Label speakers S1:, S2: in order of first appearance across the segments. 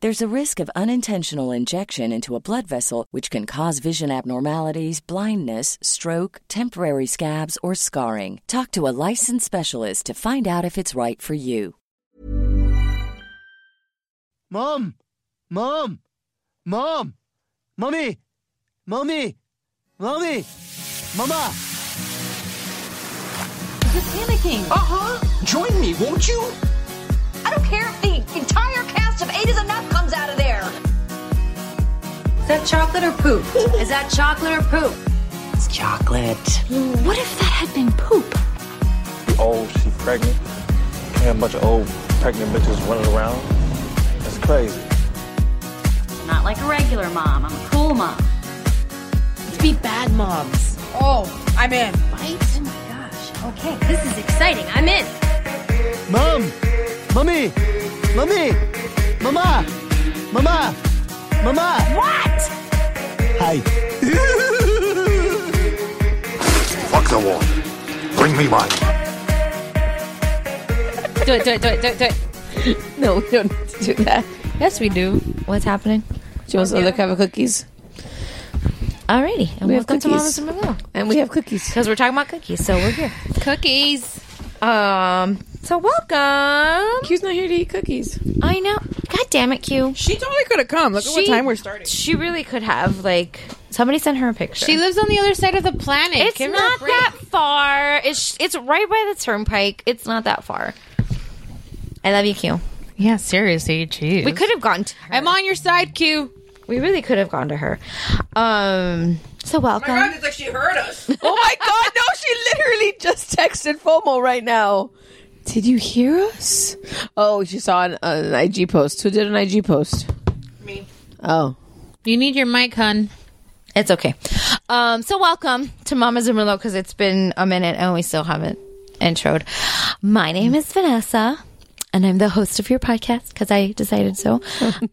S1: There's a risk of unintentional injection into a blood vessel, which can cause vision abnormalities, blindness, stroke, temporary scabs, or scarring. Talk to a licensed specialist to find out if it's right for you.
S2: Mom! Mom! Mom! Mommy! Mommy! Mommy! Mama!
S3: You're panicking.
S4: Uh huh. Join me, won't you?
S3: I don't care if the entire cast of Eight is Enough comes out of there. Is that chocolate or poop? Is that chocolate or poop?
S4: It's chocolate.
S3: What if that had been poop?
S5: old, she pregnant. Can't a bunch of old pregnant bitches running around. That's crazy.
S6: Not like a regular mom. I'm a cool mom.
S7: Let's be bad moms.
S3: Oh, I'm in.
S7: Right? Oh my gosh.
S3: Okay, this is exciting. I'm in.
S2: Mom! Mommy! Mommy! Mama! Mama! Mama!
S3: What?
S2: Hi.
S8: Fuck the wall. Bring me mine.
S7: Do it, do it, do it, do it, do it. No, we don't need to do that. Yes, we do. What's happening? She wants to look have cookies.
S9: Alrighty, and
S7: We have
S9: welcome to Mamas
S7: cookies.
S9: and Merlot.
S7: And we have cookies.
S9: Because we're talking about cookies, so we're here.
S7: Cookies.
S9: Um, so welcome.
S7: Q's not here to eat cookies.
S9: I know. God damn it, Q.
S10: She totally could have come. Look at what time we're starting.
S9: She really could have like somebody sent her a picture.
S10: She lives on the other side of the planet.
S9: it's
S10: Give her a
S9: not
S10: break.
S9: that far. It's it's right by the turnpike. It's not that far. I love you, Q.
S10: Yeah, seriously, geez.
S9: We could have gone. To her.
S10: I'm on your side, Q.
S9: We really could have gone to her. Um. So welcome.
S10: it's like she heard us.
S7: oh my god, no, she literally just texted FOMO right now. Did you hear us? Oh, she saw an, an IG post. Who did an IG post?
S10: Me.
S7: Oh.
S10: You need your mic, hun.
S9: It's okay. Um, so welcome to Mamas and Merlot because it's been a minute and we still haven't introed. My name is Vanessa and I'm the host of your podcast because I decided so.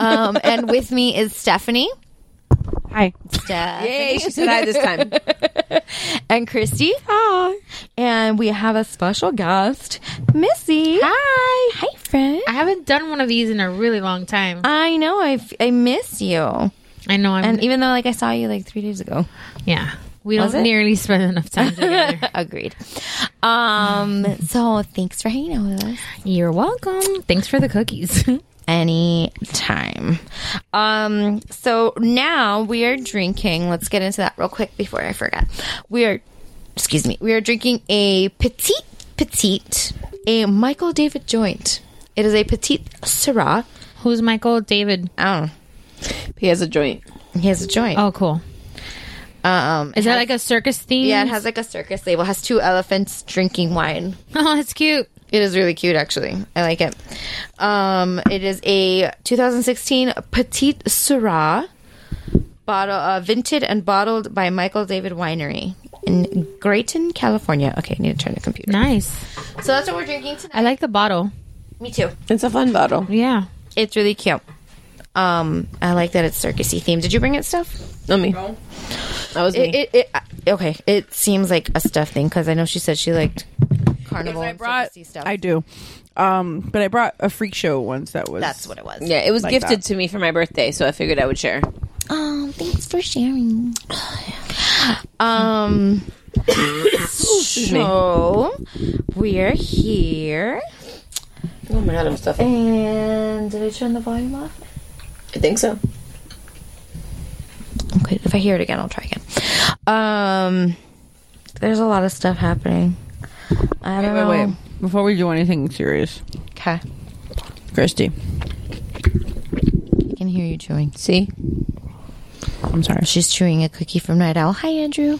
S9: Um, and with me is Stephanie.
S10: Hi.
S9: Steph
S7: Hey, she said hi this time.
S9: and Christy.
S7: Hi.
S9: And we have a special guest, Missy.
S10: Hi.
S9: Hi, friend.
S10: I haven't done one of these in a really long time.
S9: I know I f- I miss you.
S10: I know I'm.
S6: Mm-hmm.
S9: And even though like I saw you like 3 days ago.
S10: yeah. We
S9: Was
S10: don't
S9: it?
S10: nearly spend enough time together.
S9: Agreed. Um, so thanks for hanging out with us.
S10: You're welcome. Thanks for the cookies.
S9: Anytime. Um, so now we are drinking. Let's get into that real quick before I forget. We are, excuse me, we are drinking a petite, petite, a Michael David joint. It is a petite Syrah.
S10: Who's Michael? David.
S9: Oh,
S7: He has a joint.
S9: he has a joint.
S10: Oh, cool.
S9: Um,
S10: Is that like a circus theme?
S9: yeah, it has like a circus label. It has two elephants drinking wine.
S10: Oh, that's cute.
S9: It is really cute, actually. I like it. Um, it is a 2016 Petite Syrah bottle, uh, vinted and bottled by Michael David Winery in Grayton, California. Okay, I need to turn the computer.
S10: Nice.
S9: So that's what we're drinking tonight.
S10: I like the bottle.
S9: Me too.
S7: It's a fun bottle.
S10: Yeah.
S9: It's really cute. Um, I like that it's circusy themed. Did you bring it stuff?
S7: Not me. That was
S9: It,
S7: me.
S9: it, it uh, okay. It seems like a stuff thing because I know she said she liked carnival
S4: I
S9: and
S4: brought.
S9: circusy stuff.
S4: I do. Um, but I brought a freak show once that was.
S9: that's what it was.
S7: yeah, it was
S4: Like
S7: gifted
S4: that.
S7: to me for my birthday, so I figured I would share.
S9: Oh, thanks for sharing. um, so we're here,
S7: Oh my god, I'm stuffing.
S9: and did I turn the volume off?
S7: I think so.
S9: Okay, if I hear it again, I'll try again. Um, there's a lot of stuff happening. I don't
S4: Wait,
S7: Oh.
S9: know.
S4: wait. Before we do anything serious,
S9: Okay.
S11: Christy.
S9: I can hear you chewing. See?
S11: I'm sorry.
S9: She's chewing a cookie from Night Owl. Hi, Andrew.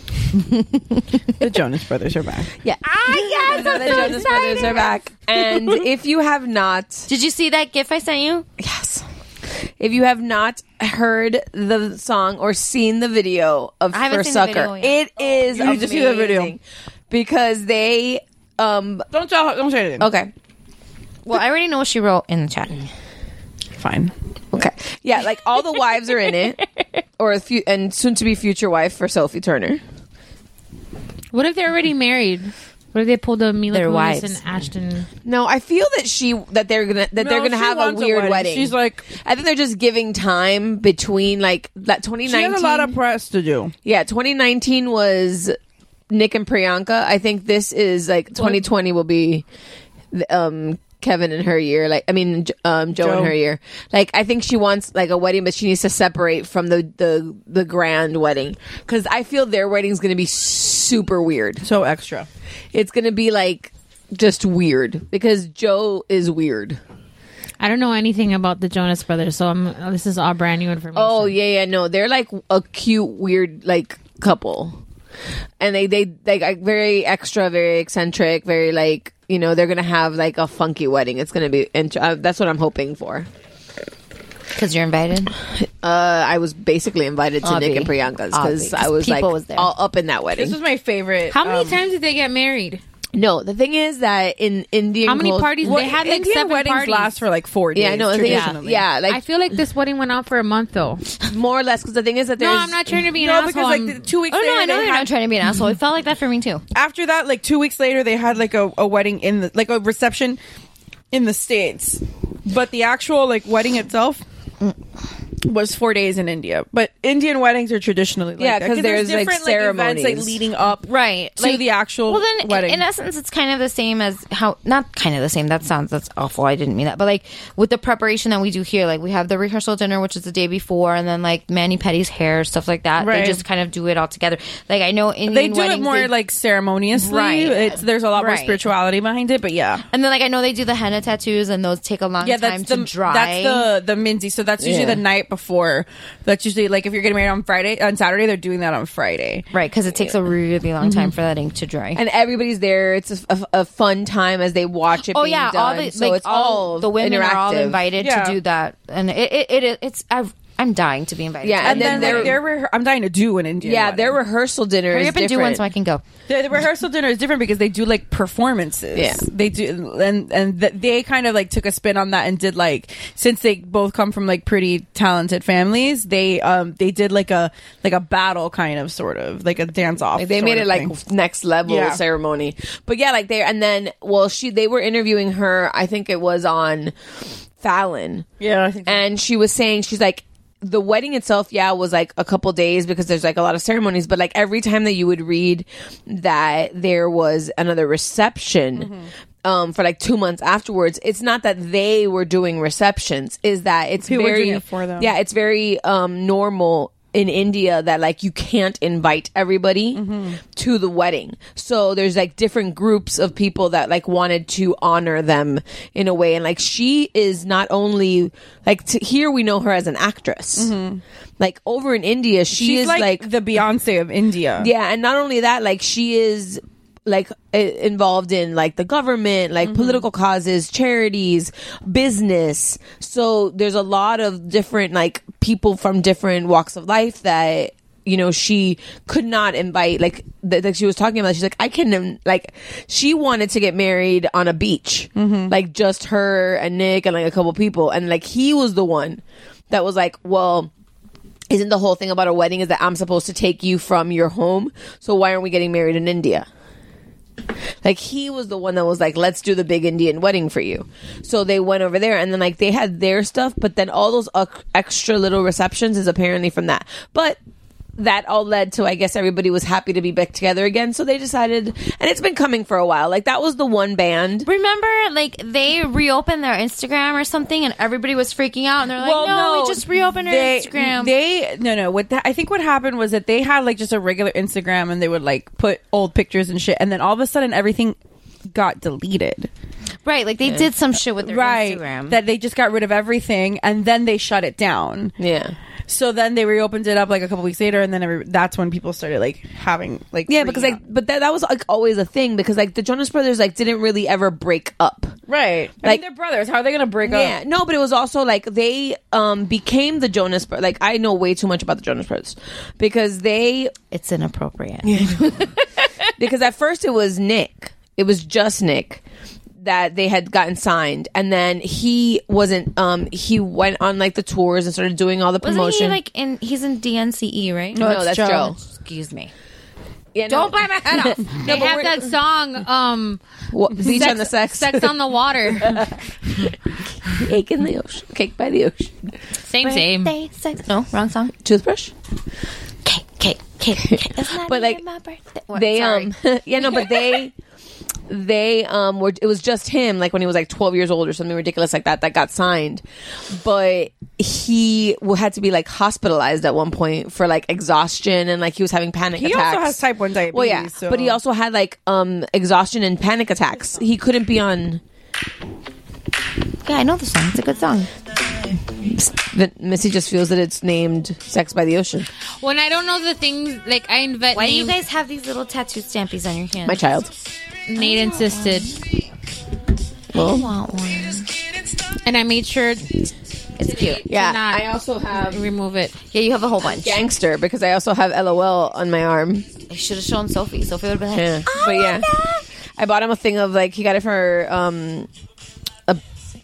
S11: the Jonas Brothers are back.
S7: Yeah.
S9: Ah, yes,
S7: the Jonas Brothers are back. And if you have not,
S9: Did you see that gif I sent you?
S7: yes, if you have not heard the song or seen the video Oh, of
S9: I haven't
S7: For
S9: seen the
S7: Sucker,
S9: video yet.
S7: it is
S11: You need to see the video.
S7: amazing. because they um
S11: Don't tell. Don't say anything.
S7: okay
S9: Well, I already know what she wrote in the chat.
S11: Fine.
S7: okay yeah like all the wives are in it or a few and soon to be future wife for Sophie Turner.
S6: What if they're already married? What if they pulled a Mila
S9: Their
S6: Kunis
S9: wives.
S6: and Ashton?
S7: No, I feel that she that they're gonna that they're
S11: No,
S7: gonna
S11: she
S7: have a
S11: wants a
S7: weird
S11: wedding.
S7: wedding.
S11: She's like-
S7: I think they're just giving time between like that twenty
S11: She
S7: nineteen.
S11: has a lot of press to do.
S7: yeah, twenty nineteen was Nick and Priyanka. I think this is like twenty twenty will be the, um Kevin in her year. Like I mean J- um Joe,
S11: Joe.
S7: in her year. Like I think she wants like a wedding, but she needs to separate from the the the grand wedding because I feel their wedding's gonna be super weird
S11: So extra.
S7: it's gonna be like just weird because Joe is weird.
S6: I don't know anything about the Jonas Brothers, so I'm, oh, this is all brand new information.
S7: Oh yeah, yeah, no, they're like a cute, weird like couple, and they they like are very extra, very eccentric, very like you know they're gonna have like a funky wedding. It's gonna be and uh, that's what I'm hoping for.
S9: Because you're invited.
S7: Uh, I was basically invited to Nick
S9: Obvi.
S7: and Priyanka's
S9: Obvi,
S7: because
S9: 'cause
S7: I was like
S9: people was there.
S7: all up in that
S11: This
S7: wedding.
S11: was my favorite.
S6: How many
S11: um,
S6: times did they get married?
S7: no, the thing is that in Indian
S6: How many
S7: cult-
S6: parties?
S11: Well,
S6: they had like
S11: Indian
S6: seven
S11: weddings
S6: parties.
S7: uh,
S11: last for like four days.
S7: Yeah, I know. the thing is-
S11: traditionally.
S7: Yeah, like
S6: I feel like this wedding went on for a month though.
S7: more or less because the thing is that
S6: No,
S7: there's
S6: I'm not trying to be an
S11: No,
S6: asshole.
S11: because like
S6: I'm-
S11: the, two weeks.
S9: Oh,
S11: later,
S9: no, I know
S11: they
S9: you're
S11: had
S9: not trying to be an asshole. It felt like that for me, too.
S11: after that, like two weeks later, they had like a, a wedding in the like a reception in the states, but the actual like wedding itself was four days in India. But Indian weddings are traditionally like
S7: Yeah,
S11: that,
S7: 'cause there's, like,
S11: events,
S7: ceremonies.
S11: like leading up
S9: Right.
S11: to the actual
S9: Well, then,
S11: wedding.
S9: In, in essence, it's kind of the same as how, not kind of the same. That sounds, that's awful. I didn't mean that. But like with the preparation that we do here, like we have the rehearsal dinner, which is the day before, and then like Manny Petty's hair, stuff like that.
S11: Right.
S9: They just kind of do it all together. Like I know Indian
S11: they do it
S9: weddings,
S11: more
S9: they-
S11: like ceremoniously.
S9: Right.
S11: It's, there's a lot more
S9: Right.
S11: spirituality behind it, but yeah.
S9: And then, like, I know they do the henna tattoos, and those take a long
S11: yeah,
S9: time
S11: that's the
S9: to dry.
S11: that's the the Minzy. So that's usually the night before. That's usually like if you're getting married on Friday on Saturday, they're doing that on Friday.
S9: right because it takes a really long time for that ink to dry.
S7: and everybody's there. It's a, a- a fun time as they watch it.
S9: oh
S7: being
S9: yeah,
S7: done.
S9: all the
S7: so
S9: like
S7: it's all
S9: the women
S7: interactive.
S9: are all invited
S11: Yeah.
S9: to do that, and it it, it it's I've, I'm dying to be invited.
S7: Yeah,
S9: to
S7: and
S9: that.
S7: then
S11: And then
S7: they're-
S11: like, their rehe- I'm dying to do an Indian.
S7: Yeah,
S11: wedding.
S7: their rehearsal dinner
S9: hurry
S7: is
S9: up and do
S7: different.
S9: one so I can go.
S11: The, the rehearsal dinner is different because they do like performances.
S7: Yeah.
S11: they do, and and th- they kind of like took a spin on that and did like since they both come from like pretty talented families, they um they did like a like a battle kind of sort of like a dance off.
S7: Like, they made it like next level
S11: Yeah.
S7: ceremony. But yeah, like they and then well, she they were interviewing her. I think it was on Fallon.
S11: yeah, I think
S7: and she was saying she's like the wedding itself yeah was like a couple days because there's like a lot of ceremonies but like every time that you would read that there was another reception
S11: Mm-hmm.
S7: um for like 2 months afterwards it's not that they were doing receptions is that it's
S11: People were
S7: very
S11: doing it for them.
S7: yeah it's very um normal in India that like you can't invite everybody to the wedding. So there's like different groups of people that like wanted to honor them in a way and like she is not only like to, here we know her as an actress. Like over in India she
S11: Mm-hmm. she's
S7: is
S11: like,
S7: like
S11: the Beyonce of India.
S7: yeah, and not only that, like she is like i- involved in like the government, like political causes, charities, business. So there's a lot of different like people from different walks of life that you know she could not invite like that like she was talking about she's like i can um, like she wanted to get married on a beach like just her and nick and like a couple people and like he was the one that was like well isn't the whole thing about a wedding is that I'm supposed to take you from your home? So why aren't we getting married in India? Like he was the one that was like, let's do the big Indian wedding for you. So they went over there and then like they had their stuff, but then all those ec- extra little receptions is apparently from that. But that all led to, I guess everybody was happy to be back together again. So they decided, and it's been coming for a while. Like that was the one band.
S9: Remember, like they reopened their Instagram or something, and everybody was freaking out, and they're like, "No, we just reopened our
S11: they,
S9: Instagram."
S11: They no no. What that, I think what happened was that they had like just a regular Instagram and they would like put old pictures and shit, and then all of a sudden everything got deleted.
S9: Right, like they
S11: Yeah.
S9: did some shit with their
S11: right,
S9: Instagram.
S11: That they just got rid of everything and then they shut it down.
S7: Yeah.
S11: So then they reopened it up like a couple weeks later, and then every, that's when people started like having like
S7: yeah because like but that, that was like always a thing because like the jonas brothers like didn't really ever break up
S11: right like
S7: Like-
S11: they're brothers. How are they gonna break
S9: uh,
S11: up?
S7: yeah no but it was also like they um became the jonas brothers like i know way too much about the jonas brothers because they
S9: it's inappropriate
S7: because at first it was nick it was just nick that they had gotten signed and then he wasn't um he went on like the tours and started doing all the
S9: Wasn't
S7: promotion
S9: he like in? He's in DNCE, E, right?
S7: No, No, that's that's Joe. Joe.
S9: Excuse me.
S7: Yeah,
S9: Don't bite my head off. but
S6: they have
S9: we're-
S6: that song, um,
S7: What, Beach on the Sex?
S6: sex on the water.
S7: cake in the ocean cake by the ocean
S6: same, same.
S9: Birthday sex. No, wrong song.
S7: toothbrush
S9: Cake, cake, cake, cake. It's not
S7: But, like,
S9: even my birthday. What?
S7: they
S9: Sorry.
S7: um yeah no but they they um were it was just him like when he was like 12 years old or something ridiculous like that that got signed but he w- had to be like hospitalized at one point for like exhaustion and like he was having panic
S11: He also
S7: attacks
S11: has type 1 diabetes,
S7: well yeah
S11: so-
S7: but he also had like um exhaustion and panic attacks he couldn't be on
S9: Yeah, I know the song. It's a good song.
S11: Oh
S7: but Missy just feels that it's named Sex by the Ocean
S6: When I don't know the things, like I invent.
S9: Why do you
S6: names-
S9: guys have these little tattoo stampies on your hands?
S7: my child
S6: Nate insisted,
S9: I
S7: well
S9: want one.
S6: and I made sure to
S9: It's cute.
S7: yeah
S6: not
S7: I also have
S6: remove it.
S9: Yeah, you have a whole bunch.
S7: gangster because I also have LOL on my arm
S9: I should have shown Sophie. Sophie would have been like,
S7: Yeah.
S9: "Oh
S7: but
S9: my
S7: yeah,
S9: God."
S7: I bought him a thing of like he got it for um a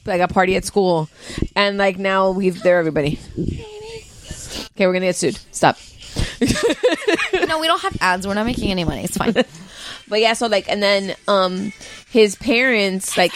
S7: like a party at school, and like now we've there everybody. Okay, we're gonna get sued. Stop.
S9: No, we don't have ads. We're not making any money. It's fine.
S7: But yeah, so like, and then um, his parents like,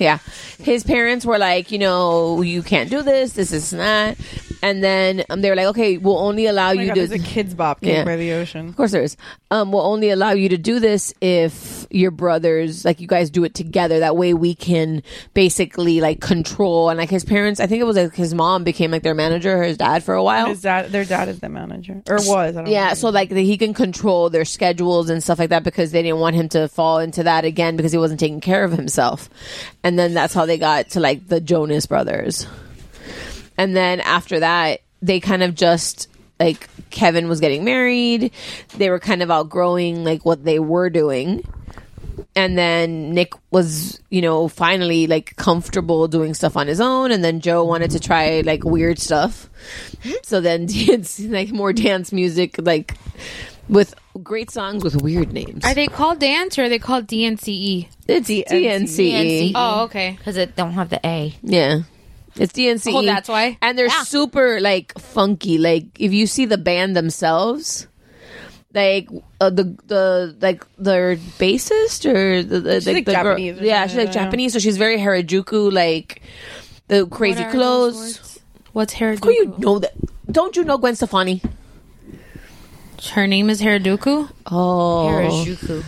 S7: yeah, his parents were like, you know, you can't do this, this, this, and that, and then um, they were like, okay, we'll only allow
S11: Oh my
S7: you
S11: God,
S7: to.
S11: there's a kids bop cake
S7: Yeah.
S11: by the ocean.
S7: Of course there is. Um, we'll only allow you to do this if your brothers, like you guys do it together. That way we can basically like control. And like his parents, I think it was like his mom became like their manager, or his dad for a while.
S11: His dad, their dad is the manager or was. I don't
S7: Oh. Yeah,
S11: know.
S7: so like that he can control their schedules and stuff like that because they didn't want him to fall into that again because he wasn't taking care of himself. And then that's how they got to like the Jonas brothers. And then after that, they kind of just like Kevin was getting married. They were kind of outgrowing like what they were doing. And then Nick was, you know, finally like comfortable doing stuff on his own. And then Joe wanted to try like weird stuff. So then dance, like more dance music, like with great songs with weird names.
S6: Are they called dance or are they called DNCE?
S7: it's DNCE.
S6: Oh, okay.
S9: Because it don't have the A.
S7: Yeah. It's DNCE.
S6: Oh, that's why?
S7: E. And they're
S6: Yeah.
S7: super like funky. Like if you see the band themselves, like uh, the the like their bassist or the, the,
S11: like,
S7: the
S11: Japanese or
S7: Girl, yeah, she's like
S11: something, I don't know.
S7: Japanese, so she's very Harajuku like the crazy clothes.
S6: What's Harajuku?
S7: Oh, you know that? Don't you know Gwen Stefani?
S6: Her name is Harajuku.
S7: Oh,
S9: Harajuku.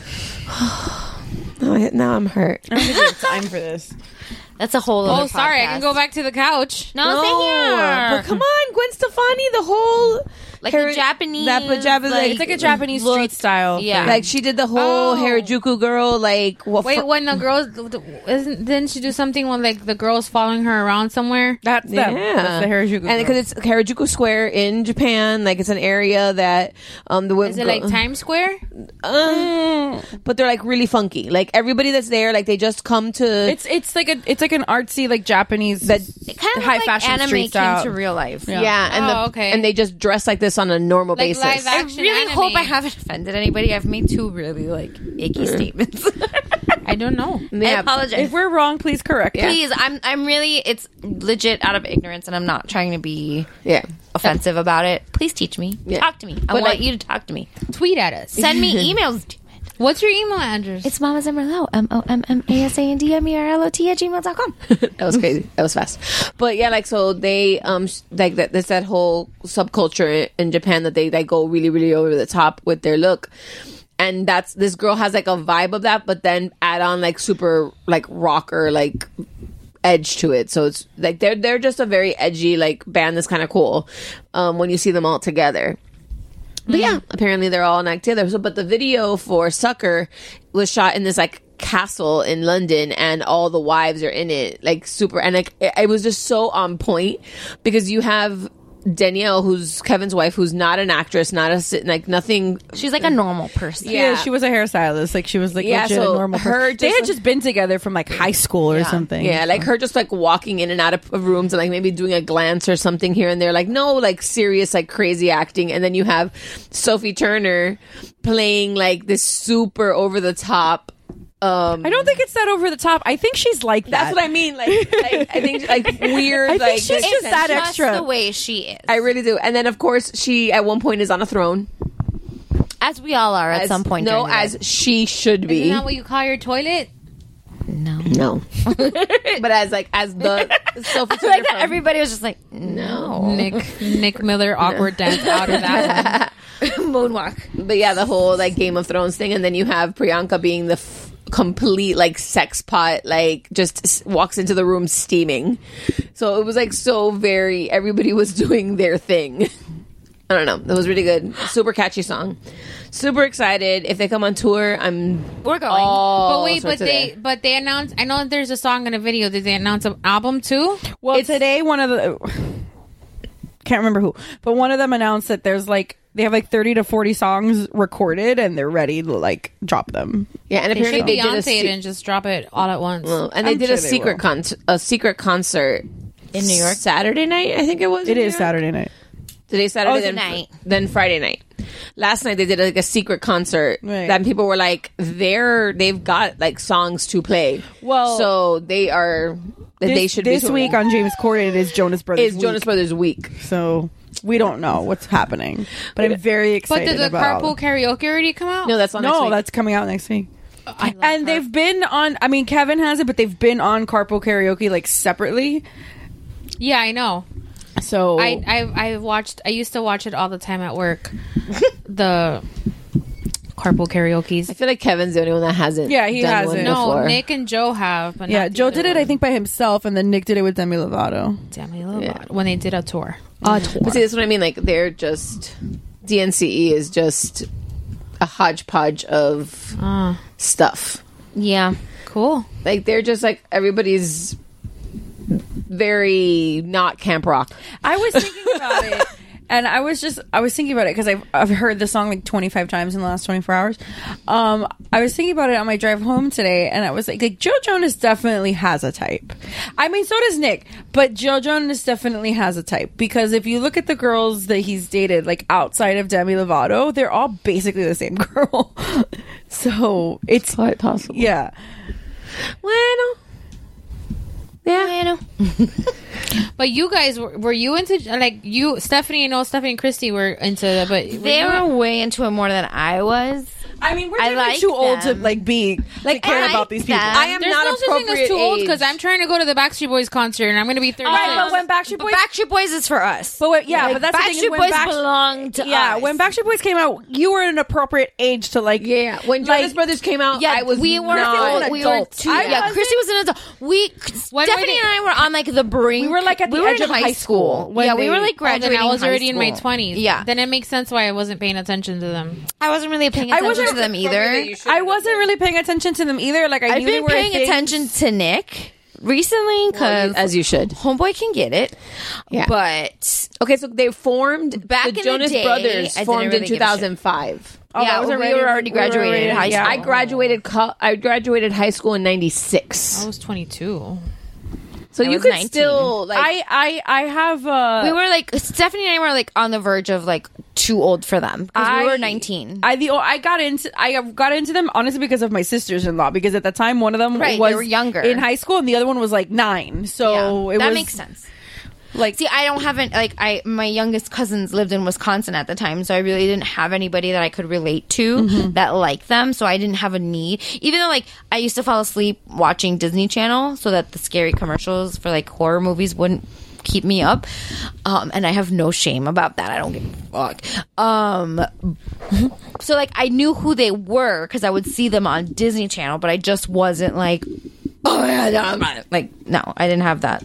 S7: now, I, now I'm hurt.
S11: I don't think it's time for this.
S9: That's a whole.
S6: Oh,
S9: other
S6: sorry. I
S9: podcast.
S6: can go back to the couch.
S9: No, stay here.
S7: but come on, Gwen Stefani, the whole
S9: Like the Japanese,
S7: that but Japanese,
S9: like-
S7: like,
S9: It's
S11: It's like a Japanese street style.
S9: Yeah.
S7: Like she did the whole
S6: Oh.
S7: Harajuku girl, like what?
S6: Wait,
S7: fr-
S6: when the girls isn't didn't she do something when like the girls following her around somewhere?
S11: That's the
S7: Yeah,
S11: That's the Harajuku.
S7: and because it's Harajuku Square in Japan, like it's an area that um the
S6: Is it like Times Square?
S7: Uh, but they're like really funky. Like everybody that's there, like they just come to.
S11: it's it's like a it's like an artsy like Japanese
S7: That-
S9: It kind of
S11: high
S9: like
S11: fashion
S9: anime
S11: street
S9: came
S11: style.
S9: to real life.
S11: Yeah.
S7: yeah, and the,
S6: Oh, okay.
S7: and they just dress like this on a normal
S6: Like
S7: basis.
S6: live
S9: I
S6: action.
S9: really
S6: anime.
S9: hope I haven't offended anybody. I've made two really like icky statements.
S6: I don't know.
S9: I
S7: Yeah.
S9: apologize.
S11: If we're wrong, please correct. us.
S9: Please, I'm I'm really it's legit out of ignorance, and I'm not trying to be
S7: Yeah,
S9: offensive about it. Please teach me.
S7: Yeah.
S9: Talk to me. I
S7: But,
S9: want
S7: like-
S9: you to talk to me.
S6: Tweet at us.
S9: Send me emails. damn it.
S6: What's your email address?
S9: It's Mama Zimmerlo. M O M M A S A N D M E R L O T at gmail.com.
S7: that was crazy. That was fast. But yeah, like so they um s- like that. There's that whole subculture i- in Japan that they like go really really over the top with their look. And that's this girl has like a vibe of that, but then add on like super like rocker like edge to it. So it's like they're they're just a very edgy like band that's kind of cool um, when you see them all together.
S11: Mm-hmm.
S7: But yeah, apparently they're all in act together. So, but the video for Sucker was shot in this like castle in London and all the wives are in it. Like super and like it, it was just so on point because you have Danielle who's Kevin's wife who's not an actress, not a si- like nothing
S9: She's like a normal person.
S11: Yeah. she was a hairstylist. Like she was like
S7: Yeah,
S11: legit
S7: so
S11: a normal person.
S7: her
S11: they
S7: just,
S11: had
S7: like-
S11: just been together from like high school or something.
S7: Yeah, like her just like walking in and out of of rooms and like maybe doing a glance or something here and there. Like no, like serious, like crazy acting. And then you have Sophie Turner playing like this super over the top. Um,
S11: I don't think it's that over the top. I think she's like that.
S7: That's what I mean. Like, like I think like weird.
S11: I think
S7: like
S11: she's It's just that just extra. the
S9: way she is.
S7: I really do. And then of course she at one point is on a throne.
S9: As we all are at
S7: As-
S9: some point. during
S7: No,
S9: the
S7: as she should be.
S6: Isn't that what you call your toilet?
S7: no. but as like as the Sophie Turner
S9: like
S7: from-
S9: everybody was just like "Mm, no
S12: Nick Nick Miller awkward dance out of that. One.
S9: moonwalk.
S7: But yeah, the whole like Game of Thrones thing, and then you have Priyanka being the f- complete like sex pot, like just s- walks into the room steaming. So it was like so very everybody was doing their thing. I don't know. It was really good. Super catchy song. Super excited. If they come on tour, I'm
S9: We're going.
S7: all
S11: Oh,
S6: but wait, but
S7: sorts of
S6: they
S7: there.
S6: but they announced. I know there's a song and a video. Did they announce an album too?
S11: Well, today one of the can't remember who, but one of them announced that there's like they have like 30 to 40 songs recorded and they're ready to like drop them.
S7: yeah, and
S6: They
S7: apparently
S6: should
S7: they did a
S6: Beyonce it
S7: se-
S6: and just drop it all at once.
S7: well, and they
S11: I'm
S7: did
S11: sure
S7: a
S11: they
S7: secret
S11: will.
S7: con- a secret concert
S9: In New York?
S7: Saturday night. I think it was.
S11: It
S7: in
S11: is
S7: New York?
S11: Saturday night.
S7: Today's Saturday,
S9: Oh,
S7: then,
S9: tonight.
S7: then Friday night. Last night they did like a secret concert
S11: Right.
S7: that people were like, they're they've got like songs to play.
S11: Well-
S7: so they are
S11: This,
S7: they should
S11: this
S7: be
S11: week on James Corden it is Jonas Brothers.
S7: is Jonas
S11: week,
S7: Brothers week.
S11: So we don't know what's happening, but I'm very
S6: but
S11: excited
S6: did the
S11: about
S6: carpool
S11: all of-
S6: karaoke already come out?
S7: No, that's on next
S11: No,
S7: week.
S11: that's coming out next week. and they've been on. I mean, Kevin has it, but they've been on carpool karaoke like separately.
S6: yeah, I know.
S11: So
S6: I I I watched. I used to watch it all the time at work. the carpool karaoke's.
S7: I feel like Kevin's the only one that hasn't.
S11: Yeah, he
S7: done
S11: hasn't.
S7: one
S6: No,
S7: before.
S6: Nick and Joe have. But
S11: yeah,
S6: not the
S11: Joe
S6: other
S11: did it. I think by himself, and then Nick did it with Demi Lovato.
S6: Demi Lovato when they did a tour. A tour.
S7: But see, that's what I mean. Like they're just DNCE E is just a hodgepodge of
S6: Uh-huh.
S7: stuff.
S9: Yeah. Cool.
S7: Like they're just like everybody's very not camp rock.
S11: I was thinking about it, and I was just I was thinking about it because I've I've heard the song like 25 times in the last 24 hours. Um, I was thinking about it on my drive home today, and I was like, like Joe Jonas definitely has a type. I mean, so does Nick, but Joe Jonas definitely has a type because if you look at the girls that he's dated, like outside of Demi Lovato, they're all basically the same girl. so it's
S7: Quite possible.
S11: yeah.
S7: Bueno. Yeah.
S6: But you guys were, were you into like you Stephanie and know Stephanie and Christy were into that, but were
S9: They
S6: you-
S9: were way into it more than I was.
S11: I mean, we're
S9: I
S11: definitely
S9: like
S11: too old to
S9: them.
S11: like be like care
S9: I
S11: about
S9: like
S11: these people.
S9: them.
S7: I am
S6: There's
S7: not
S6: no such thing
S7: appropriate
S6: as too old
S7: age.
S6: because I'm trying to go to the Backstreet Boys concert and I'm going to be 36.
S11: Right, but when Backstreet
S9: But
S11: Boys
S9: Backstreet Boys is for us.
S11: But when, yeah,
S9: Like,
S11: but that's the thing.
S9: Backstreet
S11: when
S9: Boys
S11: Backst-
S9: belong to
S11: yeah,
S9: us.
S11: when Backstreet Boys came out, you were an appropriate age to like.
S7: Yeah. When Jonas
S11: like-
S7: Brothers came out, I was
S9: we were
S7: not
S9: we were
S7: adult.
S9: too
S11: I
S9: young. Yeah,
S11: wasn't-
S9: Chrissy was an adult. We
S6: When were
S9: Stephanie
S6: they-
S9: and I were on like the brink.
S11: We were, like, at the edge of high school when
S9: yeah, we
S11: they-
S9: were like
S6: Oh, then
S9: graduating.
S6: I was
S9: high
S6: already in my
S9: school.
S6: 20s.
S9: Yeah,
S6: Then it makes sense why I wasn't paying attention to them.
S9: I wasn't really paying
S11: I
S9: attention
S11: wasn't
S9: to them either.
S11: I wasn't really paying attention to them either. Like I
S9: I've
S11: knew they
S9: been
S11: were a
S9: paying
S11: thing.
S9: attention to Nick recently because
S7: as you should.
S9: homeboy can get it.
S7: Yeah.
S9: but
S7: Okay, so they formed
S9: Back
S7: the
S9: in the
S7: Jonas
S9: day, I
S7: Brothers
S9: didn't
S7: formed
S9: really
S7: in
S9: give a shit.
S7: 2005.
S11: Oh, that
S9: yeah,
S11: was
S9: we
S11: already-
S9: were already
S11: we were
S9: graduated
S11: already-
S9: high
S11: yeah.
S9: school.
S7: I graduated. Co- I graduated high school in
S6: I
S7: '96.
S11: Oh,
S6: was 22.
S7: So you
S9: was
S7: could
S9: 19.
S7: still like.
S11: I I I have. Uh,
S9: we were like Stephanie and I were like on the verge of like too old for them because we
S11: I-
S9: were nineteen.
S11: I the I got into I got into them honestly because of my sisters in law because at the time one of them
S9: Right, they
S11: was
S9: were younger.
S11: in high school and the other one was like nine so
S9: Yeah,
S11: it
S9: that
S11: was
S9: makes sense.
S11: like
S9: See, I don't haven't like I my youngest cousins lived in Wisconsin at the time, so I really didn't have anybody that I could relate to
S11: Mm-hmm.
S9: that liked them. So I didn't have a need, even though like I used to fall asleep watching Disney Channel so that the scary commercials for like horror movies wouldn't keep me up. Um, and I have no shame about that. I don't give a fuck. Um, so like I knew who they were because I would see them on Disney Channel, but I just wasn't like, oh yeah, no, I'm not." like no, I didn't have that.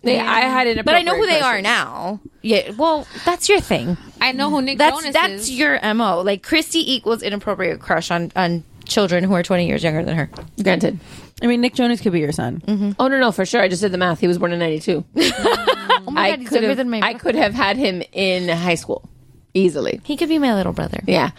S7: they, I had an.
S9: But I know who they
S7: appropriate
S9: are now. Yeah. Well, that's your thing.
S6: I know who Nick
S9: That's
S6: Jonas
S9: that's
S6: is.
S9: your mo. Like Christy equals inappropriate crush on on children who are 20 years younger than her.
S11: Granted.
S7: I mean, Nick Jonas could be your son.
S11: Oh no, no, for sure. I just did the math. He was born in '92.
S9: my
S11: I
S9: God, he's
S11: could
S9: younger
S11: have,
S9: than my
S11: I could have had him in high school easily.
S9: He could be my little brother.
S11: Yeah,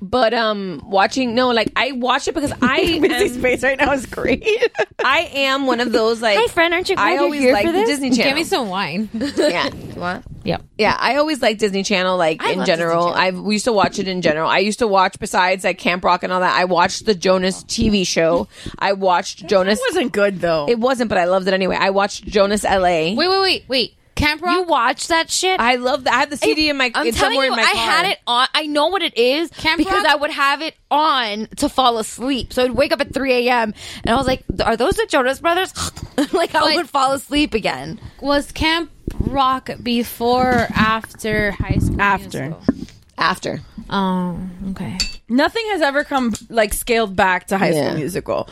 S11: but um, watching no, like I watched it because I
S7: Busy space right now is great.
S11: I am one of those like
S9: Hey, friend, aren't you glad
S11: I
S9: you're
S11: always
S9: here
S11: like
S9: for
S11: the
S9: this?
S11: Disney Channel.
S6: Give me some wine.
S11: yeah,
S9: What?
S6: yep.
S11: yeah. I always like Disney Channel, like
S9: I
S11: in
S9: love Disney
S11: general.
S9: Channel.
S11: I we used to watch it in general. I used to watch besides like Camp Rock and all that. I watched the Jonas TV show. I watched Jonas.
S7: It wasn't good though.
S11: It wasn't, but I loved it anyway. I watched Jonas LA.
S6: Wait, wait, wait, wait. Camp Rock.
S9: You watch that shit?
S11: I love that. I had the CD in my.
S9: I'm
S11: it's
S9: telling
S11: somewhere
S9: you,
S11: in my
S9: I
S11: car.
S9: had it on. I know what it is
S6: Camp
S9: because
S6: Rock?
S9: I would have it on to fall asleep. So I'd wake up at 3 a.m. and I was like, "Are those the Jonas Brothers?" like I
S6: Like-
S9: would fall asleep again.
S6: was Camp Rock before, or after high school?
S7: After.
S6: Musical?
S11: after.
S6: Oh, okay.
S7: Nothing has ever come like scaled back to High School
S11: Yeah.
S7: Musical.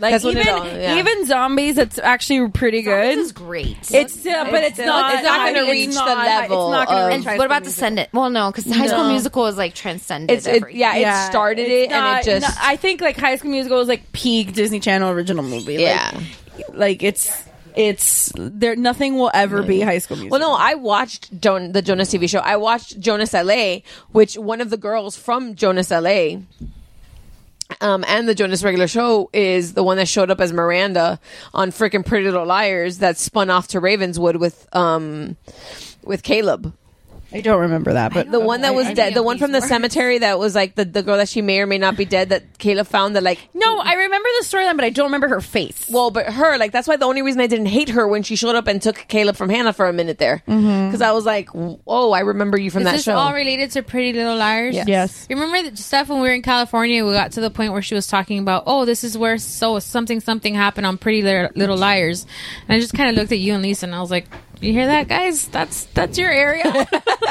S11: Like
S7: That's even even zombies, it's actually pretty good.
S9: This is great.
S7: It's still, but it's, not. It's not going
S11: gonna
S7: to
S11: reach
S7: reach
S11: the level
S7: It's not going
S11: of-
S9: and
S7: to reach. High
S9: what
S7: School
S9: about
S7: Musical.
S9: the Sendit? Well, no, because High School Musical is like transcended.
S11: It's it,
S9: everything.
S11: yeah,
S7: Yeah,
S11: it started it
S7: it's not-
S11: and it
S7: no,
S11: just
S7: I think like High School Musical was like peak Disney Channel original movie. Like-
S11: Yeah.
S7: like, it's it's there. Nothing will ever be High School Musical.
S11: Well, no, I watched Jon- the Jonas TV show. I watched Jonas LA, which one of the girls from Jonas LA um, and the Jonas regular show is the one that showed up as Miranda on freaking Pretty Little Liars that spun off to Ravenswood with um with Caleb.
S7: I don't remember that, but
S11: The one that was dead, the
S6: of
S11: one
S6: these
S11: from the
S6: words.
S11: cemetery that was like the, the girl that she may or may not be dead that Caleb found that like
S7: no, I remember the storyline, but I don't remember her face.
S11: Well, but her, like, that's why the only reason I didn't hate her when she showed up and took Caleb from Hannah for a minute there. Because I was like, oh, I remember you from
S6: Is
S11: that
S6: this
S11: show.
S6: all related to Pretty Little Liars?
S11: Yes.
S7: Yes.
S6: You remember that stuff when we were in California? We got to the point where she was talking about, oh, this is where so something something happened on Pretty Little, Little Liars, and I just kind of looked at you and Lisa, and I was like, you hear that, guys? That's that's your area.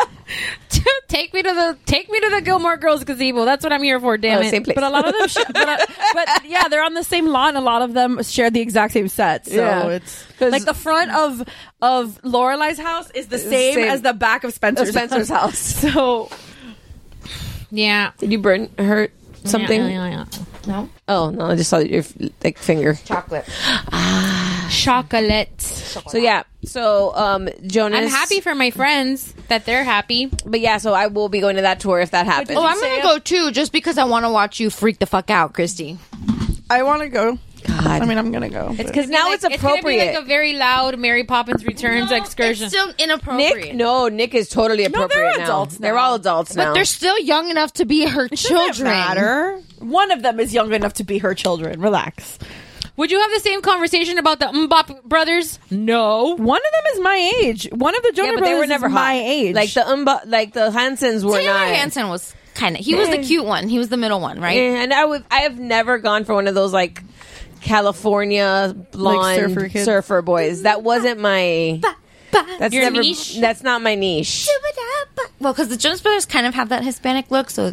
S6: take me to the take me to the Gilmore Girls gazebo. That's what I'm here for. Damn
S11: Oh,
S6: it.
S11: same place.
S7: But a lot of them, sh- but, uh, but yeah, they're on the same lawn. A lot of them share the exact same set. So
S11: Yeah.
S7: it's
S11: 'Cause-
S7: like the front of of Lorelai's house is the same,
S11: same.
S7: as the back of Spencer's,
S11: Of Spencer's house.
S7: So
S6: Yeah.
S11: Did you burn her something?
S6: Yeah, yeah, yeah.
S11: Oh, no, I just saw your, like, finger.
S9: chocolate.
S6: Chocolate.
S11: So, yeah. So, um, Jonas.
S6: I'm happy for my friends that they're happy.
S11: But, yeah, so I will be going to that tour if that happens.
S9: Oh, I'm gonna go too, just because I want to watch you freak the fuck out, Christy.
S7: I want to go.
S11: God.
S7: I mean, I'm gonna go. It's
S11: Because now it's
S6: It's
S11: appropriate.
S6: gonna be like a very loud Mary Poppins Returns excursion.
S9: It's still inappropriate.
S11: Nick, no, Nick is totally appropriate now.
S7: adults now.
S11: They're all adults
S9: But
S11: now.
S9: they're still young enough to be her children.
S7: matter. One of them is young enough to be her children. Relax.
S6: Would you have the same conversation about the Mbop brothers? No.
S7: One of them is my age. One of the Jonah
S11: yeah, but
S7: brothers
S11: they were never
S7: is
S11: hot.
S7: my age.
S11: Like the umba, like the Hansons were
S9: Taylor
S11: not.
S9: Hansen was kind of. He was the cute one. He was the middle one, right?
S11: Yeah, and I would I have never gone for one of those like California blonde
S7: surfer
S11: surfer,
S7: kids?
S11: boys. That wasn't my that's
S9: Your
S11: never
S9: niche?
S11: that's not my niche.
S9: Well, because the Jonas Brothers kind of have that Hispanic look, so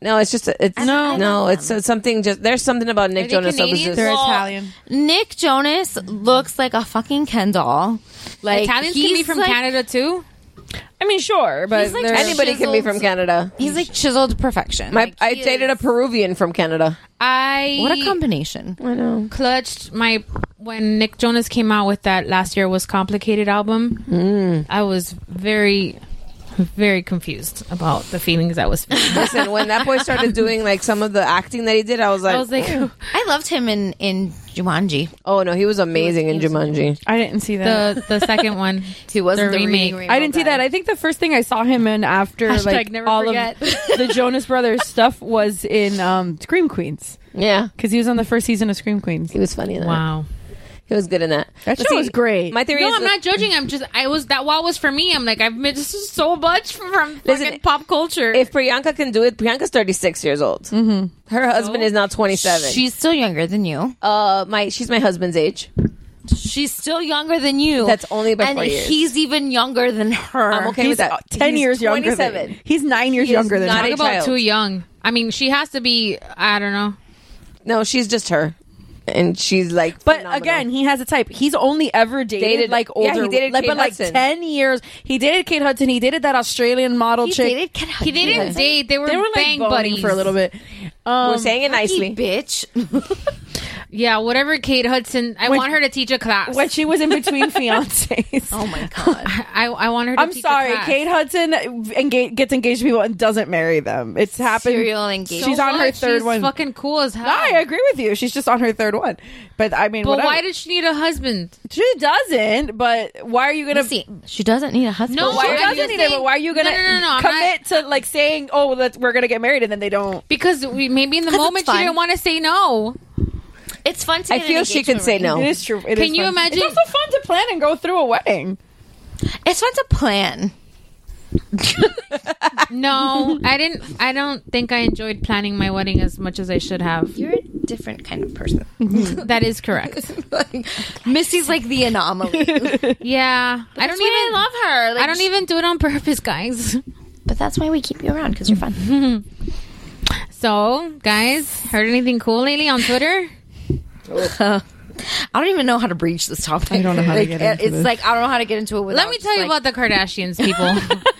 S11: No, it's just it's
S9: No.
S11: no no it's uh, something just there's something about Nick
S6: they
S11: Jonas that was
S6: Canadian?
S11: just-
S6: They're
S9: Well,
S7: Italian.
S9: Nick Jonas looks like a fucking Ken doll. Like
S6: Italians can be
S9: he's
S6: from
S9: like-
S6: Canada too.
S7: I mean, sure, but
S9: He's like
S7: they're-
S9: Any-
S11: anybody can be from
S9: chiseled-
S11: Canada.
S9: He's like chiseled to perfection.
S11: My,
S9: Like,
S11: I
S9: he
S11: dated
S9: is-
S11: a Peruvian from Canada.
S6: I
S9: What a combination!
S6: clutched my when Nick Jonas came out with that last year was complicated album. I was very very confused about the feelings I was feeling.
S11: Listen, when that boy started doing like some of the acting that he did, I was like,
S6: I was like
S9: I loved him in in Jumanji.
S11: "Oh no, he was amazing in Jumanji."
S7: I didn't see that.
S6: the the second one.
S9: He wasn't
S6: The
S9: the,
S6: remake.
S9: remake.
S7: I didn't see that. I think the first thing I saw him in after
S6: Hashtag
S7: like
S6: never
S7: all
S6: forget.
S7: of the Jonas Brothers stuff was in um, Scream Queens
S11: Yeah,
S7: because he was on the first season of Scream Queens.
S11: he was funny. In that.
S6: Wow.
S11: he was good in that.
S7: That
S11: But
S7: show was great.
S11: My theory
S6: No,
S11: is
S6: I'm not judging. I'm just I was that wall was for me. I'm like I've missed so much from
S11: Listen,
S6: fucking pop culture.
S11: If Priyanka can do it, Priyanka's 36 years old. Mm-hmm. Her husband is now 27.
S9: She's still younger than you.
S11: uh, my she's my husband's age.
S9: She's still younger than you.
S11: That's only by
S9: and
S11: four years.
S9: he's even younger than her.
S11: I'm okay
S7: He's
S11: with
S7: uh,
S11: that.
S7: ten
S11: He's
S7: years younger. Than,
S11: 27.
S7: he's nine years
S11: He is
S7: younger than
S11: not
S7: her.
S11: a
S6: Talk about
S11: child.
S6: Oh, too young. I mean, she has to be. I don't know.
S11: No, she's just her, and she's like.
S7: But
S11: phenomenal.
S7: again, he has a type. He's only ever dated,
S11: Dated-
S7: like older,
S11: yeah, he dated
S7: like,
S11: Kate
S7: but like
S11: Hudson.
S7: ten years. He dated Kate Hudson. He dated that Australian model
S9: He
S7: chick.
S9: dated Ken
S6: He, they didn't
S9: Hudson.
S6: date. They were,
S7: they were like
S6: bang
S7: boning
S6: buddies
S7: for a little bit.
S6: Um,
S13: We're saying it nicely.
S9: bitch.
S6: yeah, whatever Kate Hudson. I
S7: When-
S6: want her to teach a class.
S7: when she was in between fiancés.
S9: Oh my god.
S6: I, I want her. to
S7: I'm
S6: teach a
S7: sorry,
S6: class.
S7: Kate Hudson enga- gets engaged to people and doesn't marry them. It's happened.
S9: Serial engagement.
S7: She's on her
S6: what?
S7: third
S6: She's
S7: one.
S6: Fucking cool as hell.
S7: No, I agree with you. She's just on her third one. But I mean,
S6: But
S7: whatever.
S6: why did she need a husband?
S7: she doesn't? But why are you gonna?
S9: Let's see, she doesn't need a husband.
S6: No,
S7: Why
S6: I'm
S7: doesn't
S6: just
S7: either?
S6: saying-
S7: But why are you gonna
S6: No, no, no, no, I'm
S7: commit to like saying, "Oh, let's, we're gonna get married," and then they don't?
S6: Because we, maybe in the
S9: 'Cause it's
S6: moment she
S9: fun.
S6: didn't want to say no.
S9: it's fun to.
S13: I
S9: get an
S13: feel she
S9: engagement
S13: could say
S9: ring.
S13: no.
S7: It is true. It
S6: Can
S7: is
S6: you
S7: fun.
S6: imagine-
S7: It's also fun to plan and go through a wedding.
S9: It's fun to plan.
S6: No, I didn't. I don't think I enjoyed planning my wedding as much as I should have.
S9: You're a different kind of person.
S6: That is correct.
S9: like, Missy's like the anomaly.
S6: Yeah, I don't even love
S9: her.
S6: I don't even do it on purpose, guys.
S9: But that's why we keep you around because you're fun.
S6: So, guys, heard anything cool lately on Twitter?
S9: I don't even know how to breach this topic. I don't know how to get into It's like I don't know how to get into it. Without
S6: Let me tell you about the Kardashians, people.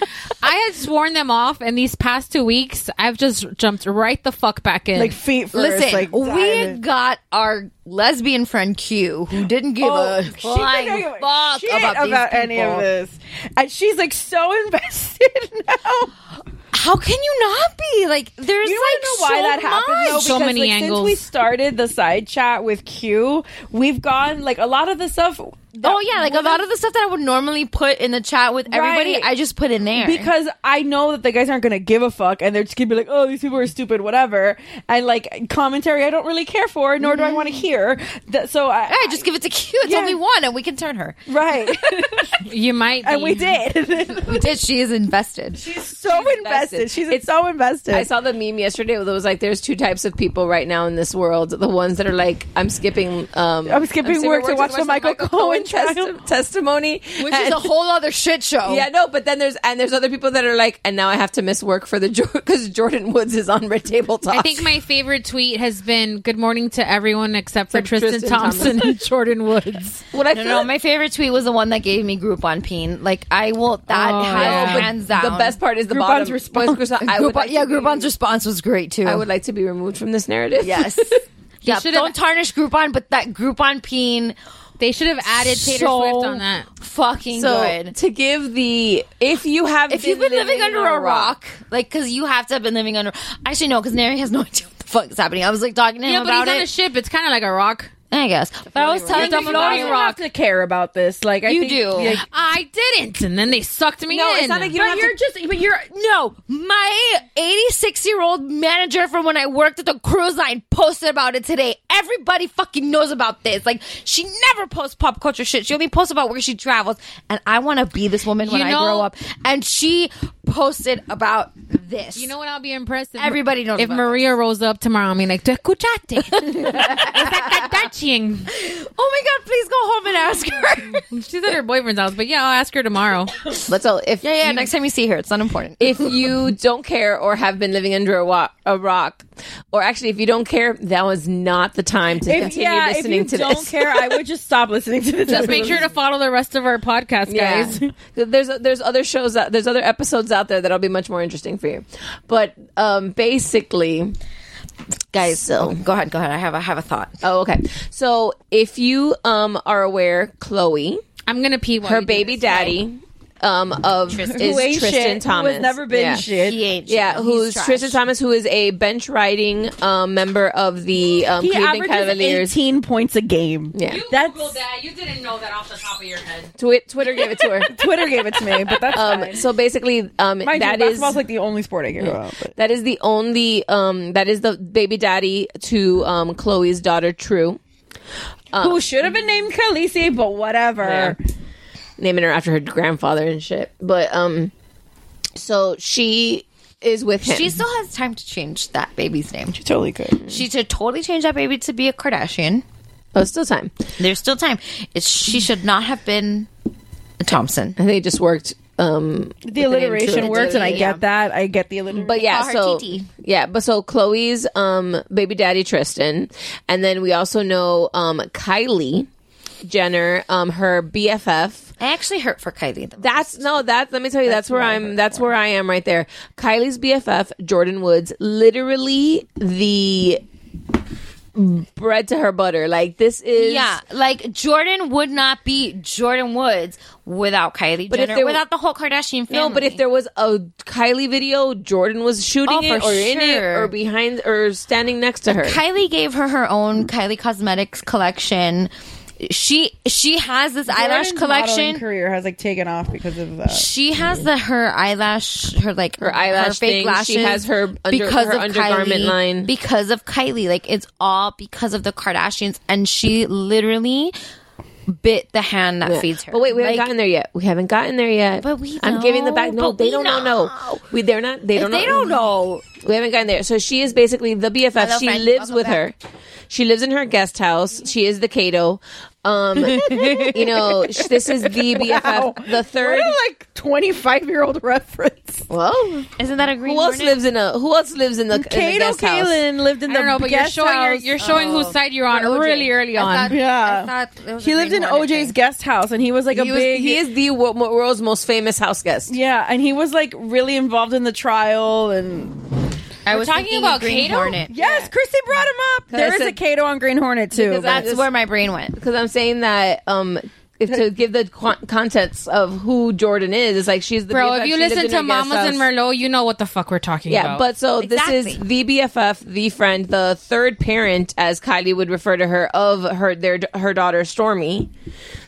S6: I had sworn them off, and these past two weeks, I've just jumped right the fuck back in.
S7: Like feet first.
S9: Listen,
S7: like,
S9: we
S7: dive in.
S9: got our lesbian friend Q, who Oh, didn't give a
S7: she didn't
S9: flying
S7: give a
S9: fuck
S7: shit
S9: about, these
S7: about any
S9: people.
S7: of this, and she's like so invested now.
S9: How can you not be like? There's
S7: You
S9: like
S7: don't know why
S9: so
S7: that happened though,
S9: much.
S7: because
S6: So many
S7: like, since
S6: angles.
S7: we started the side chat with Q, we've gone like a lot of the stuff. that
S9: Oh yeah, like a lot of the stuff that I would normally put in the chat with everybody,
S7: Right.
S9: I just put in there
S7: because I know that the guys aren't gonna give a fuck, and they're just gonna be like, "Oh, these people are stupid," whatever, and like commentary I don't really care for, nor do I
S9: Mm-hmm.
S7: want to hear. That, so I,
S9: I just give it to Q. It's
S7: Yeah.
S9: only one, and we can turn her.
S7: right,
S6: you might,
S7: and
S6: be.
S7: we did.
S9: We did. She is invested.
S7: so invested. She's so invested.
S11: I saw the meme yesterday that was like, "There's two types of people right now in this world: the ones that are like, I'm skipping, um,
S7: I'm skipping work to watch the Michael Cohen
S11: test-
S7: trial."
S11: testimony,
S9: which is a whole other shit show.
S11: Yeah, no, but then there's and there's other people that are like, and now I have to miss work for the because Jordan Woods is on Red Table Talk.
S6: I think my favorite tweet has been "Good morning to everyone except for
S11: Except
S6: Tristan,
S11: Tristan
S6: Thompson
S11: Thompson.
S6: and Jordan Woods."
S11: what I
S9: No,
S11: feel
S9: no,
S11: like-
S9: my favorite tweet was the one that gave me Groupon peen. Like I will that
S6: Oh,
S9: has
S6: yeah.
S9: hands down.
S11: the best part is the
S7: Groupon's
S11: bottom
S7: response.
S11: was- I would
S9: Groupon,
S11: like to
S9: yeah,
S11: be-
S9: Groupon's response was great too.
S11: I would like to be removed from this narrative.
S9: yes. yeah,
S6: should've-
S9: don't tarnish Groupon, but that Groupon peen
S6: They should have added Taylor
S9: so
S6: Swift on that.
S9: Fucking
S11: So
S9: good.
S11: to give the if you have
S9: If you've been living, under a rock, like because you have to have been living under. Actually, no, because Nary has no idea what the fuck is happening. I was like talking to him
S6: Yeah, but
S9: about
S6: he's on
S9: it.
S6: a ship. It's kind of like a rock.
S9: I guess, but I was telling him about
S7: you
S9: it.
S7: don't have to care about this. Like I
S9: You
S7: think,
S9: do.
S7: like,
S6: I didn't, and then they sucked me
S11: No,
S6: in.
S11: it's not like you don't have
S9: But you're
S11: to.
S9: just, but you're no. My 86 year old manager from when I worked at the cruise line posted about it today. Everybody fucking knows about this. Like she never posts pop culture shit. She only posts about where she travels. And I want to be this woman when
S6: You
S9: I
S6: know-
S9: grow up. And she posted about this.
S6: You know what? I'll be impressed. If,
S9: Everybody knows
S6: If
S9: about
S6: Maria rolls up tomorrow, I'll be like, "Tú escuchaste? Es that Kardashian?"
S9: Oh my god! Please go home and ask her.
S6: She's at her boyfriend's house, but yeah, I'll ask her tomorrow.
S11: Let's all if
S9: yeah, yeah. Next time you see her, it's not important.
S11: if you don't care or have been living under a, wa- a rock, or actually if you don't care, that was not the time to
S7: if,
S11: continue
S7: yeah,
S11: listening
S7: if you
S11: to
S7: don't
S11: this.
S7: care, I would just stop listening to this.
S6: Just make sure to follow the rest of our podcast,
S11: Yeah.
S6: guys.
S11: there's there's other shows out, there's other episodes out there that'll be much more interesting for you. But um, basically,
S9: guys, so go ahead, go ahead. I have, I have a thought.
S11: oh okay. So if you um are aware, Chloe,
S6: I'm gonna pee. While
S11: her
S6: you do
S11: baby
S6: this.
S11: daddy. Um, of is
S7: Who ain't
S11: Tristan
S7: shit,
S11: Thomas.
S7: Who has never been
S11: Yeah.
S7: shit.
S9: He ain't.
S11: Yeah,
S9: shit.
S11: who's
S9: He's trash.
S11: Tristan Thomas, who is a bench riding um, member of the um,
S7: He
S11: Cleveland
S7: averages
S11: Cavaliers.
S7: 18 points a game.
S11: Yeah.
S6: You
S7: That's-
S6: Googled that. You didn't know that off the top of your head.
S11: Twi- Twitter gave it to her.
S7: Twitter gave it to me, but that's
S11: Um,
S7: fine.
S11: so basically, um,
S7: Mind
S11: that
S7: you,
S11: is
S7: basketball's like the only sport I care about. But.
S11: that is the only um, that is the baby daddy to um, Chloe's daughter, True,
S7: Who should have been named Khaleesi, but whatever.
S11: naming her after her grandfather and shit. But um, so she is with him.
S9: She still has time to change that baby's name.
S7: Totally good.
S9: She should totally change that baby to be a Kardashian.
S11: oh, still time.
S9: There's still time. It's, she should not have been a Thompson.
S11: And they just worked. Um,
S7: The alliteration
S11: True.
S7: works, and I
S9: Yeah.
S7: get that. I get the alliteration.
S11: but yeah,
S9: Call her
S11: so
S9: Titi.
S11: yeah, but so Chloe's um baby daddy Tristan, and then we also know um Kylie Jenner, um, her BFF.
S9: I actually hurt for Kylie.
S11: That's no, that's let me tell you, that's, where I'm. That's where I am right there. Kylie's BFF, Jordan Woods, literally the bread to her butter. Like this is
S9: yeah, like Jordan would not be Jordan Woods without Kylie
S11: But if
S9: Jenner,
S11: there-
S9: without the whole Kardashian family.
S11: No, but if there was a Kylie video, Jordan was shooting
S9: Oh,
S11: it or
S9: for
S11: in it
S9: sure.
S11: or behind or standing next to her.
S9: Kylie gave her her own Kylie Cosmetics collection. She she has this eyelash
S4: Jordan's
S9: collection.
S4: modeling career has like taken off because of that.
S9: She has the her eyelash, her like her
S11: eyelash
S9: fake
S11: thing.
S9: lashes.
S11: She has her under- her undergarment
S9: Kylie,
S11: line.
S9: because of Kylie. Like it's all because of the Kardashians, and she literally bit the hand that
S11: Yeah.
S9: feeds her.
S11: But wait, we haven't
S9: Like,
S11: gotten there yet. We haven't gotten there yet. But
S9: we
S11: I'm giving the
S9: know,
S11: back. No,
S9: but
S11: they
S9: we
S11: don't know. No, we they're not. They
S9: If
S11: don't.
S9: they
S11: know.
S9: don't know.
S11: We haven't gotten there. So she is basically the BFF.
S9: Hello,
S11: she
S9: friend.
S11: lives
S9: Welcome
S11: with her. She lives in her guest house. She is the Cato. Um, you know, sh- this is the BFF.
S4: Wow.
S11: The third,
S4: What a, like 25 year old reference.
S11: Well,
S9: isn't that a
S11: Who else lives in a Who else lives in the, in the
S4: Kato
S11: guest house?
S4: Kalin lived in
S6: I
S4: the
S6: don't know, but you're
S4: guest
S6: showing your,
S4: house.
S6: you're showing whose
S11: Oh.
S6: side you're on really early on.
S4: yeah, he lived in OJ's guest house, and he was like a
S11: He, was,
S4: big.
S11: he is the wo- mo- world's most famous house guest.
S4: yeah, uh, and he was like really involved in the trial and.
S9: I was talking about Green Kato? Hornet.
S4: Yes, Christy brought him up. There is a Kato on Green Hornet too.
S11: Because I'm
S9: That's
S11: just-
S9: where my brain went.
S11: because I'm saying that um if to give the qu- context of who Jordan is, it's like she's the
S6: Bro,
S11: BFF,
S6: if you
S11: she
S6: listen
S11: lived in
S6: to
S11: her guest
S6: Mamas and
S11: house.
S6: Merlot, you know what the fuck we're talking
S11: Yeah,
S6: about.
S11: but so this is the BFF, the friend, the third parent, as Kylie would refer to her, of her their her daughter Stormy.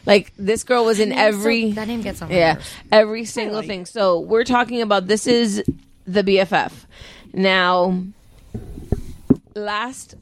S11: Like this girl was in
S9: That name is so-
S11: every
S9: that name gets on my
S11: yeah
S9: nerves.
S11: every single thing. So we're talking about this is the BFF now. Last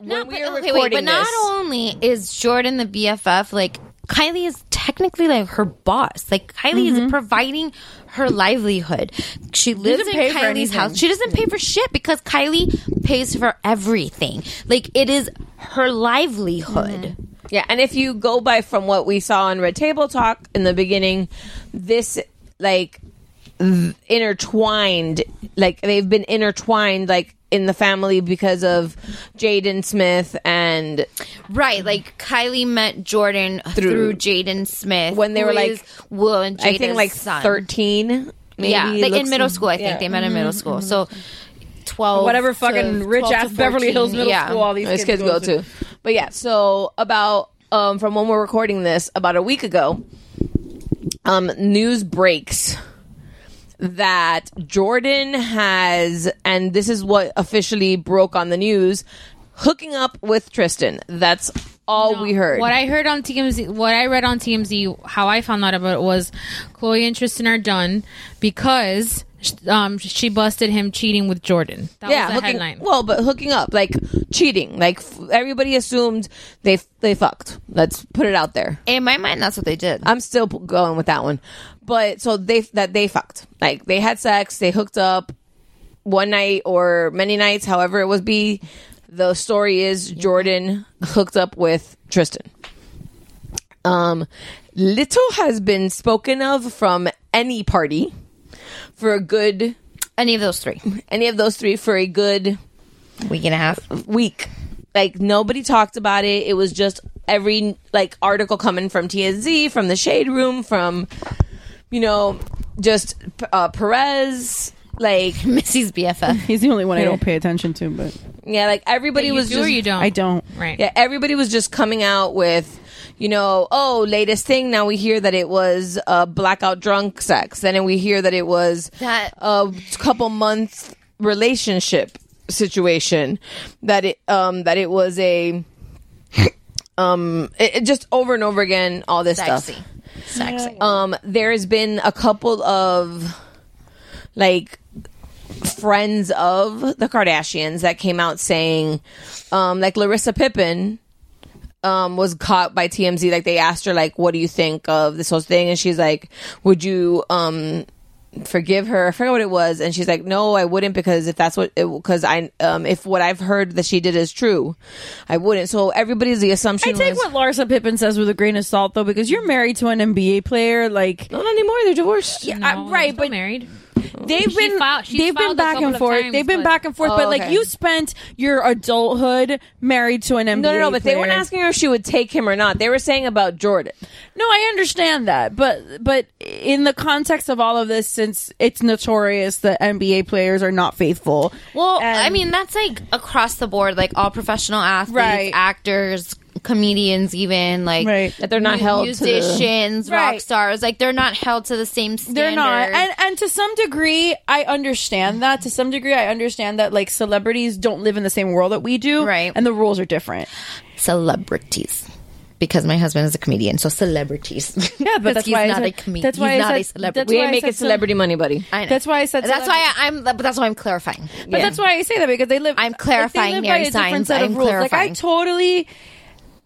S9: No, but,
S11: we are
S9: okay, wait,
S11: recording
S9: but not
S11: this-
S9: only is Jordan the BFF, like Kylie is technically like her boss. Like Kylie
S11: Mm-hmm.
S9: is providing her livelihood. She lives in
S4: doesn't pay for
S9: Kylie's
S4: anything.
S9: house. She doesn't pay for shit because Kylie pays for everything. Like it is her livelihood.
S11: Yeah, and if you go by from what we saw on Red Table Talk in the beginning, this like th- intertwined, like they've been intertwined, like in the family because of Jaden Smith and
S9: Right, like Kylie met Jordan
S11: Through-
S9: through, Jaden Smith
S11: When they
S9: who
S11: were, like,
S9: is Will and Jaden's
S11: I think like
S9: son.
S11: thirteen, maybe
S9: yeah, like in
S11: looks-
S9: middle school. I think
S11: yeah. Mm-hmm.
S9: they met in middle school. So twelve,
S4: Whatever
S9: to-
S4: fucking rich
S9: 12 to
S4: ass Beverly
S9: 14,
S4: Hills Middle
S9: yeah.
S4: School. All these,
S11: These kids go to. But yeah, so about um, from when we're recording this, about a week ago, um, news breaks that Jordan has, and this is what officially broke on the news, hooking up with Tristan. That's
S7: Oh,
S11: all we heard.
S6: What I heard on TMZ, what I read on TMZ, how I found out about it was Chloe and Tristan are done because um, she busted him cheating with Jordan. That was the
S11: hooking,
S6: headline.
S11: Well, but hooking up, like cheating, like f- everybody assumed they they fucked. Let's put it out there.
S9: In my mind, that's what they did.
S11: I'm still p- going with that one. But so they that they fucked. Like they had sex, they hooked up one night or many nights, however it was be. The story is Jordan hooked up with Tristan. Um little has been spoken of from any party for a good
S9: Any of those three,
S11: any of those three for a good
S9: week and a half.
S11: week. Like nobody talked about it. It was just every like article coming from TSZ, from the Shade Room, from you know, just uh, Perez. Like
S9: Missy's BFF.
S4: He's the only one I don't pay attention to, but
S11: yeah, like everybody
S6: you
S11: was
S6: do
S11: just
S6: or you don't.
S4: I don't.
S6: Right.
S11: yeah, everybody was just coming out with, you know, oh, latest thing. Now we hear that it was uh, blackout drunk sex. Then we hear that it was
S9: That-
S11: a couple month relationship situation. That it um that it was a um it, it just over and over again all this
S9: Sexy,
S11: stuff.
S9: sexy.
S11: Um, there has been a couple of like friends of the Kardashians that came out saying, um, like Larissa Pippen um, was caught by TMZ. Like they asked her, like, what do you think of this whole thing? And she's like, would you um, forgive her? I forgot what it was. And she's like, no, I wouldn't because if that's what, because I, um, if what I've heard that she did is true, I wouldn't. So everybody's the assumption.
S4: I take
S11: was-
S4: what Larsa Pippen says with a grain of salt, though, because you're married to an NBA player. Like,
S11: not anymore. They're divorced.
S7: Uh,
S4: yeah, I-
S6: No,
S4: right,
S6: still
S4: but
S6: married.
S7: they've been
S6: filed- she's
S7: they've been
S6: filed a
S7: back
S6: couple
S7: and
S6: of
S7: forth.
S6: times,
S7: they've been
S6: but-
S7: back and forth.
S11: Oh,
S7: but like
S11: okay.
S7: you spent your adulthood married to an NBA.
S11: No, no, no. But they weren't
S7: player.
S11: asking her if she would take him or not. They were saying about Jordan.
S7: No, I understand that, but but in the context of all of this, since it's notorious that NBA players are not faithful,
S9: Well,
S7: And-
S9: I mean, that's like across the board, like all professional athletes,
S7: Right.
S9: actors, comedians, even like
S7: Right.
S11: That they're not
S9: mu-
S11: held to the-
S9: musicians, rock
S7: Right.
S9: stars, like they're not held to the same standard.
S7: they're not and and to some degree i understand that to some degree i understand that like celebrities don't live in the same world that we do
S9: Right.
S7: and the rules are different
S9: celebrities. Because my husband is a comedian, so celebrities.
S7: yeah but that's
S9: he's
S7: why I
S9: not
S7: said,
S9: a comedian.
S7: that's why
S9: he's
S7: I
S9: not
S7: said,
S9: a celebrity.
S7: that's
S11: We
S7: why I
S11: ain't making
S7: said cel-
S11: celebrity money, buddy.
S9: I know.
S7: that's why i said
S9: That's
S7: celebrity.
S9: why I, am. But that's why I'm clarifying.
S7: But that's why I say that because they live.
S9: I'm
S7: like, they
S9: clarifying
S7: live
S9: here,
S7: by a different
S9: signs.
S7: set of
S9: I'm
S7: rules. Like I
S9: clarifying.
S7: totally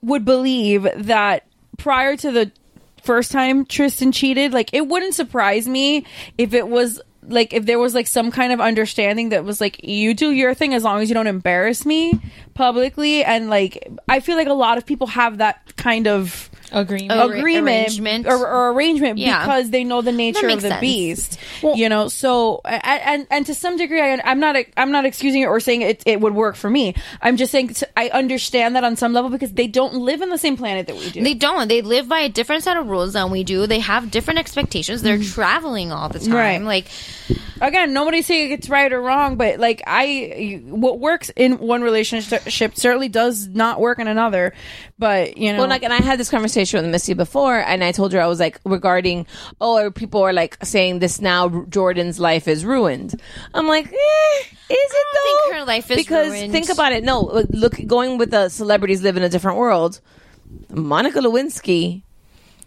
S7: would believe that prior to the first time Tristan cheated, like it wouldn't surprise me if it was like if there was like some kind of understanding that was like you do your thing as long as you don't embarrass me publicly and like I feel like a lot of people have that kind of
S14: Agreement.
S9: Arra-
S7: agreement
S9: arrangement.
S7: or, or arrangement
S9: Yeah.
S7: because they know the nature of
S9: makes
S7: the
S9: sense.
S7: beast. you know, so a- and and to some degree, I, I'm not I'm not excusing it or saying it it would work for me. I'm just saying t- I understand that on some level because they don't live in the same planet that we do.
S9: They don't. They live by a different set of rules than we do. They have different expectations. They're traveling all the time.
S7: Mm-hmm. Right.
S9: Like
S7: Again, nobody's saying it's right or wrong, but like I, what works in one relationship certainly does not work in another. But you know,
S11: Well, like, and I had this conversation with Missy before, and I told her I was like regarding, oh, or people are like saying this now. Jordan's life is ruined. I'm like, eh, is it
S9: don't
S11: though?
S9: think her life is
S11: because
S9: ruined.
S11: think about it. No, look- look, going with the celebrities live in a different world. Monica Lewinsky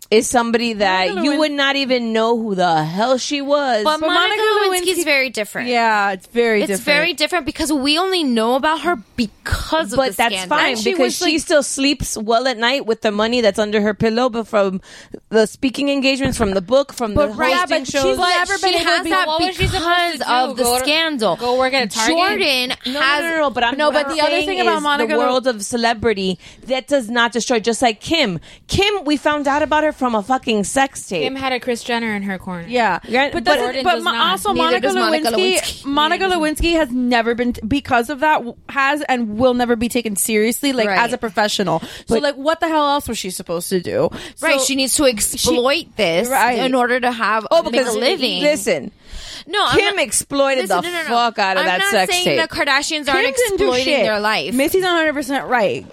S11: is somebody that
S7: Monica
S11: you
S7: Lewin-
S11: would not even know who the hell she was.
S9: But, Monica,
S7: Monica
S9: Lewinsky's
S7: Lewinsky-
S9: very different.
S11: Ah,
S7: yeah, it's very
S9: It's
S7: different.
S9: very different because we only know about her because of
S11: but
S9: the
S11: that's
S9: scandal.
S11: fine
S7: And she
S11: because
S7: was,
S11: she
S7: like-
S11: still sleeps well at night with the money that's under her pillow, but from the speaking engagements, from the book, from the
S7: But right,
S11: hosting
S7: but she's
S11: shows.
S7: like-
S9: But
S7: never been
S9: she
S7: able to
S9: has
S7: be-
S9: that
S7: What
S6: was she
S9: because
S6: supposed to
S9: of
S6: do?
S9: the
S6: Go to-
S9: scandal.
S6: go work at a Target?
S9: Jordan
S11: No,
S9: has
S11: no, no, no, but I'm
S7: No,
S11: what
S7: but
S11: I'm
S7: the other
S11: saying
S7: thing about
S11: is
S7: Monica
S11: the
S7: Lew-
S11: world of celebrity that does not destroy. Just like Kim, Kim, we found out about her from a fucking sex tape.
S6: Kim had a Chris Jenner in her corner.
S7: Yeah,
S11: Right,
S7: but
S11: but-
S7: doesn't-
S6: Jordan
S7: but
S6: does
S7: Ma-
S6: not.
S7: also
S9: Neither
S7: Monica
S9: does Monica
S7: Lewinsky.
S9: Lewinsky.
S7: Monica Lewinsky has never been because of that w- has and will never be taken seriously, like
S9: Right.
S7: as a professional. so, like, what the hell else was she supposed to do?
S9: Right,
S7: So-
S9: she needs to exploit this
S7: Right.
S9: in order to have
S11: oh,
S9: make a
S11: because
S9: living.
S11: Listen,
S9: no, I'm
S11: Kim
S9: not-
S11: exploited
S9: listen,
S11: the
S9: no, no, no.
S11: fuck out of
S9: I'm
S11: that
S9: not
S11: sex
S9: saying
S11: tape.
S9: The Kardashians aren't
S7: Kim didn't do
S9: exploiting
S7: shit.
S9: their life.
S7: Missy's 100% right.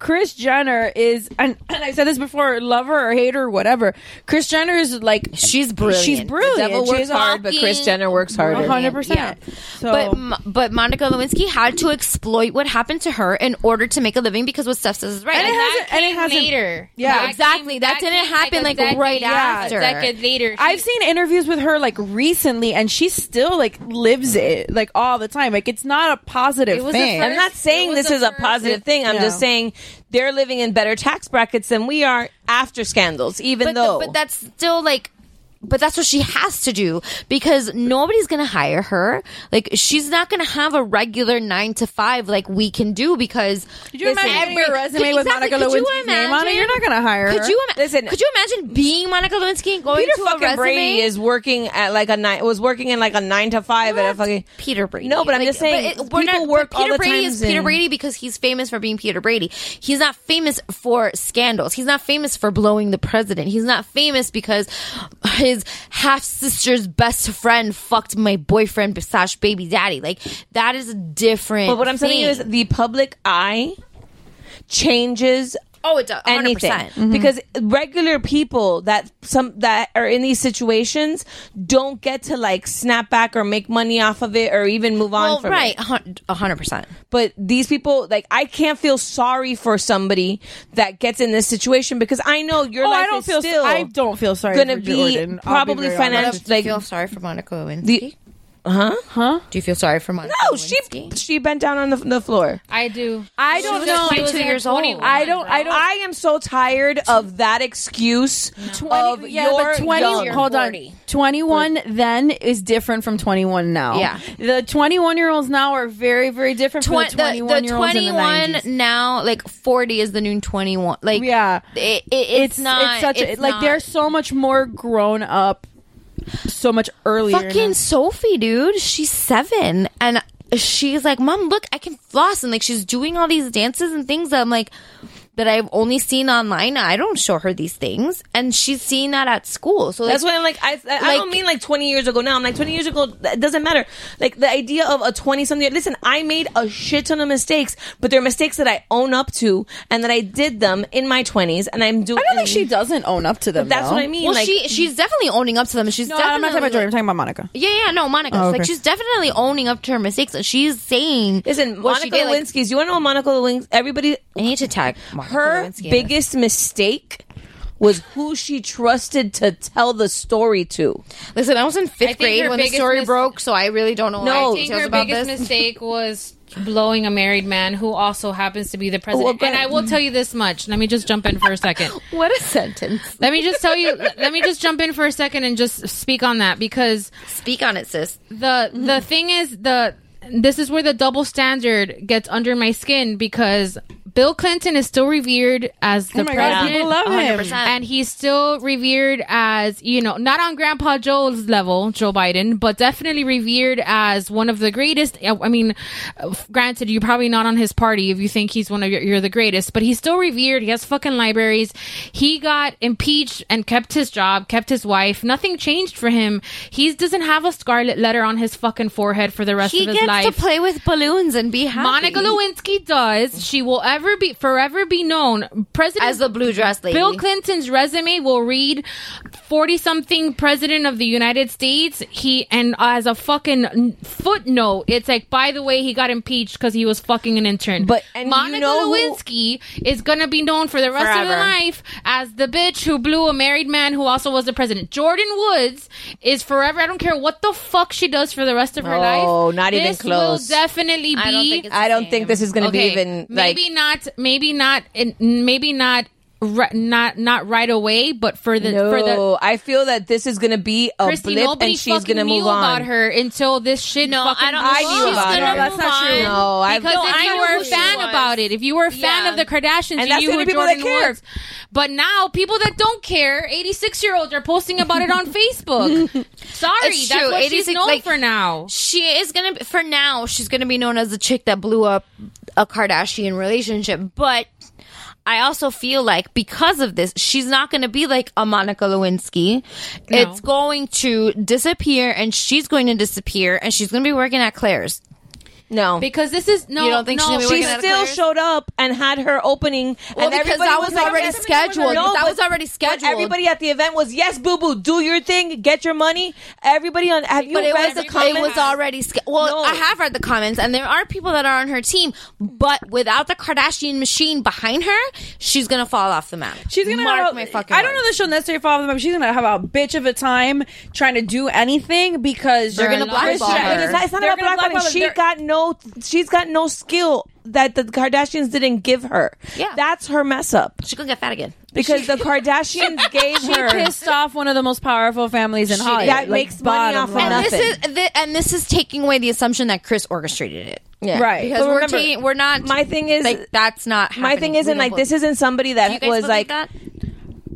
S7: Chris Jenner is, and, and I said this before, lover or hater or whatever. Chris Jenner is like,
S9: She's brilliant.
S7: She's brilliant.
S11: The devil works
S7: She's a-
S11: hard, but Chris Jenner works harder.
S9: Brilliant,
S7: 100%.
S9: yeah.
S7: So-
S9: But M- but Monica Lewinsky had to exploit what happened to her in order to make a living because what Steph says is right.
S7: And it
S9: And that-
S7: hasn't, and it hasn't,
S6: later.
S7: Yeah.
S6: That
S9: Exactly.
S6: came-
S9: That didn't
S6: came
S9: happen,
S6: a
S9: like,
S6: decade-
S9: right
S6: yeah,
S9: after.
S6: A decade later.
S7: I've
S6: She-
S7: seen interviews with her like recently, and she still like lives it like all the time. Like it's not a positive
S6: It was the
S7: thing.
S6: first-
S11: I'm not saying
S6: It was
S11: this
S6: the
S11: is a
S6: first-
S11: positive thing. I'm
S7: No.
S11: just saying they're living in better tax brackets than we are after scandals, even
S9: but,
S11: though.
S9: the- but that's still like but that's what she has to do because nobody's gonna hire her like she's not gonna have a regular nine to five like we can do because
S7: Could you imagine getting your resume with Monica
S9: could you
S7: Lewinsky's name on it?
S9: imagine-
S7: You're not gonna hire
S9: could
S7: her.
S9: you imagine
S11: Listen.
S9: could you imagine being Monica Lewinsky and going
S11: Peter
S9: to a
S11: fucking
S9: resume
S11: Brady is working at like a nine. Was working in like a nine to five at a fucking
S9: Peter Brady.
S11: No, but I'm
S9: Like,
S11: just saying
S9: but it-
S11: people
S9: we're not-
S11: work
S9: but
S11: all
S9: Peter
S11: the
S9: Brady
S11: times
S9: is Peter
S11: in-
S9: Brady because he's famous for being Peter Brady. He's not famous for scandals. He's not famous for blowing the president. He's not famous because his half sister's best friend fucked my boyfriend slash baby daddy. Like that is different.
S11: But what I'm saying is
S9: thing.
S11: the public eye changes
S9: oh, it does
S11: anything Mm-hmm. because regular people that some that are in these situations don't get to like snap back or make money off of it or even move on
S9: Well,
S11: from
S9: right,
S11: it.
S9: a hundred percent.
S11: But these people like I can't feel sorry for somebody that gets in this situation because I know your
S7: Oh,
S11: life
S7: I don't
S11: is
S7: feel.
S11: still
S7: I don't feel sorry.
S11: gonna
S7: for
S11: be
S7: Jordan. I'll
S11: probably
S7: be very honest.
S11: financial- Like-
S9: feel sorry for Monica Lewinsky?
S11: The- huh?
S9: Do you feel sorry for Monica?
S11: No, oh, she
S9: Lewinsky?
S11: she bent down on the, the floor.
S6: I do.
S7: I
S6: She
S7: don't
S6: was
S7: know.
S6: like
S9: 22 years old.
S6: 21,
S7: I don't. I
S6: bro.
S7: don't.
S11: I am so tired of that excuse of
S7: yeah,
S11: your
S7: but 20,
S11: young.
S7: hold on.
S9: 40.
S7: 21 then is different from 21 now.
S9: Yeah.
S7: The 21 year olds now are very, very different from
S9: Twen-
S7: the 21 year olds in the 90s.
S9: now like 40 is the new 21 like
S7: Yeah.
S9: it, it, it's, not
S7: such a, like
S9: not-
S7: they're so much more grown up
S4: so much earlier.
S9: Fucking Sophie, dude. She's seven. And she's like, Mom, look, I can floss. And like, she's doing all these dances and things that I'm like, that I've only seen online. I don't show her these things. And she's seeing that at school. So like,
S11: That's why I'm like, I, I, I don't mean like 20 years ago now. I'm like, 20 years ago, it doesn't matter. Like, the idea of a 20 something, listen, I made a shit ton of mistakes, but they're mistakes that I own up to and that I did them in my 20s. And I'm doing.
S4: I don't think she doesn't own up to them.
S11: That's
S4: though.
S11: what I mean.
S9: well,
S11: like,
S9: she she's definitely owning up to them. She's
S4: No,
S9: definitely
S4: I'm not talking about Jordan. I'm talking about Monica.
S9: Yeah, yeah, no, Monica.
S4: Oh, okay.
S9: Like she's definitely owning up to her mistakes. and She's saying,
S11: Listen,
S9: what
S11: Monica
S9: she did, like-
S11: Lewinsky's. you want to know what Monica Lewinsky? Everybody,
S9: I need to tag Monica
S11: her
S9: Lewinsky in this.
S11: biggest mistake was who she trusted to tell the story to.
S9: Listen, I was in
S6: I
S9: fifth
S6: think
S9: grade
S6: her
S9: when the
S6: biggest
S9: story
S6: mis-
S9: broke, so I really don't know
S11: No.
S9: all
S6: I
S9: the
S6: think
S9: details
S6: her
S9: about
S6: biggest
S9: this.
S6: mistake was blowing a married man who also happens to be the president.
S11: well,
S6: and I will tell you this much. Let me just jump in for a second.
S9: What a sentence!
S6: Let me just tell you. Let me just jump in for a second and just speak on that because
S9: Speak on it, sis.
S6: the the thing is the this is where the double standard gets under my skin because Bill Clinton is still revered as the
S4: my God,
S6: president,
S4: people love him.
S9: 100%.
S6: and he's still revered as you know not on Grandpa Joe's level, Joe Biden, but definitely revered as one of the greatest. I I mean, uh, granted, you're probably not on his party if you think he's one of your, you're the greatest, but he's still revered. He has fucking libraries. He got impeached and kept his job, kept his wife. Nothing changed for him. He doesn't have a scarlet letter on his fucking forehead for the rest
S9: He
S6: of his
S9: gets
S6: life.
S9: to play with balloons and be happy.
S6: Monica Lewinsky does. She will ever be forever be known. President
S9: as the blue dress lady.
S6: Bill Clinton's resume will read 40 something president of the United States. He, and as a fucking footnote, it's like, by the way, he got impeached because he was fucking an intern.
S11: But- and you
S6: Monica
S11: know who-
S6: Lewinsky is going to be known for the rest of her
S9: Forever.
S6: life as the bitch who blew a married man who also was the president. Jordan Woods is forever. I don't care what the fuck she does for the rest of her life.
S11: Oh, not even
S6: This
S11: close.
S6: will definitely be.
S9: I don't think it's the
S11: I don't
S9: same.
S11: think this is going to be even like.
S6: maybe not maybe not in- maybe not ri- not not right away but for the for the
S11: No, I feel that this is going to be a
S6: Christy,
S11: blip
S6: nobody
S11: and she's
S6: fucking
S11: going to
S6: knew
S11: move on.
S6: about her until this shit.
S9: No,
S6: fucking
S9: I don't.
S6: blew
S11: I knew
S6: up.
S11: about
S9: she's
S11: her.
S9: gonna
S11: That's
S9: move
S4: not true.
S9: on.
S11: No, I
S6: Because if
S9: I
S6: you
S9: know
S6: were
S9: who
S6: a
S9: she
S6: fan
S9: was.
S6: about it, if you were a fan
S9: Yeah.
S6: of the Kardashians,
S11: And that's
S6: you
S11: the
S6: knew
S11: only
S6: who
S11: people that
S6: Jordan
S11: care.
S6: was. But now people that don't care, eighty-six year olds are posting about it on Facebook. Sorry,
S9: It's
S6: that's
S9: true.
S6: what she's
S9: 86
S6: known
S9: like-
S6: for now.
S9: She is gonna be, for now. She's gonna be known as the chick that blew up a Kardashian relationship, but. I also feel like because of this, she's not going to be like a Monica Lewinsky. It's going to disappear, and she's going to disappear, and she's going to be working at Claire's.
S11: No.
S6: Because this is no,
S9: You don't think she's
S6: no,
S9: gonna be
S11: She
S9: working at
S11: still
S9: Claire's?
S11: showed up and had her opening,
S9: Well,
S11: and
S9: because
S11: everybody
S9: that was
S11: like,
S9: already
S11: "Yes,
S9: scheduled.
S11: No,
S9: That
S11: but-
S9: was already
S11: but
S9: scheduled.
S11: Everybody at the event was yes, boo boo, do your thing, get your money. Everybody on have you
S9: but it
S11: read
S9: was,
S11: the
S9: it
S11: comments?
S9: was already sca- well
S11: No.
S9: i have read the comments and there are people that are on her team but without the kardashian machine behind her she's gonna fall off the map
S4: She's gonna
S9: mark
S4: have a-
S9: my fucking
S4: I don't know that she'll necessarily follow them up. She's gonna have a bitch of a time trying to do anything because
S9: They're gonna
S4: Christian-
S9: blackball her.
S11: It's not, it's not
S4: They're
S11: about
S4: gonna
S11: blackballing.
S4: blackball her.
S11: She
S4: They're-
S11: got no. She's got no skill that the Kardashians didn't give her.
S9: Yeah.
S11: that's her mess up
S9: she's gonna get fat again
S11: because the Kardashians gave her.
S4: pissed off one of the most powerful families in Hollywood.
S11: That makes money
S4: bottom
S11: off of
S4: line.
S9: and this
S11: Nothing.
S9: is thi- and this is taking away the assumption that chris orchestrated it
S11: Yeah.
S4: Right.
S9: because
S11: But
S9: we're
S11: remember,
S9: taking, we're not
S11: my thing is-
S9: like that's not
S11: My
S9: happening.
S11: thing
S9: We
S11: isn't
S9: don't
S11: like
S9: believe-
S11: this. Isn't somebody
S9: Do you
S11: that
S9: guys
S11: was
S9: believe
S11: like
S9: that?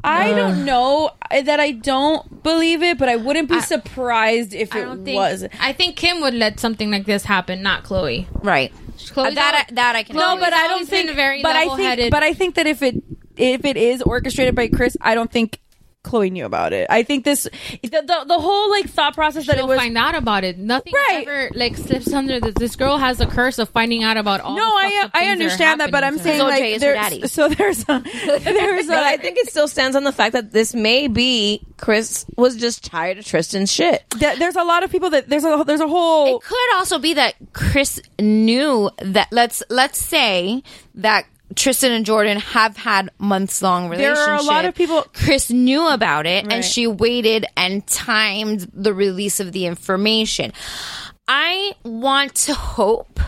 S4: I don't know I- that I don't believe it, but I wouldn't be surprised if
S6: I
S4: it
S6: don't think.
S4: was.
S6: I think Kim would let something like this happen, not Chloe.
S9: right Uh,
S6: Chloe's
S9: that I,
S6: al-
S9: that i can
S4: No,
S6: Chloe's
S4: but I don't
S6: always been
S4: think.
S6: very
S4: but I think.
S6: level-headed.
S4: But I think that if it if it is orchestrated by Chris, I don't think Chloe knew about it. I think this the the, the whole like thought process that
S6: She'll
S4: it was.
S6: find out about it. Nothing
S4: Right.
S6: ever like slips under this. This girl has a curse of finding out about all.
S4: no, I I understand that, but I'm saying
S9: So Jay
S4: like
S9: is her daddy.
S4: there's so there's a, there's a,
S11: But I think it still stands on the fact that this may be Chris was just tired of Tristan's shit.
S4: there- there's a lot of people that there's a there's a whole
S9: It could also be that Chris knew that let's let's say that Tristan and Jordan have had months long
S4: There
S9: relationship.
S4: are a lot of people-
S9: Chris knew about it
S4: Right.
S9: and she waited and timed the release of the information. I want to hope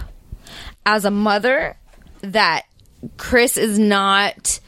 S9: as a mother that Chris is not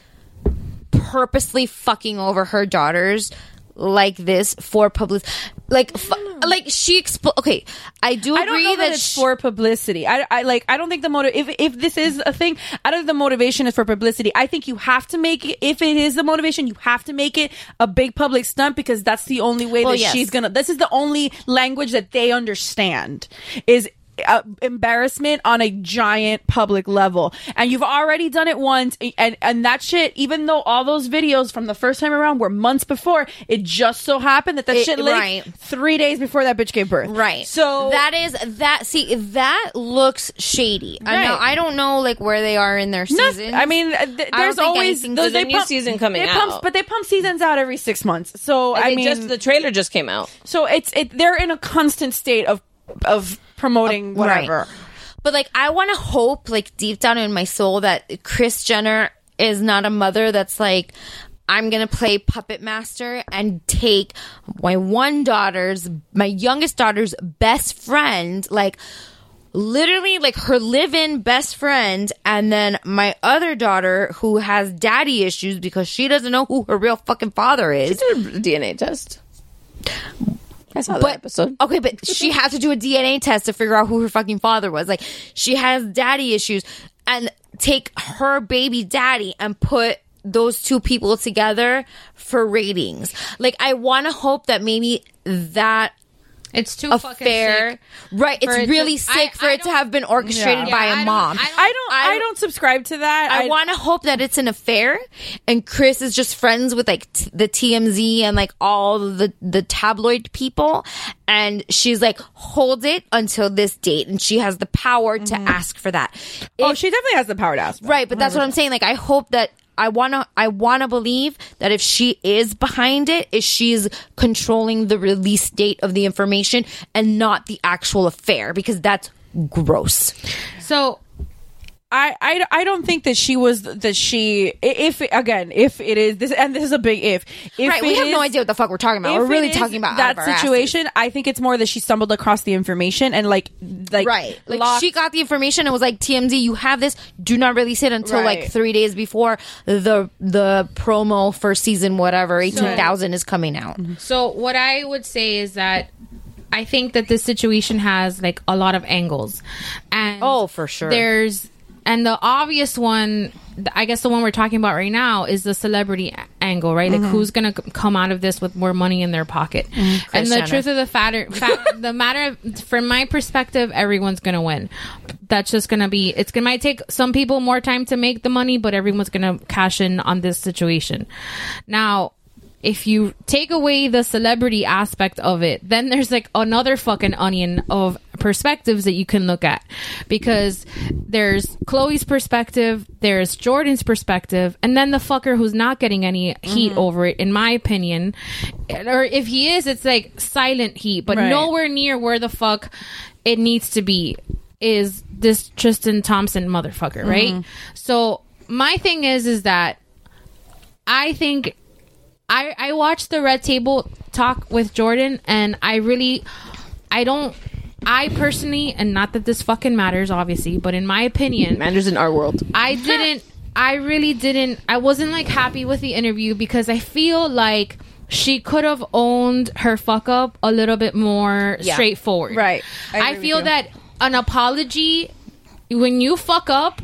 S9: purposely fucking over her daughters like this for public like f- like she expl- okay i do agree
S4: I don't know that,
S9: that
S4: it's
S9: she-
S4: for publicity. I, I like. I don't think the motive. If if this is a thing, I don't think the motivation is for publicity. I think you have to make it. If it is the motivation, you have to make it a big public stunt because that's the only way
S9: Well,
S4: that
S9: yes.
S4: she's gonna. This is the only language that they understand is. Uh, embarrassment on a giant public level and you've already done it once and and that shit even though all those videos from the first time around were months before it just so happened that that
S9: It-
S4: shit leaked
S9: right.
S4: three days before that bitch gave birth
S9: Right.
S4: so
S9: that is that. See, that looks shady. I know.
S4: Right.
S9: I don't know like where they are in their
S4: No,
S9: season.
S4: I mean, uh, th-
S9: I don't
S4: there's
S9: think
S4: always
S9: anything's-
S4: those-
S9: there's a
S4: they
S9: new
S11: season coming
S4: they pump-
S11: out.
S4: but they pump seasons out every six months. So I
S11: They
S4: mean,
S11: just the trailer just came out.
S4: so it's it. They're in a constant state of of promoting whatever.
S9: Right. But like, I want to hope, like deep down in my soul, that Chris Jenner is not a mother that's like, I'm gonna play puppet master and take my one daughter's, my youngest daughter's best friend, like. Literally, like her live in best friend, and then my other daughter who has daddy issues because she doesn't know who her real fucking father is.
S11: DNA test. I saw that episode.
S9: Okay, but she had to do a DNA test to figure out who her fucking father was. Like, she has daddy issues and take her baby daddy and put those two people together for ratings. Like, I want to hope that maybe that
S6: It's too fucking
S9: affair,
S6: sick.
S9: right?
S6: For it
S9: It's
S6: to-
S9: really
S6: I-
S9: sick for
S6: I
S9: it to
S6: don't-
S9: have been orchestrated
S6: Yeah,
S9: by
S6: I
S9: a
S6: don't-
S9: mom.
S6: I don't-
S4: I don't. I,
S9: I-
S4: don't subscribe to that.
S9: I want to hope that it's an affair, and Chris is just friends with like t- the TMZ and like all the the tabloid people, and she's like, hold it until this date, and she has the power to ask for that.
S4: Mm-hmm. Oh,
S9: If-
S4: she definitely has the power to ask. for
S9: right, but that's what I'm saying. Like, I hope that. I wanna, I wanna believe that if she is behind it, is she's controlling the release date of the information and not the actual affair because that's gross.
S6: So
S4: I, I, I don't think that she was that she i- if it- again if it is this and this is a big if, if
S9: right, we
S4: it
S9: have no
S4: is-
S9: idea what the fuck we're talking about.
S4: If
S9: We're really
S4: it is
S9: talking about out
S4: that
S9: of our asses.
S4: situation. I think it's more that she stumbled across the information and like like
S9: right like
S4: locked-
S9: she got the information and was like tmz you have this do not release it until like
S4: Right.
S9: three days before the the promo for season whatever 18000 is coming out
S6: So what I would say is that I think that this situation has like a lot of angles, and
S9: Oh, for sure.
S6: There's and the obvious one, th- I guess the one we're talking about right now is the celebrity a- angle, right? Like who's gonna c- come out of this with more money in their pocket? and the
S9: Jenner.
S6: truth of the fatter, fa- the matter, from my perspective, everyone's gonna win. That's just gonna be. It's gonna might take some people more time to make the money, but everyone's gonna cash in on this situation. Now, if you take away the celebrity aspect of it, then there's like another fucking onion of perspectives that you can look at because there's Chloe's perspective, there's Jordan's perspective, and then the fucker who's not getting any heat over it, in my opinion. Or if he is, it's like silent heat, but
S4: Right.
S6: nowhere near where the fuck it needs to be is this Tristan Thompson motherfucker, right? So my thing is, is that I think I I watched the Red Table talk with Jordan, and I really I don't. I personally, and not that this fucking matters, obviously, but in my opinion,
S11: Anders in our world.
S6: I didn't. I really didn't. I wasn't like happy with the interview because I feel like she could have owned her fuck up a little bit more straightforward.
S4: Right. I
S6: I,
S4: agree with
S6: feel
S4: you.
S6: that an apology when you fuck up.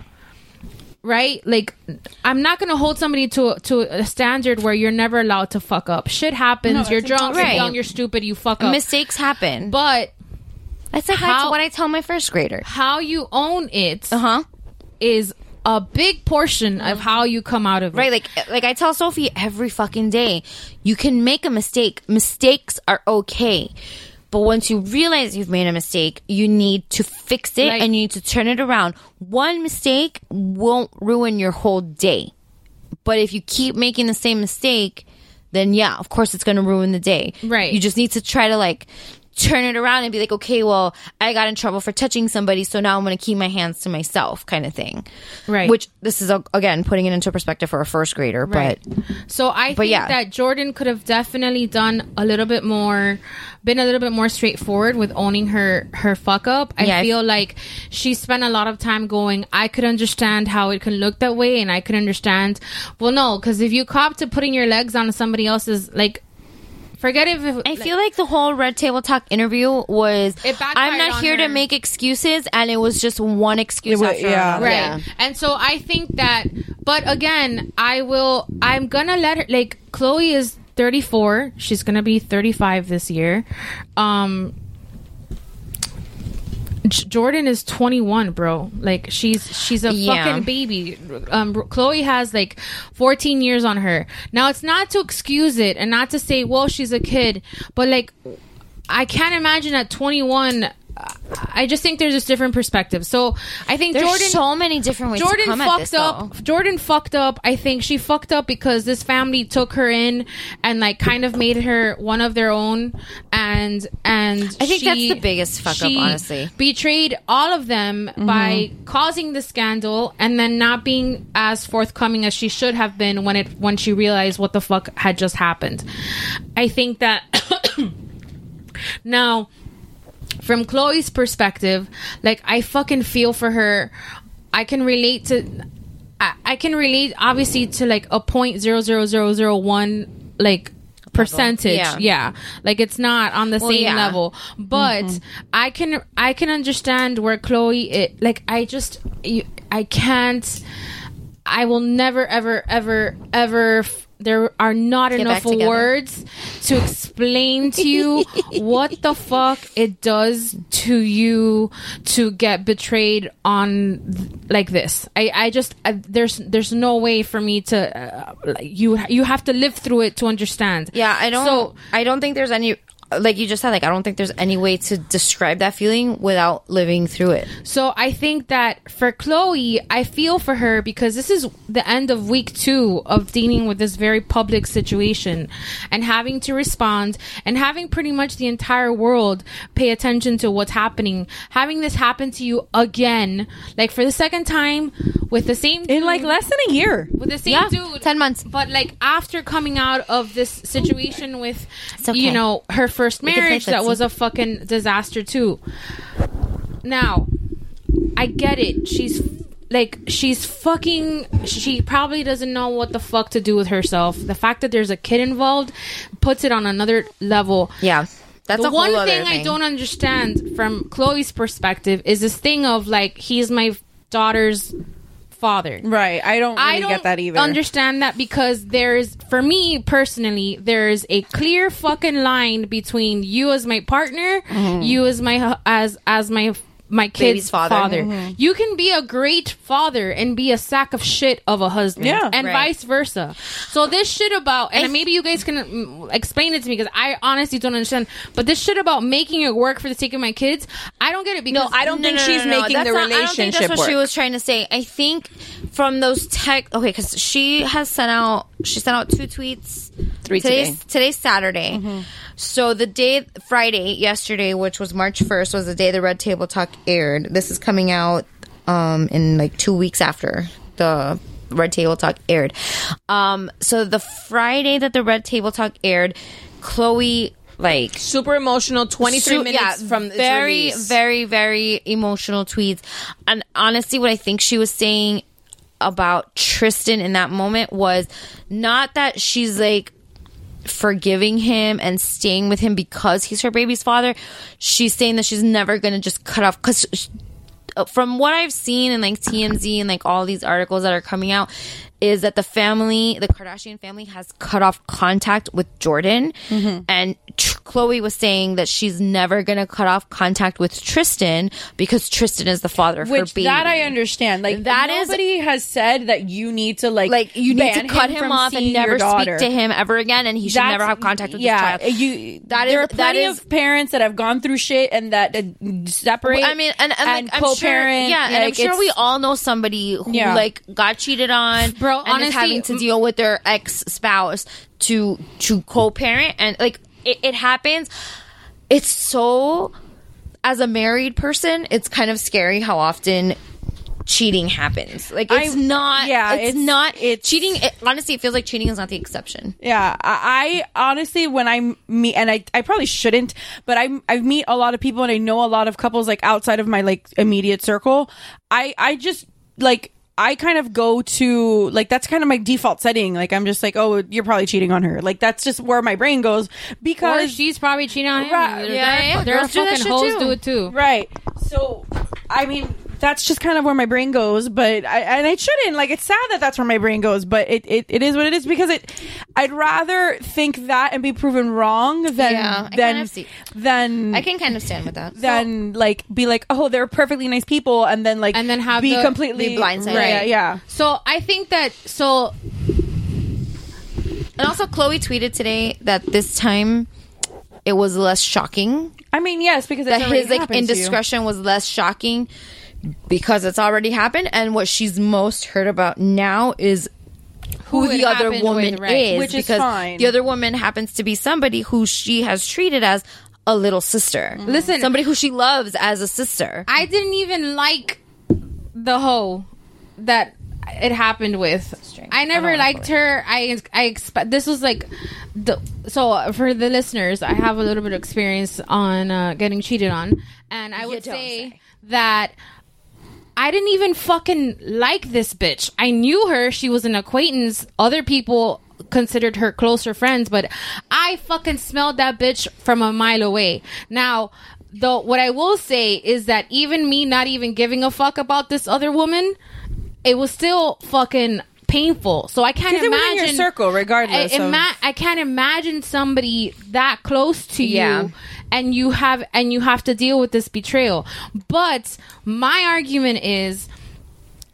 S6: Right, like I'm not gonna hold somebody to to a standard where you're never allowed to fuck up. Shit happens. you're drunk.
S9: impossible.
S6: You're young. You're stupid. You fuck up.
S9: mistakes happen but
S6: but
S9: that's a
S6: how-
S9: how, what i tell my first grader
S6: how you own it
S9: uh-huh
S6: is a big portion of how you come out of it.
S9: right like like i tell sophie every fucking day you can make a mistake mistakes are okay but once you realize you've made a mistake you need to fix it
S6: Like-
S9: and you need to turn it around one mistake won't ruin your whole day but if you keep making the same mistake then yeah of course it's going to ruin the day
S6: Right.
S9: you just need to try to like turn it around and be like okay well i got in trouble for touching somebody so now i'm going to keep my hands to myself kind of thing
S6: Right.
S9: which this is uh, again putting it into perspective for a first grader,
S6: Right.
S9: but
S6: So I think
S9: yeah.
S6: that Jordan could have definitely done a little bit more, been a little bit more straightforward with owning her her fuck up. I
S9: Yeah, I-
S6: feel like she spent a lot of time going. I could understand how it can look that way, and I could understand. Well, no, because if you cop to putting your legs on somebody else's like Forget if, if
S9: I feel like the whole Red Table Talk interview was.
S6: It backfired
S9: I'm not
S6: on
S9: here to
S6: her.
S9: make excuses, and it was just one excuse.
S4: wa-
S9: after
S4: yeah.
S9: another.
S6: right and so i think that but again i will i'm gonna let her like chloe is 34 she's gonna be 35 this year um J- Jordan is 21, bro. Like she's she's a
S9: Yeah.
S6: fucking baby. Um Chloe has like 14 years on her. Now it's not to excuse it and not to say, "Well, she's a kid," but like I can't imagine at 21 I- I just think there's just different perspectives. So, I think
S9: There's
S6: Jordan
S9: so many different ways. to
S6: Jordan
S9: come at
S6: fucked
S9: this,
S6: up.
S9: though.
S6: Jordan fucked up. I think she fucked up because this family took her in and like kind of made her one of their own. And and
S9: I think
S6: she-
S9: that's the biggest fuck up,
S6: she
S9: honestly. Mm-hmm.
S6: betrayed all of them by causing the scandal and then not being as forthcoming as she should have been when it when she realized what the fuck had just happened. I think that now from Chloe's perspective, like I fucking feel for her. I can relate to I, I can relate obviously to like a point zero zero zero zero one like percentage.
S9: Yeah.
S6: Yeah. Like it's not on the same
S9: yeah.
S6: level. But I can I can understand where Chloe it like I just you, I can't I will never ever ever ever f- there are not
S9: back
S6: enough
S9: together.
S6: words to explain to you what the fuck it does to you to get betrayed on th- like this. I I just I, there's there's no way for me to uh, like, you you have to live through it to understand.
S9: Yeah, I don't.
S6: So
S9: I don't think there's any. Like you just said, like I don't think there's any way to describe that feeling without living through it.
S6: So I think that for Chloe, I feel for her because this is the end of week two of dealing with this very public situation and having to respond and having pretty much the entire world pay attention to what's happening. Having this happen to you again, like for the second time with the same
S4: in like
S6: dude-
S4: less than a year.
S6: with the same dude
S9: 10 months.
S6: but like after coming out of this situation with
S9: okay.
S6: you know her first
S9: can play
S6: marriage that
S9: footsie.
S6: was a fucking disaster too now i get it she's like she's fucking she probably doesn't know what the fuck to do with herself the fact that there's a kid involved puts it on another level
S9: Yeah, that's
S6: the
S9: a whole
S6: one
S9: other
S6: thing,
S9: thing,
S6: I don't understand from Chloe's perspective is this thing of like he's my daughter's father.
S4: Right. I don't really
S6: I don't
S4: get that either.
S6: understand that because there's, for me personally, there is a clear fucking line between you as my partner,
S4: Mm-hmm.
S6: you as my hu- as as my my kid's
S9: Baby's
S6: father.
S9: father.
S4: Mm-hmm.
S6: You can be a great father and be a sack of shit of a husband,
S4: Yeah.
S6: and
S9: Right.
S6: vice versa. So this shit about and maybe you guys can mm, explain it to me because I honestly don't understand. But this shit about making it work for the sake of my kids, I don't get it. Because
S4: I don't think she's making
S9: That's
S4: the
S9: not- I don't think that's
S4: relationship
S9: what she
S4: work.
S9: was trying to say. I think from those tech, okay, because she has sent out, she sent out two tweets. Three today's,
S4: today. Mm-hmm.
S9: Today's Saturday. So the day, Friday, yesterday, which was March 1st, was the day the Red Table Talk aired. This is coming out um, in like two weeks after the Red Table Talk aired. Um, so the Friday that the Red Table Talk aired, Chloe, like,
S11: Super emotional. Twenty three
S9: Su-
S11: minutes from its
S9: very
S11: release.
S9: very very emotional tweets and honestly what i think she was saying about tristan in that moment was not that she's like forgiving him and staying with him because he's her baby's father she's saying that she's never gonna just cut off because uh, from what I've seen in like TMZ and like all these articles that are coming out is that the family, the Kardashian family has cut off contact with Jordan
S4: Mm-hmm.
S9: and Tr- Chloe was saying that she's never going to cut off contact with Tristan because Tristan is the father of her
S4: Which
S9: baby.
S4: that I understand. Like
S9: That
S4: that
S9: is-
S4: is nobody has said that you need to like
S9: like you need to
S4: ban
S9: cut him,
S4: from
S9: off and
S4: seeing your
S9: never
S4: daughter.
S9: speak to him ever again and he should
S4: That's-
S9: never have contact with
S4: yeah,
S9: his child.
S4: You,
S9: That
S4: there
S9: is-
S4: are plenty
S9: that is-
S4: of parents that have gone through shit and that uh, separate.
S9: I mean, and, and, like, I'm sure,
S4: co-parent,
S9: yeah, and I'm
S4: like,
S9: sure
S4: it's-
S9: we all know somebody who
S4: Yeah.
S9: like got cheated on,
S6: Bro,
S9: and
S6: honestly,
S9: is having to
S6: m-
S9: deal with their ex spouse to to co-parent, and like it, it happens. It's so, as a married person, it's kind of scary how often cheating happens. Like it's
S4: I-
S9: not,
S4: yeah,
S9: it's,
S4: it's-
S9: not
S4: it's-
S9: cheating. It, honestly, it feels like cheating is not the exception.
S4: Yeah, I, I honestly, when I meet, and I, I probably shouldn't, but I, I meet a lot of people and I know a lot of couples like outside of my like immediate circle. I, I just like I kind of go to like that's kind of my default setting. Like I'm just like, oh, you're probably cheating on her. Like that's just where my brain goes
S6: Or
S4: because
S6: she's probably cheating on him.
S4: Right.
S6: They're-
S4: Yeah,
S6: they're-
S4: yeah.
S6: There are
S4: Girls do that
S6: fucking
S4: shit
S6: hoes
S4: too.
S6: do it too.
S4: Right. So, I mean, that's just kind of where my brain goes, but I, and it shouldn't. Like, it's sad that that's where my brain goes, but it, it, it is what it is because it. I'd rather think that and be proven wrong than
S9: Yeah, I
S4: than
S9: kind of see.
S4: than
S9: I can kind of stand with that.
S4: than like be like, oh, they're perfectly nice people, and then like
S6: and then have
S4: be
S6: the-
S4: completely
S9: be blindsided.
S4: Right,
S9: Right.
S4: Yeah.
S6: So I think that so
S9: And also, Chloe tweeted today that this time it was less shocking.
S4: I mean, yes, because it's
S9: That
S4: already
S9: his like
S4: happened to you.
S9: indiscretion was less shocking because it's already happened. And what she's most hurt about now is who,
S6: Who it
S9: the other
S6: happened
S9: woman
S6: with, right.
S9: is,
S4: Which is
S9: because
S4: fine.
S9: the other woman happens to be somebody who she has treated as a little sister.
S6: Listen-
S9: somebody who she loves as a sister.
S6: I didn't even like the hoe that it happened with. I never liked her. I I expect this was like the so uh, for the listeners, I have a little bit of experience on uh, getting cheated on, and I
S9: don't
S6: would say,
S9: say.
S6: that. I didn't even fucking like this bitch. I knew her. She was an acquaintance. Other people considered her closer friends, but I fucking smelled that bitch from a mile away. Now, though, what I will say is that even me not even giving a fuck about this other woman, it was still fucking painful. So I can't
S4: 'Cause it was in
S6: imagine
S4: your circle, regardless
S6: I,
S4: of-
S6: ima- I can't imagine somebody that close to you
S9: Yeah.
S6: and you have and you have to deal with this betrayal. But my argument is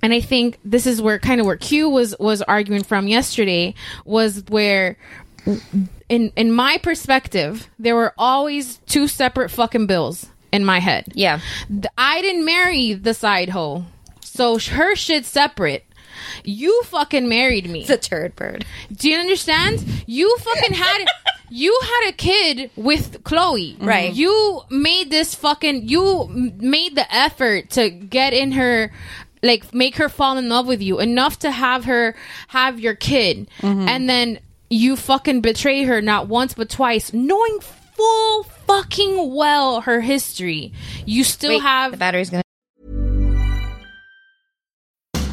S6: and I think this is where kind of where Q was was arguing from yesterday was where in in my perspective there were always two separate fucking bills in my head.
S9: Yeah.
S6: Th- I didn't marry the side hoe. So sh- her shit's separate. You fucking married me.
S9: It's a turd bird.
S6: Do you understand? You fucking had you had a kid with Chloe.
S9: Right.
S6: You made this fucking you m- made the effort to get in her like make her fall in love with you enough to have her have your kid.
S9: Mm-hmm.
S6: And then you fucking betray her not once but twice knowing full fucking well her history. You still
S9: Wait,
S6: have
S9: the battery's gonna.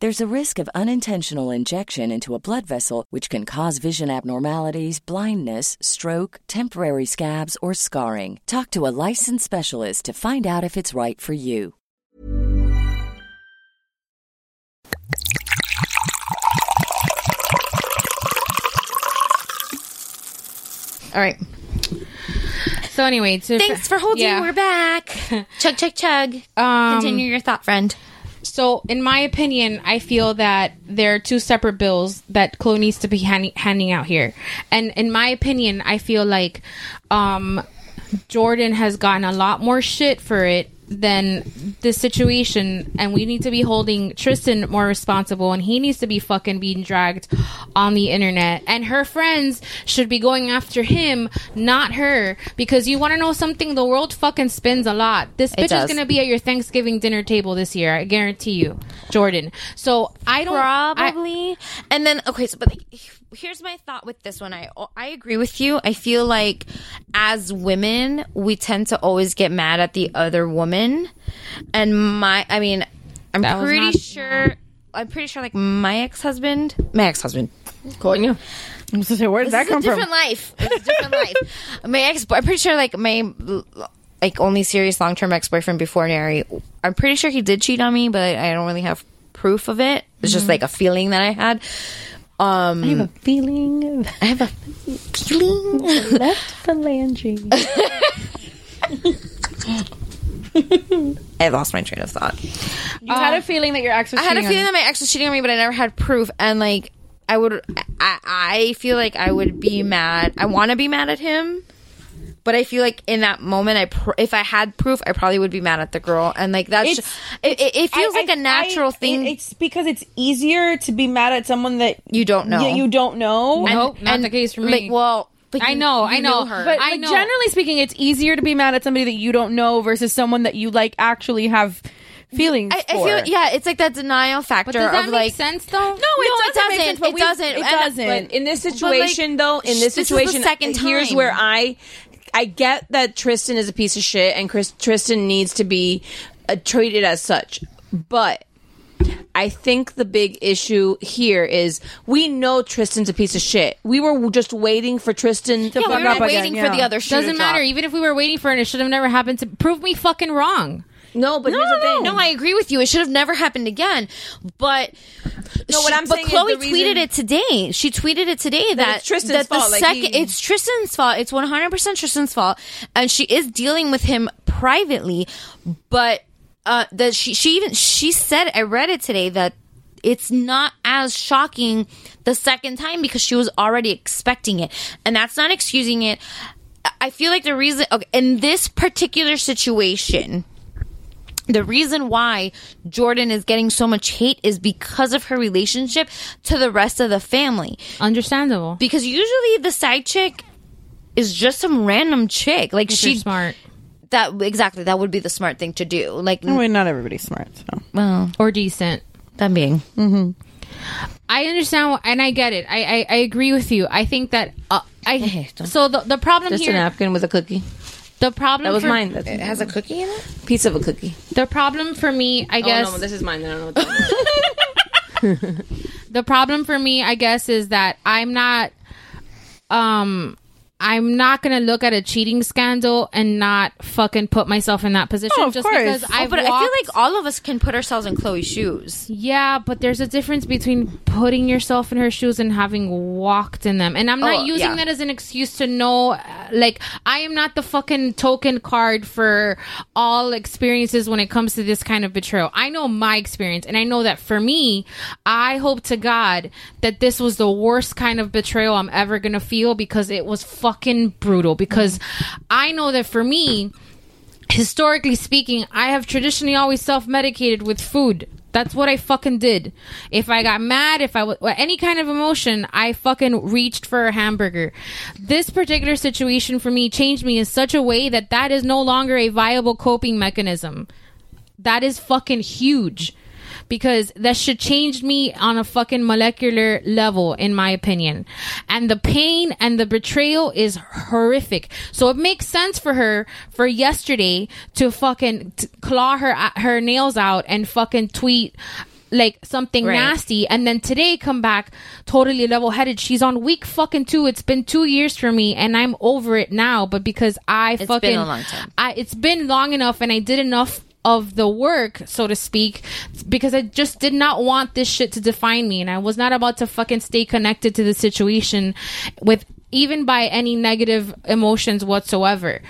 S1: There's a risk of unintentional injection into a blood vessel, which can cause vision abnormalities, blindness, stroke, temporary scabs, or scarring. Talk to a licensed specialist to find out if it's right for you.
S9: All right.
S6: So anyway, to
S9: Thanks for holding.
S6: Yeah.
S9: We're back. chug, chug, chug.
S6: Um,
S9: Continue your thought, friend.
S6: so in my opinion i feel that there are two separate bills that chloe needs to be hand- handing out here and in my opinion i feel like um jordan has gotten a lot more shit for it than this situation and we need to be holding tristan more responsible and he needs to be fucking being dragged on the internet and her friends should be going after him not her because you want to know something the world fucking spins a lot this bitch is
S9: does.
S6: gonna be at your Thanksgiving dinner table this year. I guarantee you, Jordan. So I don't I-
S9: Probably. and then okay, so but here's my thought with this one. I I agree with you. I feel like as women, we tend to always get mad at the other woman. And my I mean, I'm
S6: That was
S9: pretty
S6: not-
S9: sure I'm pretty sure like my ex-husband, my ex-husband.
S4: Coño. I'm just gonna say, where did that
S9: It's a
S4: come from?
S9: different life. It's a different life. My ex, I'm pretty sure like my like only serious long term ex boyfriend before Nary. I'm pretty sure he did cheat on me, but I don't really have proof of it. It's just
S6: Mhm.
S9: like a feeling that I had. Um, I have a feeling. I have a feeling.
S10: Left the landing.
S9: I lost my train of thought.
S4: You had a feeling that your ex was
S9: Um, I had a
S4: cheating on
S9: feeling
S4: you.
S9: that my ex was cheating on me, but I never had proof. And like, I would, I, I feel like I would be mad. I want to be mad at him, but I feel like in that moment, I pr- if I had proof, I probably would be mad at the girl. And like that's,
S4: It's-
S9: just, it, it, it feels
S4: I-
S9: like
S4: I-
S9: a natural
S4: I-
S9: thing.
S4: it- it's because it's easier to be mad at someone that
S9: you don't know.
S4: you don't know.
S6: Nope, not the case for me.
S9: like, well, but
S6: I
S9: you-
S6: know,
S9: you
S6: I know,
S9: knew her.
S4: But
S6: I
S4: like,
S6: know.
S4: generally speaking, it's easier to be mad at somebody that you don't know versus someone that you like actually have feelings.
S9: I, I
S4: for.
S9: feel yeah, it's like that denial factor
S6: does that
S9: of
S6: make
S9: like
S6: sense though? No,
S9: No, it
S4: doesn't make
S9: doesn't.
S4: sense, but
S9: it
S4: we-
S9: doesn't.
S4: it
S9: And-
S4: doesn't.
S9: but-
S4: But
S11: in this
S9: but, like,
S11: situation though in
S9: sh-
S11: this
S9: is the
S11: situation
S9: second
S11: here's
S9: time.
S11: where i i get that tristan is a piece of shit and Chris, tristan needs to be uh, treated as such but I think the big issue here is we know Tristan's a piece of shit. We were just waiting for Tristan to
S9: Yeah,
S11: fuck
S9: we were
S11: up
S9: waiting
S11: again.
S9: for the other shoe to
S6: Doesn't matter.
S9: drop.
S6: Even if we were waiting for it, it should have never happened. To prove me fucking wrong.
S11: No, but here's the thing.
S9: No, I agree with you. It should have never happened again. But
S11: No, what I'm
S9: but
S11: saying is
S9: Chloe
S11: the reason-
S9: tweeted it today. She tweeted it today that,
S11: it's Tristan's
S9: that the
S11: fault, like
S9: second
S11: he-
S9: it's Tristan's fault. It's 100 percent Tristan's fault, and she is dealing with him privately. But uh, that she she even she said I read it today that it's not as shocking the second time because she was already expecting it, and that's not excusing it. I- I feel like the reason okay, in this particular situation the reason why Jordan is getting so much hate is because of her relationship to the rest of the family.
S6: Understandable.
S9: Because usually the side chick is just some random chick. Like
S6: If
S9: she
S6: you're smart
S9: that exactly that would be the smart thing to do. Like
S4: I mean, not everybody's smart. So.
S9: well,
S6: or decent.
S9: that being
S6: I understand wh- and I get it. I I, I agree with you. I think that uh, I
S9: don't-
S6: so the the problem
S11: Just
S6: here
S11: a napkin with a cookie.
S6: the problem
S11: That was
S6: for-
S11: mine. That's it
S9: has a cookie in it.
S11: piece of a cookie.
S6: the problem for me I guess
S11: Oh, no, this is mine. I don't know. What that is.
S6: the problem for me i guess is that i'm not um i'm not gonna look at a cheating scandal and not fucking put myself in that position
S4: No, of
S6: just
S4: course.
S6: because
S4: Oh,
S6: i
S9: but I feel like all of us can put ourselves in Chloe's shoes.
S6: yeah but there's a difference between putting yourself in her shoes and having walked in them and i'm not
S9: Oh,
S6: using
S9: yeah.
S6: that as an excuse to know uh, like i am not the fucking token card for all experiences when it comes to this kind of betrayal i know my experience and i know that for me i hope to god that this was the worst kind of betrayal i'm ever gonna feel because it was fucking brutal because i know that for me historically speaking, I have traditionally always self medicated with food. That's what I fucking did. If I got mad, if I was any kind of emotion, I fucking reached for a hamburger. This particular situation for me changed me in such a way that that is no longer a viable coping mechanism. That is fucking huge because that should change me on a fucking molecular level in my opinion and the pain and the betrayal is horrific so it makes sense for her for yesterday to fucking t- claw her uh, her nails out and fucking tweet like something
S9: Right.
S6: nasty and then today come back totally level headed she's on week fucking two it's been two years for me and i'm over it now but because i
S9: been
S6: fucking
S9: a long time.
S6: I, it's been long enough and I did enough of the work, so to speak, because I just did not want this shit to define me. And I was not about to fucking stay connected to the situation with even by any negative emotions whatsoever.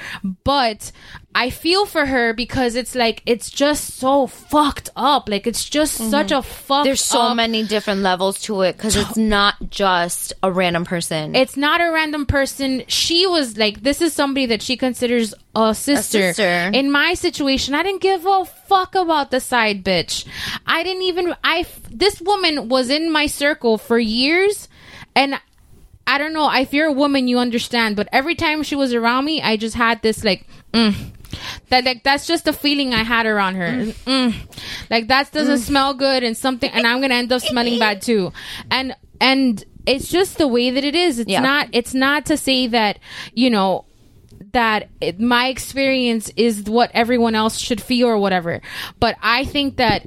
S6: But I feel for her because it's like, it's just so fucked up. Like, it's just such a fucked
S9: Mm-hmm. There's so
S6: up-
S9: many different levels to it because it's not just a random person.
S6: It's not a random person. She was like, this is somebody that she considers a sister.
S9: sister.
S6: In my situation, I didn't give a fuck about the side bitch. I didn't even. I f- this woman was in my circle for years, and. I don't know. If you're a woman, you understand. But every time she was around me, I just had this like, mm, that like that's just the feeling I had around her. Mm. Like that doesn't smell good, and something, and I'm gonna end up smelling bad too. And and it's just the way that it is. It's
S9: Yeah.
S6: not. It's not to say that you know that it, my experience is what everyone else should feel or whatever. But I think that.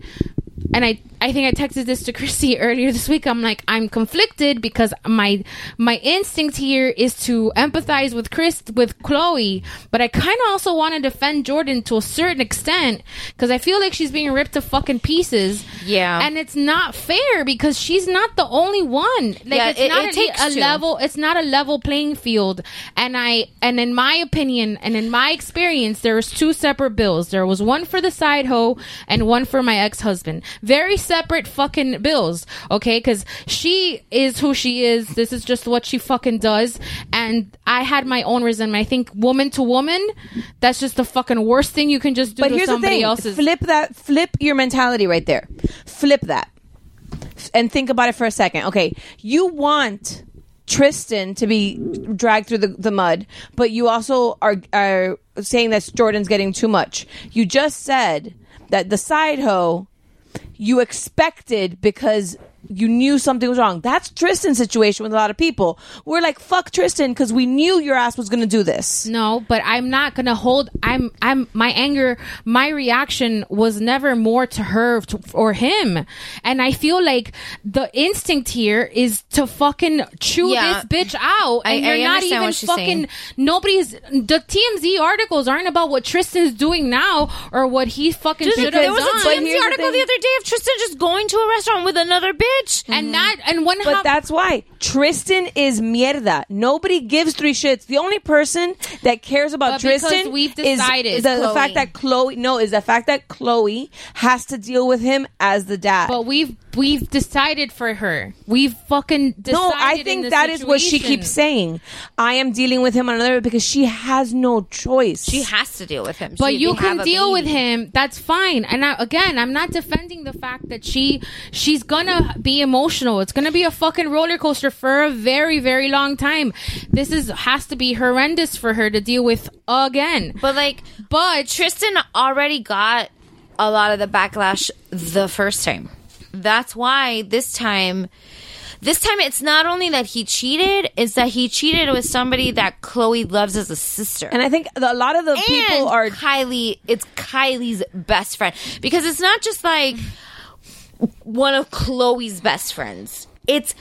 S6: And I, I think I texted this to Chrissy earlier this week. I'm like, I'm conflicted because my my instinct here is to empathize with Chris with Chloe, but I kind of also want to defend Jordan to a certain extent because I feel like she's being ripped to fucking pieces.
S9: Yeah.
S6: and it's not fair because she's not the only one. Like
S9: Yeah,
S6: it's
S9: it-
S6: not
S9: it
S6: a,
S9: takes
S6: a
S9: two.
S6: level. It's not a level playing field. And I and in my opinion and in my experience, there was two separate bills. There was one for the side hoe and one for my ex husband. Very separate fucking bills. Okay, because she is who she is. This is just what she fucking does. And I had my own resentment. I think woman to woman, that's just the fucking worst thing you can just do
S11: but
S6: to
S11: here's the
S6: somebody
S11: thing:
S6: else's.
S11: flip that, flip your mentality right there, flip that, F- and think about it for a second. Okay, you want Tristan to be dragged through the, the mud, but you also are are saying that Jordan's getting too much. You just said that the side hoe you expected because you knew something was wrong. That's Tristan's situation with a lot of people. We're like, fuck Tristan because we knew your ass was going to do this.
S6: No, but I'm not gonna hold. I'm I'm my anger. My reaction was never more to her to, or him, and I feel like the instinct here is to fucking chew
S9: Yeah.
S6: this bitch out,
S9: I-
S6: and
S9: I
S6: you're not
S9: understand
S6: even
S9: what she's
S6: fucking.
S9: saying.
S6: Nobody's the TMZ articles aren't about what Tristan's doing now or what he fucking
S9: Just-
S6: should have done.
S9: there was a TMZ article the, other Mm-hmm. day of Tristan just going to a restaurant with another bitch,
S6: and not and one.
S11: But that's why Tristan is mierda. Nobody gives three shits. The only person that cares about
S6: But because
S11: Tristan
S6: we've
S11: is-
S6: decided-
S11: is the, the
S6: Chloe.
S11: fact that Chloe no is the fact that Chloe has to deal with him as the dad.
S6: But we've we've decided for her. We've fucking decided
S11: no, I
S6: in
S11: think
S6: this
S11: that is what she
S6: situation.
S11: keeps saying. I am dealing with him on another because she has no choice.
S9: she has to deal with him.
S6: but
S9: She-
S6: you
S9: they have
S6: can
S9: a
S6: deal with
S9: baby.
S6: him that's fine and I, again i'm not defending the fact that she she's gonna be emotional it's gonna be a fucking roller coaster for a very very long time this is has to be horrendous for her to deal with again
S9: But like,
S6: but
S9: Tristan already got a lot of the backlash the first time. That's why this time, this time it's not only that he cheated, it's that he cheated with somebody that Chloe loves as a sister.
S11: and I think the, a lot of the
S9: And
S11: people are
S9: Kylie. It's Kylie's best friend because it's not just like one of Chloe's best friends. It's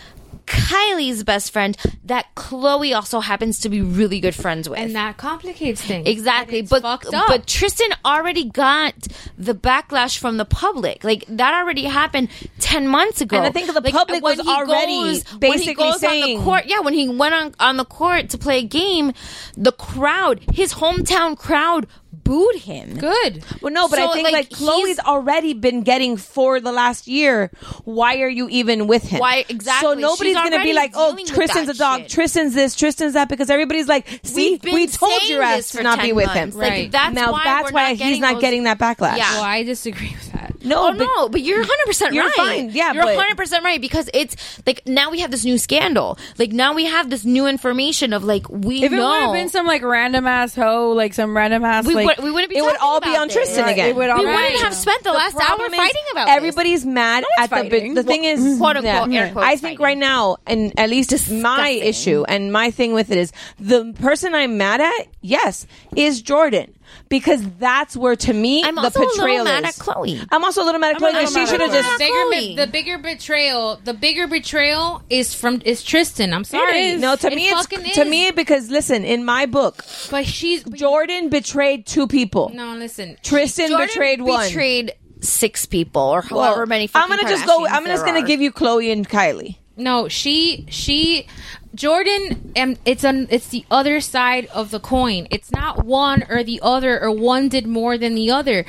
S9: Kylie's best friend that Chloe also happens to be really good friends with.
S6: and that complicates things
S9: Exactly,
S6: And it's
S9: but
S6: fucked up.
S9: but Tristan already got the backlash from the public. Like that already happened ten months ago.
S11: And I think the
S9: Like,
S11: public
S9: when
S11: was
S9: he
S11: already
S9: when he
S11: basically
S9: goes on
S11: saying-
S9: the court. Yeah, when he went on on the court to play a game, the crowd, his hometown crowd, booed him.
S6: good
S11: Well, no, but
S9: So,
S11: I think like,
S9: he's-
S11: Chloe's already been getting for the last year. Why are you even with him?
S9: Why- exactly.
S11: So nobody's
S9: She's
S11: gonna
S9: already
S11: be like, oh,
S9: dealing with
S11: Tristan's a
S9: that
S11: dog,
S9: shit.
S11: Tristan's this, Tristan's that, because everybody's like, see,
S9: We've been
S11: we told
S9: saying
S11: your ass
S9: this
S11: to
S9: for
S11: not be
S9: 10
S11: with
S9: months.
S11: him.
S9: Like, Right. that's
S11: now
S9: why
S11: that's
S9: we're
S11: why
S9: not
S11: he's
S9: getting
S11: not
S9: those-
S11: getting that backlash.
S9: Yeah.
S6: well i disagree with that
S11: No,
S9: oh
S11: but-
S9: no, but you're 100 percent
S11: You're
S9: right.
S11: fine, yeah,
S9: you're
S11: but-
S9: 100 percent right because it's like now we have this new scandal. Like now we have this new information of like we
S7: If it would
S9: know
S7: have been some like random ass hoe, like some random ass,
S9: we,
S7: like
S9: would, we wouldn't be.
S11: It would
S9: talking
S11: all be
S9: about
S11: on
S9: this.
S11: Tristan
S7: Right,
S11: again.
S7: it would all
S9: We
S7: Right.
S9: wouldn't have spent the, last hour
S11: problem is
S9: fighting about
S11: everybody's mad
S7: one's
S11: at the
S7: fighting.
S11: big, the thing is
S9: Quote, unquote, air quotes,
S11: I think right now and at least my issue and my thing with it is the person I'm mad at yes is Jordan because that's where to me
S9: I'm
S11: the
S9: also a little
S11: portrayal
S9: mad
S11: is.
S9: at Chloe.
S11: I'm also a little mad at Chloe
S7: a
S11: that
S7: little
S11: she
S7: mad
S11: should have
S7: at
S11: just
S9: Chloe.
S6: the bigger,
S9: Chloe.
S6: be- the bigger betrayal, the bigger betrayal is from is Tristan. I'm sorry.
S11: no to me it's
S6: fucking
S11: to
S6: is.
S11: me because listen in my book
S6: but she's
S11: Jordan betrayed two people
S6: No, listen.
S11: Tristan
S9: Jordan
S11: betrayed one
S9: Betrayed six people or however
S11: Well,
S9: many.
S11: I'm
S9: going
S11: gonna
S9: to
S11: just go I'm just gonna give you Chloe and Kylie
S6: No, she she Jordan and it's an it's the other side of the coin. It's not one or the other or one did more than the other.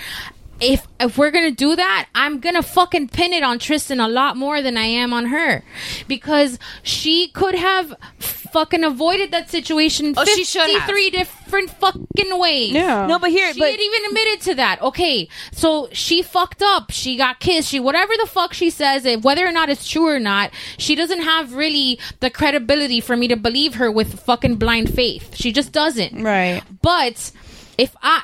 S6: If if we're gonna do that, I'm gonna fucking pin it on Tristan a lot more than I am on her, because she could have fucking avoided that situation
S9: Oh, she should have.
S6: 53 different fucking ways.
S7: Yeah.
S11: no but here
S6: She
S11: but
S6: had even admitted to that. Okay, so she fucked up. She got kissed. She whatever the fuck she says, it whether or not it's true or not, she doesn't have really the credibility for me to believe her with fucking blind faith. She just doesn't.
S7: Right.
S6: But if I. I-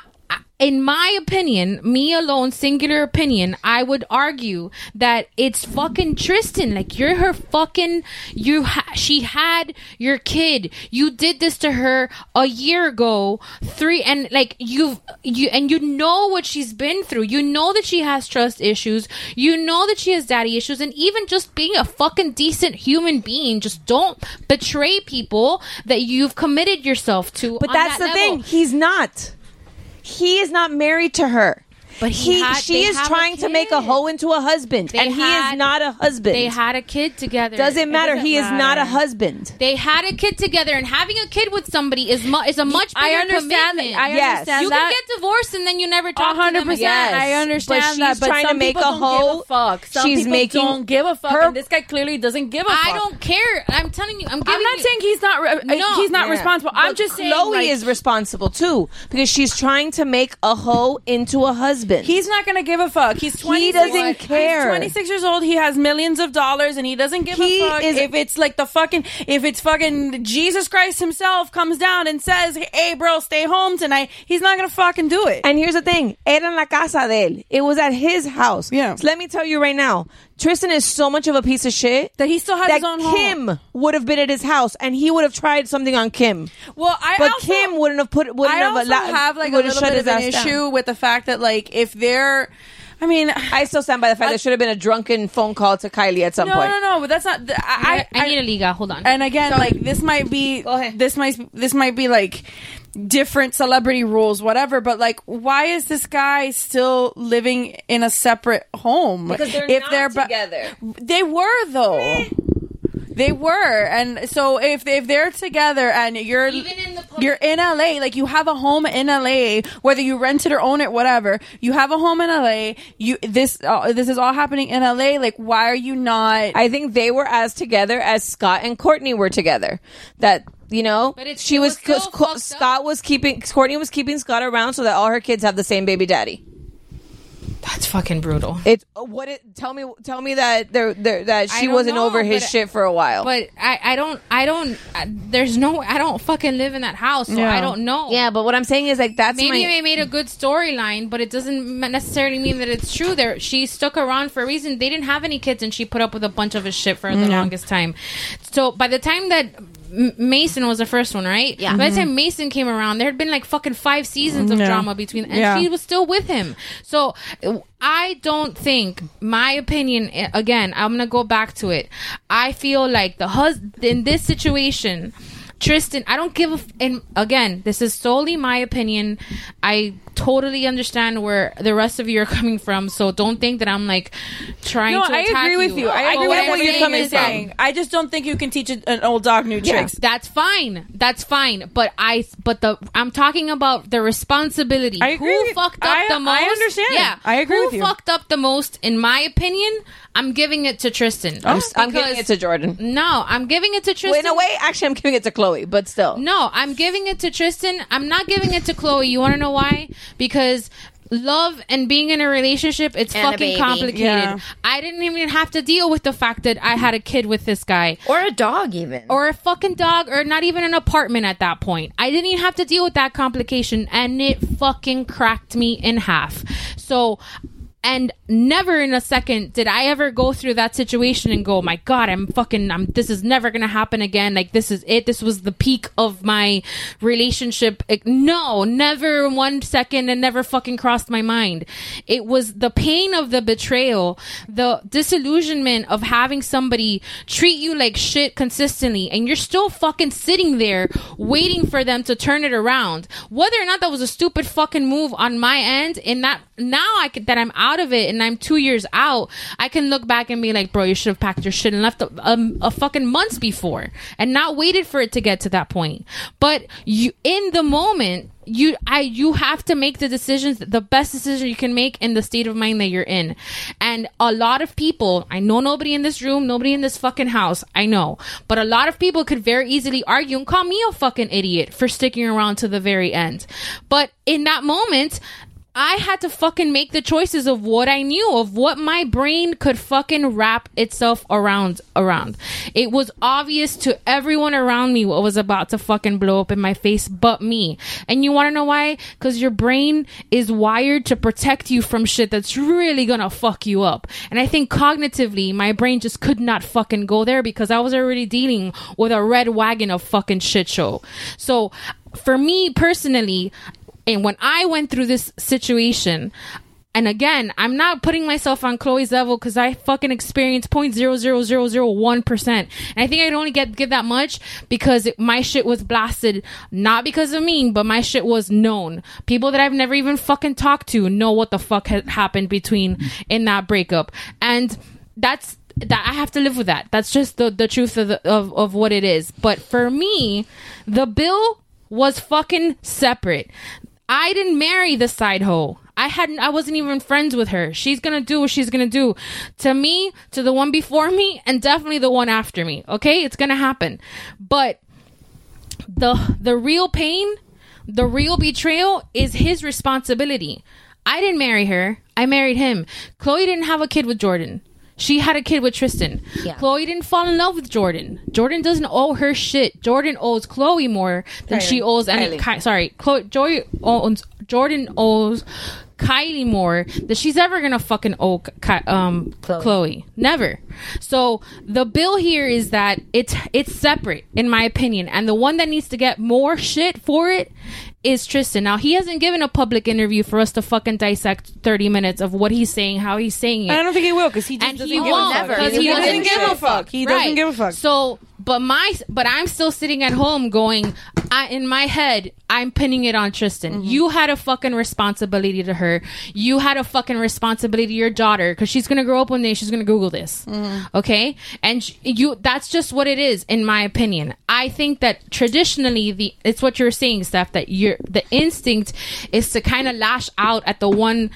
S6: in my opinion, me alone, singular opinion, I would argue that it's fucking Tristan. Like you're her fucking. You ha- she had your kid. You did this to her a year ago. Three and like you've you and you know what she's been through. You know that she has trust issues. You know that she has daddy issues. And even just being a fucking decent human being, just don't betray people that you've committed yourself to.
S11: But
S6: on
S11: that's
S6: that
S11: the
S6: level.
S11: thing. He's not. He is not married to her.
S6: But he had- they
S11: she is
S6: have a
S11: trying to make a
S6: kid.
S11: hoe into a husband,
S6: They
S11: and he
S6: had-
S11: is not a husband.
S6: They had a kid together.
S11: doesn't
S6: It
S11: matter. he is not
S6: matter.
S11: a husband.
S6: They had a kid together, and having a kid with somebody is mu- is a much.
S11: I
S6: bigger
S11: understand
S6: commitment.
S11: that. I Yes. understand
S6: You
S11: that.
S6: can get divorced and then you never talk to them
S11: 100%.
S6: again.
S11: I understand But she's that, but trying to some make people a don't give a hoe. fuck. Some She's people making don't
S7: give a fuck, and this guy clearly doesn't give a
S6: I
S7: fuck.
S6: don't care. I'm telling you. I'm. Giving
S7: I'm not
S6: you-
S7: saying he's not. Re-
S6: No.
S7: he's not
S6: Yeah.
S7: responsible. I'm
S11: But
S7: just saying.
S11: Chloe
S7: like,
S11: is responsible too because she's trying to make a hoe into a husband.
S7: He's not going to give a fuck. He's 26.
S11: He doesn't care.
S7: He's 26 years old. He has millions of dollars and he doesn't give
S11: He
S7: a fuck.
S11: is-
S7: if it's like the fucking, if it's fucking Jesus Christ himself comes down and says, hey, bro, stay home tonight, he's not going to fucking do it.
S11: And here's the thing: era en la casa de él. It was at his house. Yeah. So let me tell you right now, Tristan is so much of a piece of shit
S7: that he still has
S11: that
S7: his own home.
S11: Kim would have been at his house, and he would have tried something on Kim.
S7: Well, I
S11: but
S7: also-
S11: Kim wouldn't have put. Wouldn't
S7: I
S11: have
S7: also
S11: allowed,
S7: have like a
S11: would have
S7: little
S11: shut
S7: bit of an
S11: his ass down.
S7: issue with the fact that like if they're, I mean, I
S11: still stand by the fact there should have been a drunken phone call to Kylie at some
S7: no,
S11: point.
S7: No, no, but that's not. th- I, I, I need
S6: a liga. Hold on.
S7: And again, like this might be this might this might be like different celebrity rules, whatever. But like, why is this guy still living in a separate home?
S11: Because they're not
S7: bu-
S11: together.
S7: They were though. They were, and so if if they're together and you're
S6: in the
S7: you're in LA, like you have a home in LA, whether you rent it or own it, whatever, you have a home in LA. You this uh, this is all happening in LA. Like, why are you not?
S11: I think they were as together as Scott and Courtney were together. That you know,
S6: But it's-
S11: she
S6: it
S11: was,
S6: was still
S11: cause Co- Scott was keeping Courtney was keeping Scott around so that all her kids have the same baby daddy.
S6: That's fucking brutal.
S11: It's uh, what it tell me tell me that there there that
S6: I
S11: she
S6: don't
S11: wasn't
S6: know,
S11: over his
S6: but-
S11: shit for a while.
S6: But I, I don't I don't I, there's no I don't fucking live in that house so
S11: Yeah.
S6: I don't know.
S11: Yeah, but what I'm saying is like that's
S6: maybe
S11: my-
S6: they made a good storyline, but it doesn't m- necessarily mean that it's true. There, she stuck around for a reason. They didn't have any kids, and she put up with a bunch of his shit for the
S11: Mm-hmm.
S15: Yeah.
S6: longest time. So by the time that M- Mason was the first one, right? Yeah.
S11: Mm-hmm.
S6: By the time Mason came around, there had been like fucking five seasons of
S15: Yeah.
S6: drama between, and
S15: Yeah.
S6: she was still with him. So uh, I don't think my opinion uh, again. I'm gonna go back to it. I feel like the husband in this situation. Tristan, I don't give a. F- and again, this is solely my opinion. I totally understand where the rest of you are coming from, so don't think that I'm like trying
S7: no,
S6: to.
S7: I
S6: attack
S7: agree with you. I
S6: But what
S7: agree with
S6: I'm
S7: where you're
S6: saying
S7: coming
S6: is
S7: from.
S6: that-
S7: I just don't think you can teach a- an old dog new tricks.
S6: That's fine. That's fine. But I. But the. I'm talking about the responsibility. I agree. Who fucked up
S7: I-
S6: the most?
S7: I understand.
S6: Yeah,
S7: I agree
S6: Who
S7: with you.
S6: fucked up the most? In my opinion, I'm giving it to Tristan.
S7: Oh.
S11: I'm, I'm giving it
S6: Because-
S11: to Jordan.
S6: No, I'm giving it to Tristan.
S11: in a way, actually, I'm giving it to Chloe, but still.
S6: No, I'm giving it to Tristan. I'm not giving it to Chloe. You want to know why? Because love and being in a relationship it's
S9: And a
S6: fucking
S9: baby.
S6: complicated
S9: Yeah.
S6: i didn't even have to deal with the fact that i had a kid with this guy or a dog even or a fucking dog or not even an apartment at that point i didn't even have to deal with that complication and it fucking cracked me in half so and never in a second did I ever go through that situation and go, my God, I'm fucking, I'm, this is never going to happen again. Like, this is it. This was the peak of my relationship. Like, no, never one second and never fucking crossed my mind. It was the pain of the betrayal, the disillusionment of having somebody treat you like shit consistently and you're still fucking sitting there waiting for them to turn it around. Whether or not that was a stupid fucking move on my end, in that now I could, that I'm out of it and I'm two years out, I can look back and be like, bro, you should have packed your shit and left a, um, a, a fucking months before and not waited for it to get to that point. But you in the moment. You, I, you have to make the decisions, the best decision you can make in the state of mind that you're in. And a lot of people, I know nobody in this room, nobody in this fucking house, I know, but a lot of people could very easily argue and call me a fucking idiot for sticking around to the very end. But in that moment, I had to fucking make the choices of what I knew, of what my brain could fucking wrap itself around around. It was obvious to everyone around me what was about to fucking blow up in my face but me. And you want to know why? Cuz your brain is wired to protect you from shit that's really going to fuck you up. And I think cognitively my brain just could not fucking go there because I was already dealing with a red wagon of fucking shit show. So for me personally, and when I went through this situation, and again, I'm not putting myself on Chloe's level because I fucking experienced 0.00001%. And I think I'd only get give that much because it, my shit was blasted, not because of me, but my shit was known. People that I've never even fucking talked to know what the fuck had happened between in that breakup. And that's that I have to live with that. That's just the, the truth of, the, of, of what it is. But for me, the bill was fucking separate. I didn't marry the side hoe. I hadn't I wasn't even friends with her. She's gonna do what she's gonna do to me, to the one before me, and definitely the one after me. Okay? It's gonna happen. But the the real pain, the real betrayal is his responsibility. I didn't marry her. I married him. Chloe didn't have a kid with Jordan. She had a kid with Tristan.
S9: Yeah.
S6: Chloe didn't fall in love with Jordan. Jordan doesn't owe her shit. Jordan owes Chloe more than she owes any. Ki- sorry, Chloe, Joy owns Jordan owes Kylie more than she's ever gonna fucking owe Ki- um, Chloe. Never. So the bill here is that it's it's separate, in my opinion, and the one that needs to get more shit for it is Tristan. Now he hasn't given a public interview for us to fucking dissect thirty minutes of what he's saying, how he's saying it.
S16: I don't think he will because he just
S6: And
S16: doesn't
S6: he
S16: give
S6: won't,
S16: a fuck.
S6: 'cause he
S16: doesn't
S6: doesn't
S16: give a
S6: shit.
S16: fuck. He doesn't
S6: Right.
S16: give a fuck.
S6: So, but my, but I'm still sitting at home going, I, in my head, I'm pinning it on
S16: Mm-hmm.
S6: Tristan. You had a fucking responsibility to her. You had a fucking responsibility to your daughter because she's gonna grow up one day. She's gonna Google this,
S16: Mm-hmm.
S6: okay? And sh- you, that's just what it is, in my opinion. I think that traditionally, the it's what you're saying, Steph, that your the instinct is to kind of lash out at the one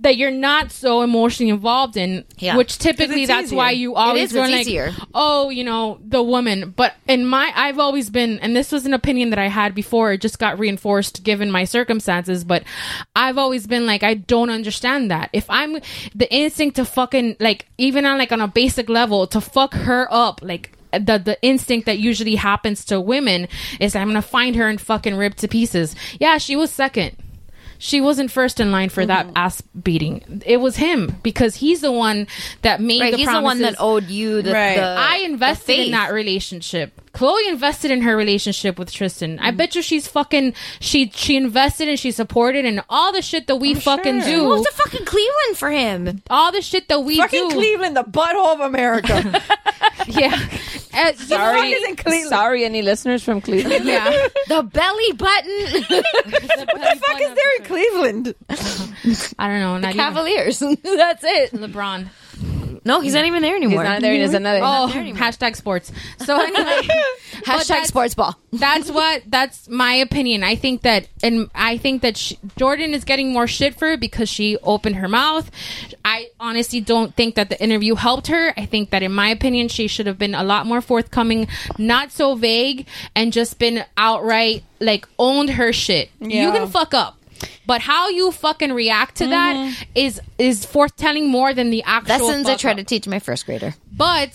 S6: that you're not so emotionally involved in,
S9: Yeah.
S6: which typically
S9: Because it's
S6: that's why
S9: easier.
S6: you
S9: It
S6: always
S9: is,
S6: go
S9: it's
S6: like,
S9: easier.
S6: oh, you know, the woman. But in my, I've always been, and this was an opinion that I had before. It just got reinforced given my circumstances. But I've always been like, I don't understand that. If I'm the instinct to fucking like, even on like on a basic level, to fuck her up, like. The, the instinct that usually happens to women is I'm gonna find her and fucking rip to pieces. Yeah, she was second she wasn't first in line for
S9: Mm-hmm.
S6: that ass beating. It was him because he's the one that made
S9: Right,
S6: the
S9: he's the one
S6: promises.
S9: that owed you the- Right. the-
S6: I invested
S9: faith.
S6: in that relationship. Chloe invested in her relationship with Tristan. I bet you she's fucking she she invested and she supported and all the shit that we fucking
S9: Sure.
S6: do.
S9: Move to fucking Cleveland for him.
S6: all the shit that we
S9: Fucking
S6: do.
S16: Cleveland, the butthole of America.
S6: yeah. Uh,
S16: Sorry.
S6: you know-
S11: Sorry, any listeners from Cleveland.
S6: Yeah.
S9: The belly button.
S16: what the fuck is there in Cleveland?
S6: I don't know. Not even.
S9: Cavaliers. That's it.
S6: LeBron.
S9: No, he's not even there anymore.
S11: He's not there. There's another.
S6: Oh, hashtag sports. So anyway, but
S9: Hashtag
S6: that's-
S9: sports ball.
S6: that's what that's my opinion i think that and i think that she, jordan is getting more shit for it because she opened her mouth i honestly don't think that the interview helped her i think that in my opinion she should have been a lot more forthcoming not so vague and just been outright like owned her shit you
S16: Yeah.
S6: can fuck up but how you fucking react to that is is forthtelling more than the actual
S9: Lessons I
S6: fuck
S9: try
S6: up.
S9: to teach my first grader.
S6: But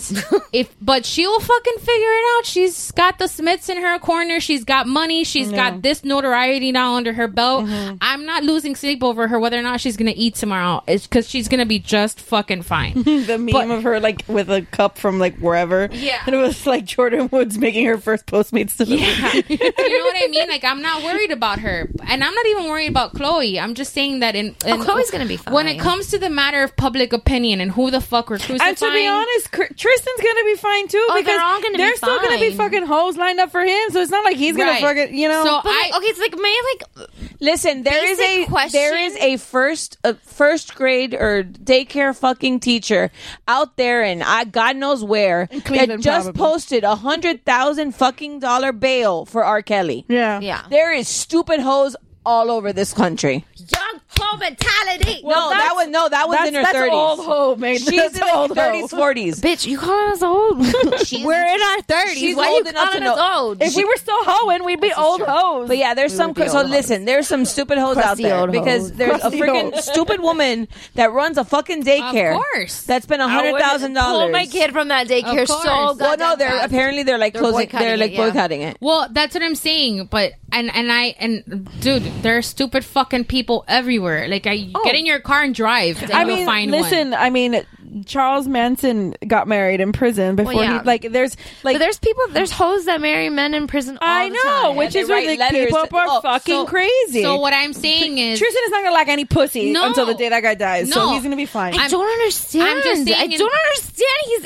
S6: if but she'll fucking figure it out. She's got the Smiths in her corner. She's got money. She's got this notoriety now under her belt.
S9: Mm-hmm.
S6: I'm not losing sleep over her whether or not she's gonna eat tomorrow. It's because she's gonna be just fucking fine.
S16: the meme of her like with a cup from like wherever.
S6: Yeah.
S16: and it was like Jordan Woods making her first Postmates delivery.
S6: you know what I mean? Like I'm not worried about her, and I'm not even worried about Chloe. I'm just saying that in, in
S9: Oh, Chloe's gonna be
S6: When it
S9: fine.
S6: comes to the matter of public opinion and who the fuck we're crucifying,
S16: And to be honest, Cr- Tristan's gonna be fine too
S9: Oh, they're
S16: because
S9: all gonna be
S16: they're still gonna be
S9: fine.
S16: fucking hoes lined up for him. So it's not like he's
S6: Right.
S16: gonna fucking you know.
S6: So
S9: But
S6: I
S9: like, okay, it's like my like
S11: Listen, there is
S9: Basic
S11: a
S9: question.
S11: there is a first a first grade or daycare fucking teacher out there, and I God knows where that
S16: Cleveland,
S11: just
S16: probably.
S11: posted a hundred thousand fucking dollar bail for R. Kelly.
S16: yeah,
S9: yeah.
S11: There is stupid hoes all over this country.
S9: Y'all hoe mentality.
S11: Well, no, that was no, that was in her
S7: that's
S11: thirties.
S7: old hoe, man.
S11: She's in her thirties, forties.
S9: Bitch, you calling us old? She's-
S11: We're in our thirties.
S9: she's
S11: Why
S9: old
S11: you
S9: enough
S11: calling
S9: to
S11: us
S9: know.
S11: old?
S7: If we were still hoeing, we'd be old hoes.
S11: But yeah, there's some.
S9: would be
S11: So
S9: old
S11: listen, there's some stupid hoes out
S9: Crusty
S11: there
S9: old
S11: because
S9: hoes.
S11: there's a
S9: Crusty
S11: freaking
S9: hoes.
S11: stupid woman that runs a fucking daycare.
S9: Of course.
S11: That's been a
S9: I
S11: hundred
S9: wouldn't
S11: thousand
S9: Pull
S11: dollars.
S9: my kid from that daycare
S6: Of course.
S9: so goddamn
S11: Well, no, they're
S9: fast.
S11: apparently they're like
S9: They're
S11: closing. They're
S9: boycotting
S11: like
S9: it, yeah.
S11: boycotting it.
S6: Well, that's what I'm saying. But and and I and dude, there are stupid fucking people everywhere. Like I
S9: Oh.
S6: get in your car and drive. And
S7: I
S6: you'll
S7: mean,
S6: find
S7: listen.
S6: one.
S7: I mean, Charles Manson got married in prison before
S9: yeah.
S7: he like. There's like
S9: But there's people, there's hoes that marry men in prison. All
S7: I
S9: the
S7: know,
S9: time.
S7: which
S11: they
S7: is where
S11: write
S7: the
S11: letters
S7: people
S11: to-
S7: are
S11: oh,
S7: fucking
S6: so-
S7: crazy.
S6: So what I'm saying is,
S7: Tristan is not gonna like any pussy
S6: No.
S7: until the day that guy dies, so
S6: No.
S7: he's gonna be fine.
S9: I don't understand.
S6: I'm just saying
S9: I
S6: in-
S9: don't understand. He's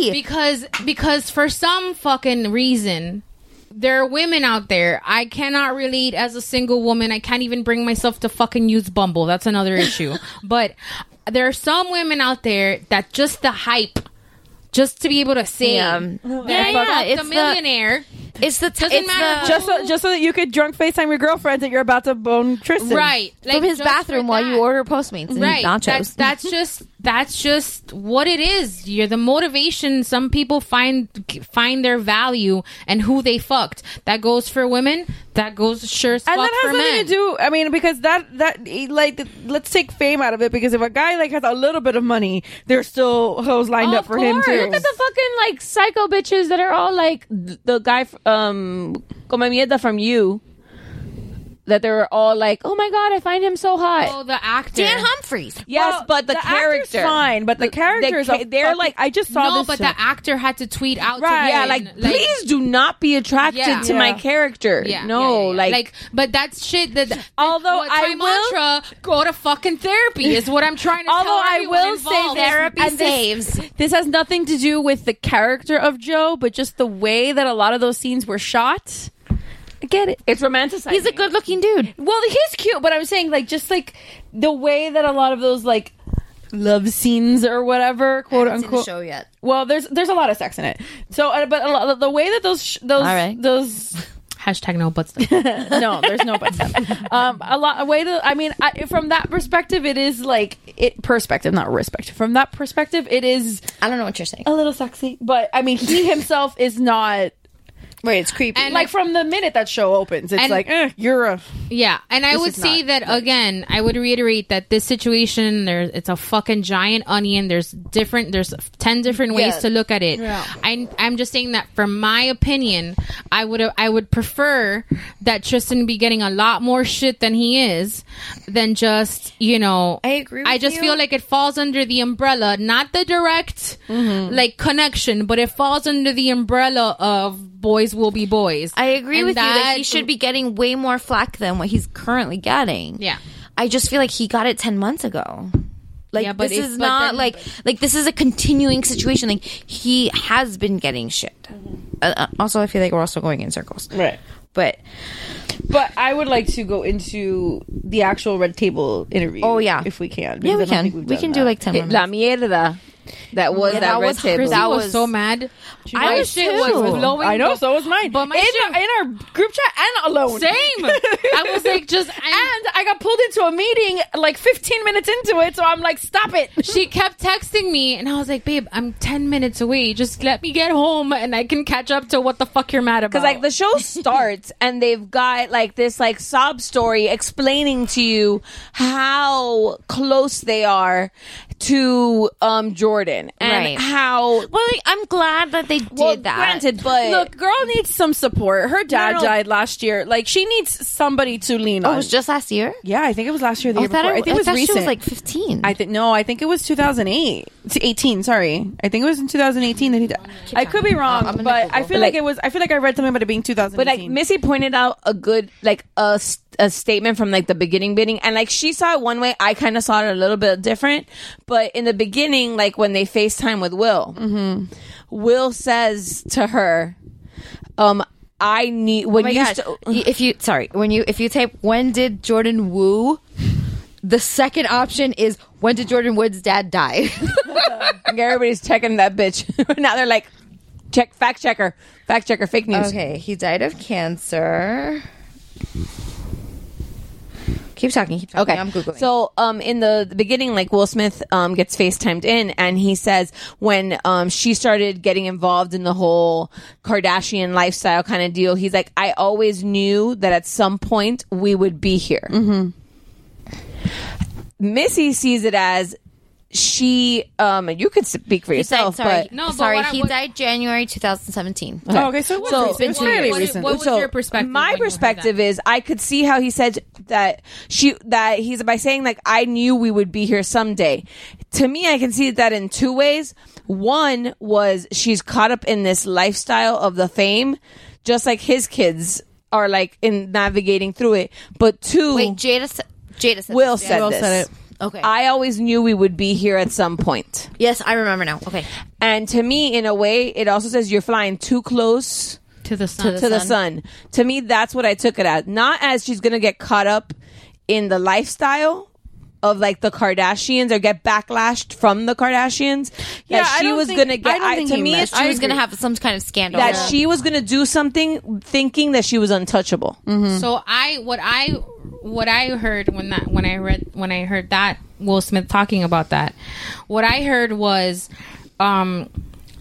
S9: icky.
S6: because because for some fucking reason there are women out there i cannot relate as a single woman i can't even bring myself to fucking use bumble that's another issue but there are some women out there that just the hype just to be able to say
S9: Yeah.
S6: that
S9: Yeah,
S6: I
S9: yeah,
S6: fucked
S9: it's
S6: a
S9: the-
S6: millionaire
S9: It's the
S6: Doesn't
S9: it's
S6: matter
S9: the-
S6: who-
S7: just so, just so that you could drunk FaceTime your girlfriend that you're about to bone Tristan,
S6: right like,
S9: from his
S6: just for
S9: bathroom while
S6: that.
S9: you order Postmates and
S6: right
S9: nachos.
S6: That, that's just that's just what it is you're the motivation some people find find their value and who they fucked that goes for women that goes sure as
S7: And
S6: fuck
S7: that has
S6: for
S7: nothing
S6: men
S7: to do. I mean, because that that like let's take fame out of it. Because if a guy like has a little bit of money, there's still hoes lined
S6: Of
S7: up for him
S6: course.
S7: too.
S6: Look at
S11: the fucking like psycho bitches that are all like th- the guy f- um come mierda from you that they're all like oh my god i find him so hot
S6: oh the actor
S9: Dan Humphreys.
S11: yes
S7: Well,
S11: but the,
S7: actor's
S11: character
S7: fine, but the, character is
S11: ca-
S7: a
S11: they're
S7: fucking-
S11: like-
S7: I just saw
S6: no
S7: this.
S6: but
S7: shit.
S6: the actor had to tweet out to
S7: Right.
S11: yeah
S6: him,
S11: like, please do not be attracted
S6: Yeah.
S11: to my
S7: Yeah.
S11: character
S6: yeah,
S11: no
S6: yeah, yeah, yeah.
S11: like,
S6: but that's shit. That
S7: Although
S6: that's
S7: I
S6: my
S7: will-
S6: mantra, go to fucking therapy is what I'm trying to.
S7: Although
S6: tell
S7: I
S6: everyone
S7: will say
S6: involved.
S7: this, and this- This has nothing to do with the character of Joe, but just the way that a lot of those scenes were shot. I get it.
S11: it's romanticized
S9: He's a good looking dude.
S7: Well, he's cute, but I'm saying like just like the way that a lot of those like love scenes or whatever, quote unquote.
S9: show yet.
S7: Well, there's there's a lot of sex in it. So, uh, but a lot, the way that those sh- those
S9: All right.
S7: those
S6: Hashtag no but stuff.
S7: no, there's no but stuff. Um, a lot a way to. I mean, I, from that perspective, it is like it perspective, not respect. From that perspective, it is
S9: I don't know what you're saying.
S7: a little sexy. But I mean, he himself is not.
S9: Wait, it's creepy.
S6: And-
S7: Like from the minute that show opens, it's
S6: And-
S7: like eh, you're a
S6: Yeah, and I would
S7: is
S6: say
S7: not
S6: that again. I would reiterate that this situation there it's a fucking giant onion. There's different there's 10 different ways
S9: Yeah.
S6: to look at it. I I'm just saying that from my opinion, I would I would prefer that Tristan be getting a lot more shit than he is than just, you know,
S9: I agree
S6: I
S9: with
S6: just
S9: you.
S6: feel like it falls under the umbrella, not the direct
S9: Mm-hmm.
S6: like connection, but it falls under the umbrella of boys will be boys.
S9: I agree
S6: And
S9: with you that he
S6: that-
S9: should be getting way more flack than what he's currently getting.
S6: Yeah.
S9: I just feel like he got it 10 months ago. Like
S6: Yeah, but
S9: this
S6: if-
S9: is
S6: but
S9: not
S6: then-
S9: like like this is a continuing situation. Like he has been getting shit. Uh, uh, also, I feel like we're also going in circles.
S7: right.
S9: But
S7: But I would like to go into the actual red table interview.
S9: Oh, yeah.
S7: if we can.
S9: yeah, we
S7: because I don't think
S9: can
S7: we've
S9: we
S7: done
S9: can do
S7: that.
S9: like ten minutes.
S11: la mierda that was
S9: Yeah,
S11: that,
S9: that
S11: red
S9: was
S11: table
S9: crazy.
S6: I
S9: That
S6: was,
S9: was-
S6: so mad.
S9: I
S6: My
S9: was
S6: shit
S9: too.
S6: was blowing.
S7: I know,
S6: the-
S7: so was mine.
S6: But my
S7: in,
S6: shit-
S7: in our group chat and alone.
S6: Same. I was like, just
S7: and I got pulled into a meeting like 15 minutes into it, so I'm like, stop it.
S6: she kept texting me, and I was like, babe, I'm ten minutes away. Just let me get home, and I can catch up to what the fuck you're mad about.
S11: Because like the show starts and they've got like this like sob story explaining to you how close they are to um Jordan and
S9: Right.
S11: how
S9: well, like, I'm glad that they did
S11: well,
S9: that.
S11: granted, but
S7: Look, girl needs some support. Her dad
S11: No, no.
S7: died last year. Like, she needs somebody to lean
S9: oh,
S7: on.
S9: it was just last year.
S7: yeah, I think it was last year. or The
S9: I
S7: year
S9: thought,
S7: before.
S9: it,
S7: I think it was
S9: thought
S7: recent.
S9: she was like 15.
S7: I think no, I think it was 2008 to 18. Sorry, I think it was in 2018 that he died. I could be wrong,
S9: Uh, I'm gonna
S7: but I
S9: Google.
S7: feel like, it was. I feel like I read something about it being 2018.
S11: but like Missy pointed out a good like a, s- a statement from like the beginning beginning and like she saw it one way I kind of saw it a little bit different but in the beginning like when they FaceTime with Will
S7: Mm-hmm.
S11: Will says to her um I need when
S9: Oh my
S11: you
S9: gosh.
S11: st-
S9: Y- if you sorry, when you if you type when did Jordan woo, the second option is when did Jordan Wood's dad die?
S11: Like, everybody's checking that bitch. now they're like, check fact checker, fact checker, fake news.
S9: okay, he died of cancer. Keep talking. Keep talking.
S11: Okay,
S9: I'm googling.
S11: So, um, in the, the beginning, like Will Smith, um, gets FaceTimed in, and he says when um she started getting involved in the whole Kardashian lifestyle kind of deal, he's like, I always knew that at some point we would be here.
S9: Mm-hmm.
S11: Missy sees it as she um you could speak for
S9: He died,
S11: yourself
S9: sorry,
S11: but
S9: no, sorry. he died January 2017.
S11: Oh, Okay.
S9: it's
S11: So My perspective is I could see how he said that she that he's by saying like I knew we would be here someday. To me, I can see that in two ways. One was she's caught up in this lifestyle of the fame, just like his kids are like in navigating through it. But two,
S9: Wait, Jada. sa- Jada said
S11: Will
S9: this.
S11: said this.
S9: Okay.
S11: I always knew we would be here at some point.
S9: Yes, I remember now. Okay.
S11: And to me, in a way, it also says you're flying too close
S10: to the
S11: sun. To, the sun. To me, that's what I took it at. Not as she's gonna get caught up in the lifestyle of like the Kardashians or get backlashed from the Kardashians.
S9: Yeah,
S11: that
S9: I
S11: she
S9: don't
S11: was
S9: think-
S11: gonna get.
S9: I don't think
S11: to
S9: he
S11: me,
S9: meant-
S11: it's
S9: I was gonna have some kind of scandal.
S11: that
S9: Yeah.
S11: she was gonna do something thinking that she was untouchable.
S6: So I what I what I heard when that when I read when I heard that Will Smith talking about that, what I heard was, um,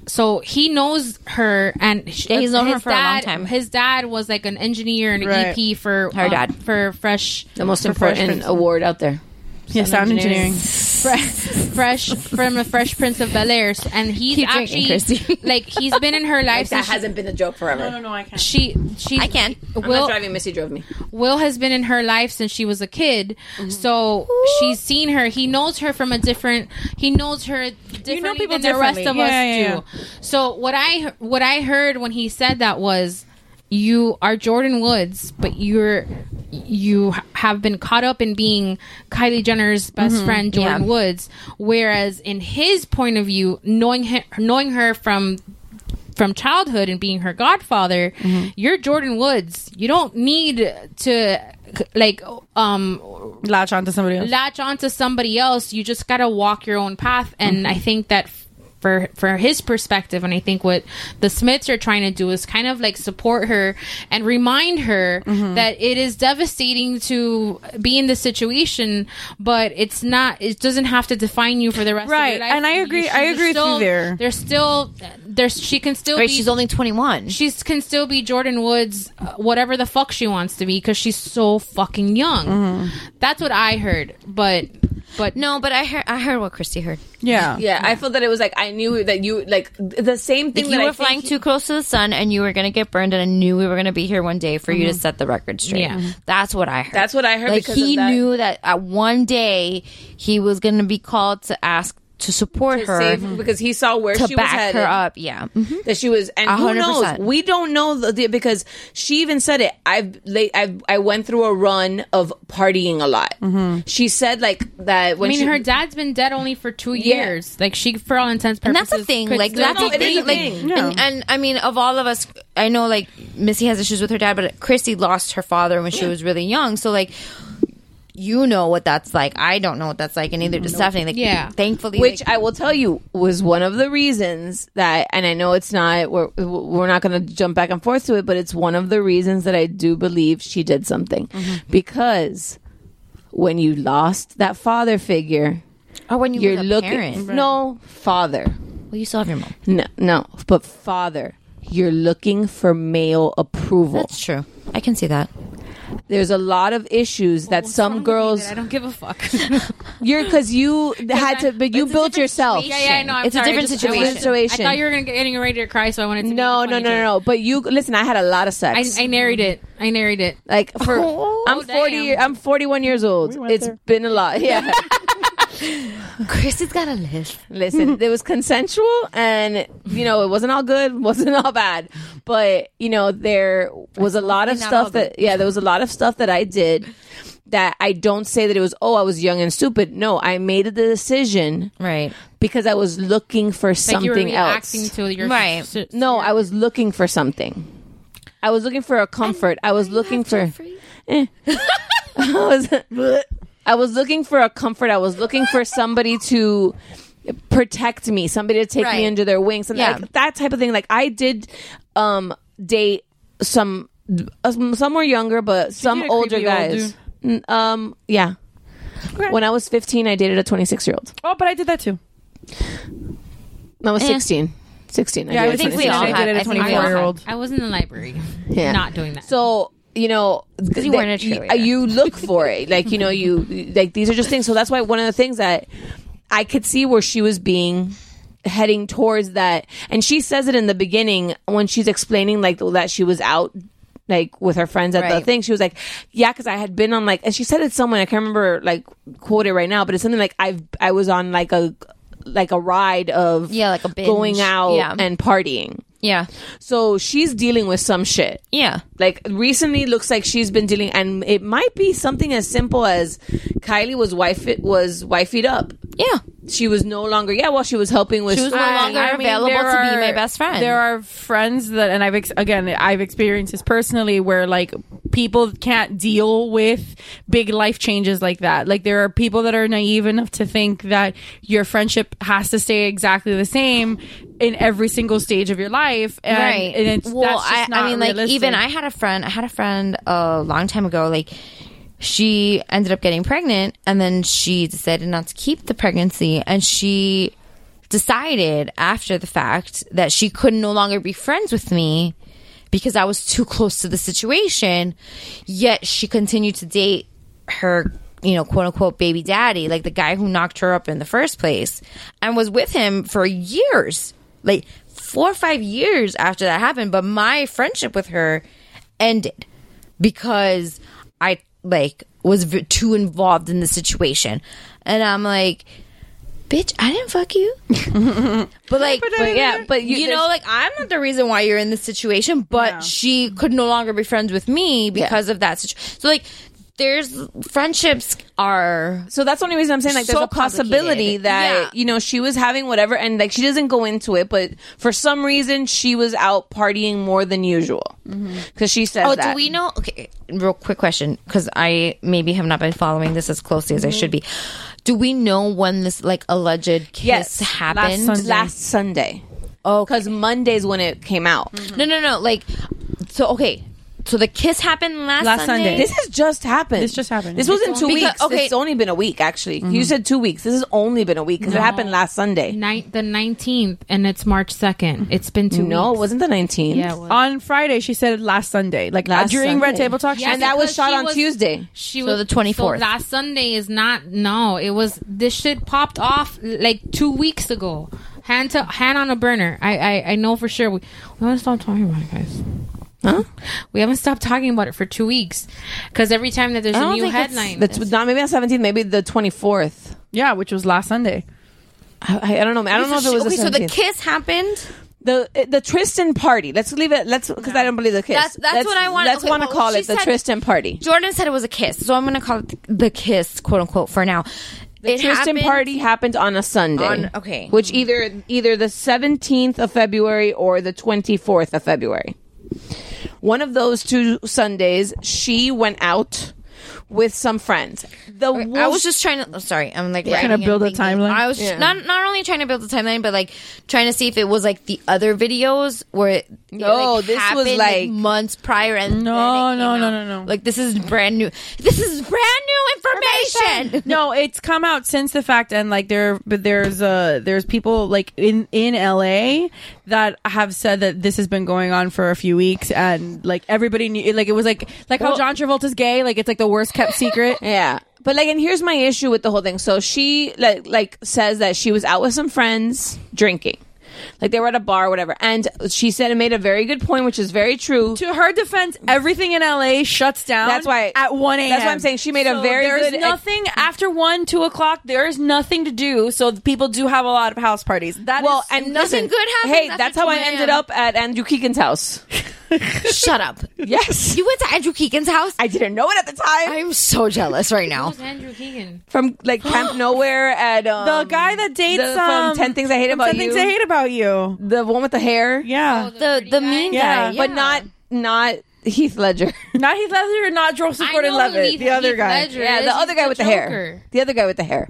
S6: so he knows her and sh-
S9: Yeah, he's known her
S6: his
S9: for a long
S6: dad-
S9: time.
S6: His dad was like an engineer and
S11: Right.
S6: EP for
S11: Her
S6: um,
S11: dad.
S6: for fresh
S11: The most
S6: for Fresh
S11: important
S6: Prince-
S11: award out there.
S6: Yeah, sound engineering. fresh from a Fresh Prince of Bel Air, and he's
S9: Keep drinking,
S6: actually like he's been in her life. since she-
S11: been a joke forever.
S6: No, no, no, I can't. She, she, I can.
S11: I'm
S6: Will,
S11: not driving. Missy drove me.
S6: Will has been in her life since she was a kid,
S4: Mm-hmm.
S6: so she's seen her. He knows her from a different. He knows her differently
S4: people
S6: than the rest of
S4: differently.
S6: us
S4: Yeah, yeah,
S6: do. So what I what I heard when he said that was, you are Jordan Woods, but you're you have been caught up in being Kylie Jenner's best
S4: Mm-hmm.
S10: Mhm.
S6: friend Jordan
S10: Yeah.
S6: Woods, whereas in his point of view, knowing her, knowing her from from childhood and being her godfather,
S4: Mm-hmm.
S6: you're Jordan Woods. You don't need to like um
S4: latch onto somebody else.
S6: latch onto somebody else. You just gotta walk your own path. And
S4: Mm-hmm.
S6: I think that f- for for his perspective, and I think what the Smiths are trying to do is kind of like support her and remind her
S4: Mm-hmm.
S6: that it is devastating to be in this situation, but it's not. It doesn't have to define you for the rest of your
S4: Right,
S6: life.
S4: and I
S6: You-
S4: agree-
S6: she's
S4: I agree with you
S6: still,
S4: there.
S6: There's still there's she can still
S9: Right,
S6: be
S9: she's only 21.
S6: She can still be Jordan Woods, uh, whatever the fuck she wants to be, because she's so fucking young.
S11: Mm-hmm.
S6: That's what I heard, but but
S9: no, but I heard I heard what Christy heard.
S4: Yeah.
S11: Yeah, I felt that it was like I knew that you like th- the same thing
S9: Like,
S11: that
S9: you
S11: I
S9: were
S11: think
S9: flying too close to the sun, and you were going to get burned, and I knew we were going to be here one day for you to set the record straight.
S11: Mm-hmm. Yeah. Mhm.
S9: That's what I heard.
S11: That's what I heard
S9: Like
S11: because
S9: he
S11: of that-
S9: knew that at one day he was going to be called to ask to support
S11: to
S9: her
S11: save- because he saw where
S9: to
S11: she
S9: back
S11: was headed.
S9: her up. Yeah, Mm-hmm.
S11: That she was, and
S9: A
S11: who
S9: hundred
S11: knows?
S9: percent.
S11: We don't know the, the- because she even said it. I've, late, I've I went through a run of partying a lot.
S9: Mm-hmm.
S11: She said like that
S6: I
S11: when
S6: mean,
S11: she,
S6: her dad's been dead only for two years. Like she, for all intents
S9: and
S6: purposes,
S9: that's the thing.
S6: could
S9: Like
S6: still
S9: that's
S6: be
S9: the thing.
S6: dating.
S9: Like, and, and I mean, of all of us, I know like Missy has issues with her dad, but Christy lost her father when she was really young. So like. You know what that's like. I don't know what that's like, and neither does Stephanie. Like, thankfully,
S11: which
S9: like-
S11: I will tell you was one of the reasons that, and I know it's not we're we're not going to jump back and forth to it, but it's one of the reasons that I do believe she did something
S9: Mm-hmm.
S11: because when you lost that father figure,
S9: or when you
S11: you're
S9: lose a
S11: looking
S9: parent.
S11: no father.
S9: Well, you still have your mom.
S11: No, no, but father, you're looking for male approval. That's
S9: true. I can see that.
S11: There's a lot of issues
S6: Oh,
S11: that some girls.
S6: I don't give a fuck.
S11: You're because you had to, but you built yourself.
S6: yeah, yeah, I know. I'm
S11: it's
S6: sorry.
S11: a different
S6: I just- I
S11: situation.
S6: wanted- I thought you were gonna get, getting ready to cry, so I wanted to.
S11: No, no, no, no, no. But you listen. I had a lot of
S6: I,
S11: sex.
S6: I Oh, narrate it. I narrate it.
S11: Like for I'm forty. year- I'm forty one years old. It's been a lot. Yeah.
S9: Christy's got a list.
S11: Listen, it was consensual, and you know it wasn't all good, wasn't all bad, but you know there was a lot of
S9: Not all
S11: stuff that yeah, there was a lot of stuff that I did that I don't say that it was oh I was young and stupid. No, I made the decision
S9: right
S11: because I was looking for
S6: Like you were
S11: something
S6: reacting
S11: else.
S6: to your s-
S11: No, I was looking for something. I was looking for a comfort. I was looking for. Eh. I was. I was looking for a comfort. I was looking for somebody to protect me, somebody to take me
S9: Right.
S11: under their wings, and
S9: Yeah.
S11: like, that type of thing. Like I did, um, date some. uh, Some were younger, but some
S9: did a
S11: older
S9: creepy old
S11: guys.
S9: dude.
S11: N- Um, yeah. When I was 15, I dated a 26 year old.
S7: Oh, but I did that too.
S11: I was
S7: Eh.
S11: 16. 16.
S7: Yeah, I
S11: dated a
S7: think we
S11: 26.
S7: all
S11: I
S7: have.
S11: dated a
S7: I think we all
S11: 24 year
S7: have.
S11: old.
S17: I was in the library.
S11: Yeah.
S17: Not doing that.
S11: So you know, because
S17: you weren't a cheerleader.
S11: you look for it. Like you know, you like these are just things. So that's why one of the things that I could see where she was being heading towards that, and she says it in the beginning when she's explaining like that she was out. Like with her friends at the
S18: Right.
S11: thing, she was like, "Yeah, because I had been on like," and she said it someone I can't remember like quote it right now, but it's something like I've I was on like a like a ride of
S9: Yeah, like a binge.
S11: going out
S9: Yeah.
S11: and partying.
S9: Yeah.
S11: So she's dealing with some shit.
S9: Yeah.
S11: Like recently looks like she's been dealing and it might be something as simple as Kylie was wife it was wifeyed up.
S9: Yeah.
S11: She was no longer yeah, well she was helping with
S9: She was no longer available
S7: there
S9: to be my
S7: are-
S9: best friend.
S7: There are friends that, and I've ex- again, I've experienced this personally, where like people can't deal with big life changes like that. Like there are people that are naive enough to think that your friendship has to stay exactly the same in every single stage of your life, and,
S9: right.
S7: and it's
S9: well,
S7: that's just
S9: I,
S7: not
S9: I mean, like
S7: realistic.
S9: even I had a friend. I had a friend a long time ago. Like she ended up getting pregnant, and then she decided not to keep the pregnancy, and she decided after the fact that she could no longer be friends with me because I was too close to the situation. Yet she continued to date her, you know, quote unquote baby daddy, like the guy who knocked her up in the first place, and was with him for years, like four or five years after that happened. But my friendship with her ended because I like was v- too involved in the situation, and I'm like. Bitch, I didn't fuck you. but like, but, yeah, but you, know, like I'm not the reason why you're in this situation. But she could no longer be friends with me because of that situation. So like, there's friendships are
S11: So that's the only reason I'm saying like there's
S9: So
S11: a possibility
S9: complicated.
S11: that
S9: Yeah.
S11: you know she was having whatever and like she doesn't go into it, but for some reason she was out partying more than usual because she says
S9: Oh,
S11: that.
S9: do we know? Okay, real quick question because I maybe have not been following this as closely
S6: Mm-hmm.
S9: as I should be. Do we know when this like alleged kiss
S11: yes,
S9: happened?
S11: last Sunday. Last Sunday.
S9: Oh,
S11: because Monday's when it came out.
S9: No, no, no. Like, so okay. So the kiss happened last,
S11: Last Sunday. This has just happened.
S7: This just happened.
S11: This was in two
S9: Because-
S11: weeks.
S9: okay.
S11: It's only Mm-hmm. been a week, actually. You said two weeks. This has only been a week because it happened last Sunday.
S6: Night the nineteenth, and it's March second.
S9: Mm-hmm.
S6: It's been two.
S11: No,
S6: weeks.
S11: it wasn't the 19th.
S6: Yeah, it was.
S7: on Friday she said last Sunday, like uh,
S11: Last
S7: during Red
S11: Sunday.
S7: Table Talk, she
S6: Yeah,
S7: said-
S11: and that was
S6: because
S11: shot
S6: she
S11: on
S6: was-
S11: Tuesday.
S6: She
S9: So
S6: was
S9: the 24th.
S6: So last Sunday is not. No, it was this shit popped off like two weeks ago. Hand to hand on a burner. I I, I know for sure. We, we haven't stopped talking about it, guys.
S11: Huh?
S6: We haven't stopped talking about it for two weeks because every time that there's a new headline,
S11: That's not maybe on 17th, maybe the 24th.
S7: yeah, which was last Sunday.
S11: I, I don't know. I don't know if it was
S9: okay.
S11: the
S9: So
S11: 17th.
S9: the kiss happened.
S11: the eh, the, Tristan party. Let's leave it. Let's because I don't believe the kiss.
S9: That's- that's
S11: Let's-
S9: what I want-
S11: Let's
S9: okay,
S11: want to
S9: well,
S11: call
S9: she
S11: it the
S9: said-
S11: Tristan party.
S9: Jordan said it was a kiss, so I'm going to call it the kiss, quote unquote, for now.
S11: The
S9: it
S11: Tristan
S9: happened-
S11: party happened on a Sunday.
S9: On- okay.
S11: Which either either the 17th of February or the 24th of February. One of those two Sundays, she went out with some friends. The
S9: Okay, I
S11: worst-
S9: was just trying to. oh, Sorry, I'm like
S7: Trying to
S9: writing and
S7: build a
S9: thinking.
S7: timeline?
S9: I was
S7: Yeah.
S9: not not only trying to build a timeline, but like trying to see if it was like the other videos where it, it,
S11: No,
S9: like,
S11: this was,
S9: happened,
S11: like-
S9: months prior. And
S7: No, no, no, no, no.
S9: Like this is brand new. This is brand new information.
S7: no, it's come out since the fact, and like there, but there's uh there's people like in in LA that have said that this has been going on for a few weeks, and like everybody knew, like it was like like how John Travolta's gay, like it's like the worst kept secret.
S11: Yeah. But like and here's my issue with the whole thing. So she like like says that she was out with some friends drinking. Like they were at a bar or whatever. And she said it made a very good point, which is very true.
S7: to her defense, everything in LA shuts down.
S11: That's why-
S7: at one a.m.
S11: that's why I'm saying she made a
S7: So
S11: very
S7: there's
S11: good-
S7: nothing after one, two o'clock. There is nothing to do, so people do have a lot of house parties. That
S11: well,
S7: is-
S11: and
S9: nothing
S11: listen,
S9: good happens
S11: Hey,
S9: after
S11: that's how I
S9: 2
S11: ended
S9: a.m..
S11: up at Andrew Keegan's house.
S9: Shut up.
S11: Yes,
S9: You went to Andrew Keegan's house.
S11: I didn't know it at the time.
S9: I'm so jealous right now.
S6: Who's Andrew Keegan?
S11: From like Camp Nowhere at um,
S7: the guy that dates
S11: the-
S7: um,
S11: from Ten Things I Hate
S7: from
S11: About
S7: 10 Things
S11: You.
S7: I hate about you.
S11: the one with the hair,
S7: Yeah,
S9: The the mean
S7: Yeah,
S9: guy,
S11: but not not Heath Ledger.
S7: not Heath Ledger, not Joseph
S6: I
S7: Gordon
S6: know who
S7: Levitt,
S6: Heath-
S7: the other
S6: Heath
S7: guy.
S6: Ledger
S11: yeah,
S6: is.
S11: the other
S6: He's
S11: guy with the hair.
S6: Joker.
S11: The other guy with the hair.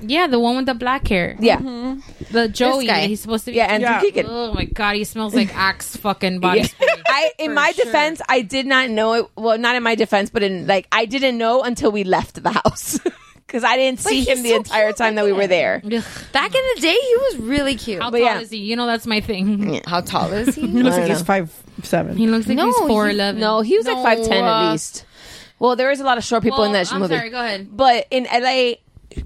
S6: Yeah, the one with the black hair.
S11: Yeah.
S7: Mm-hmm.
S6: Mhm. The Joey
S11: guy.
S6: that he's supposed to be.
S11: Yeah, Andrew Yeah. Keegan.
S6: Oh my god, he smells like axe fucking body spray.
S11: I in my defense, I did not know it. Well, not in my defense, but in like I didn't know until we left the house because I didn't see him the entire time that we were there.
S9: Back in the day, he was really cute.
S6: How
S9: But
S6: tall
S9: yeah.
S6: is he? You know that's my thing.
S9: How tall is he?
S7: He looks like he's five seven.
S6: He looks like
S9: No,
S6: he's
S9: he's-
S6: four eleven.
S11: No, he was like
S6: No,
S11: five ten
S6: uh,
S11: at least. Well, there is a lot of short people in
S6: Well,
S11: that
S6: I'm
S11: movie.
S6: sorry, go ahead.
S11: But in LA,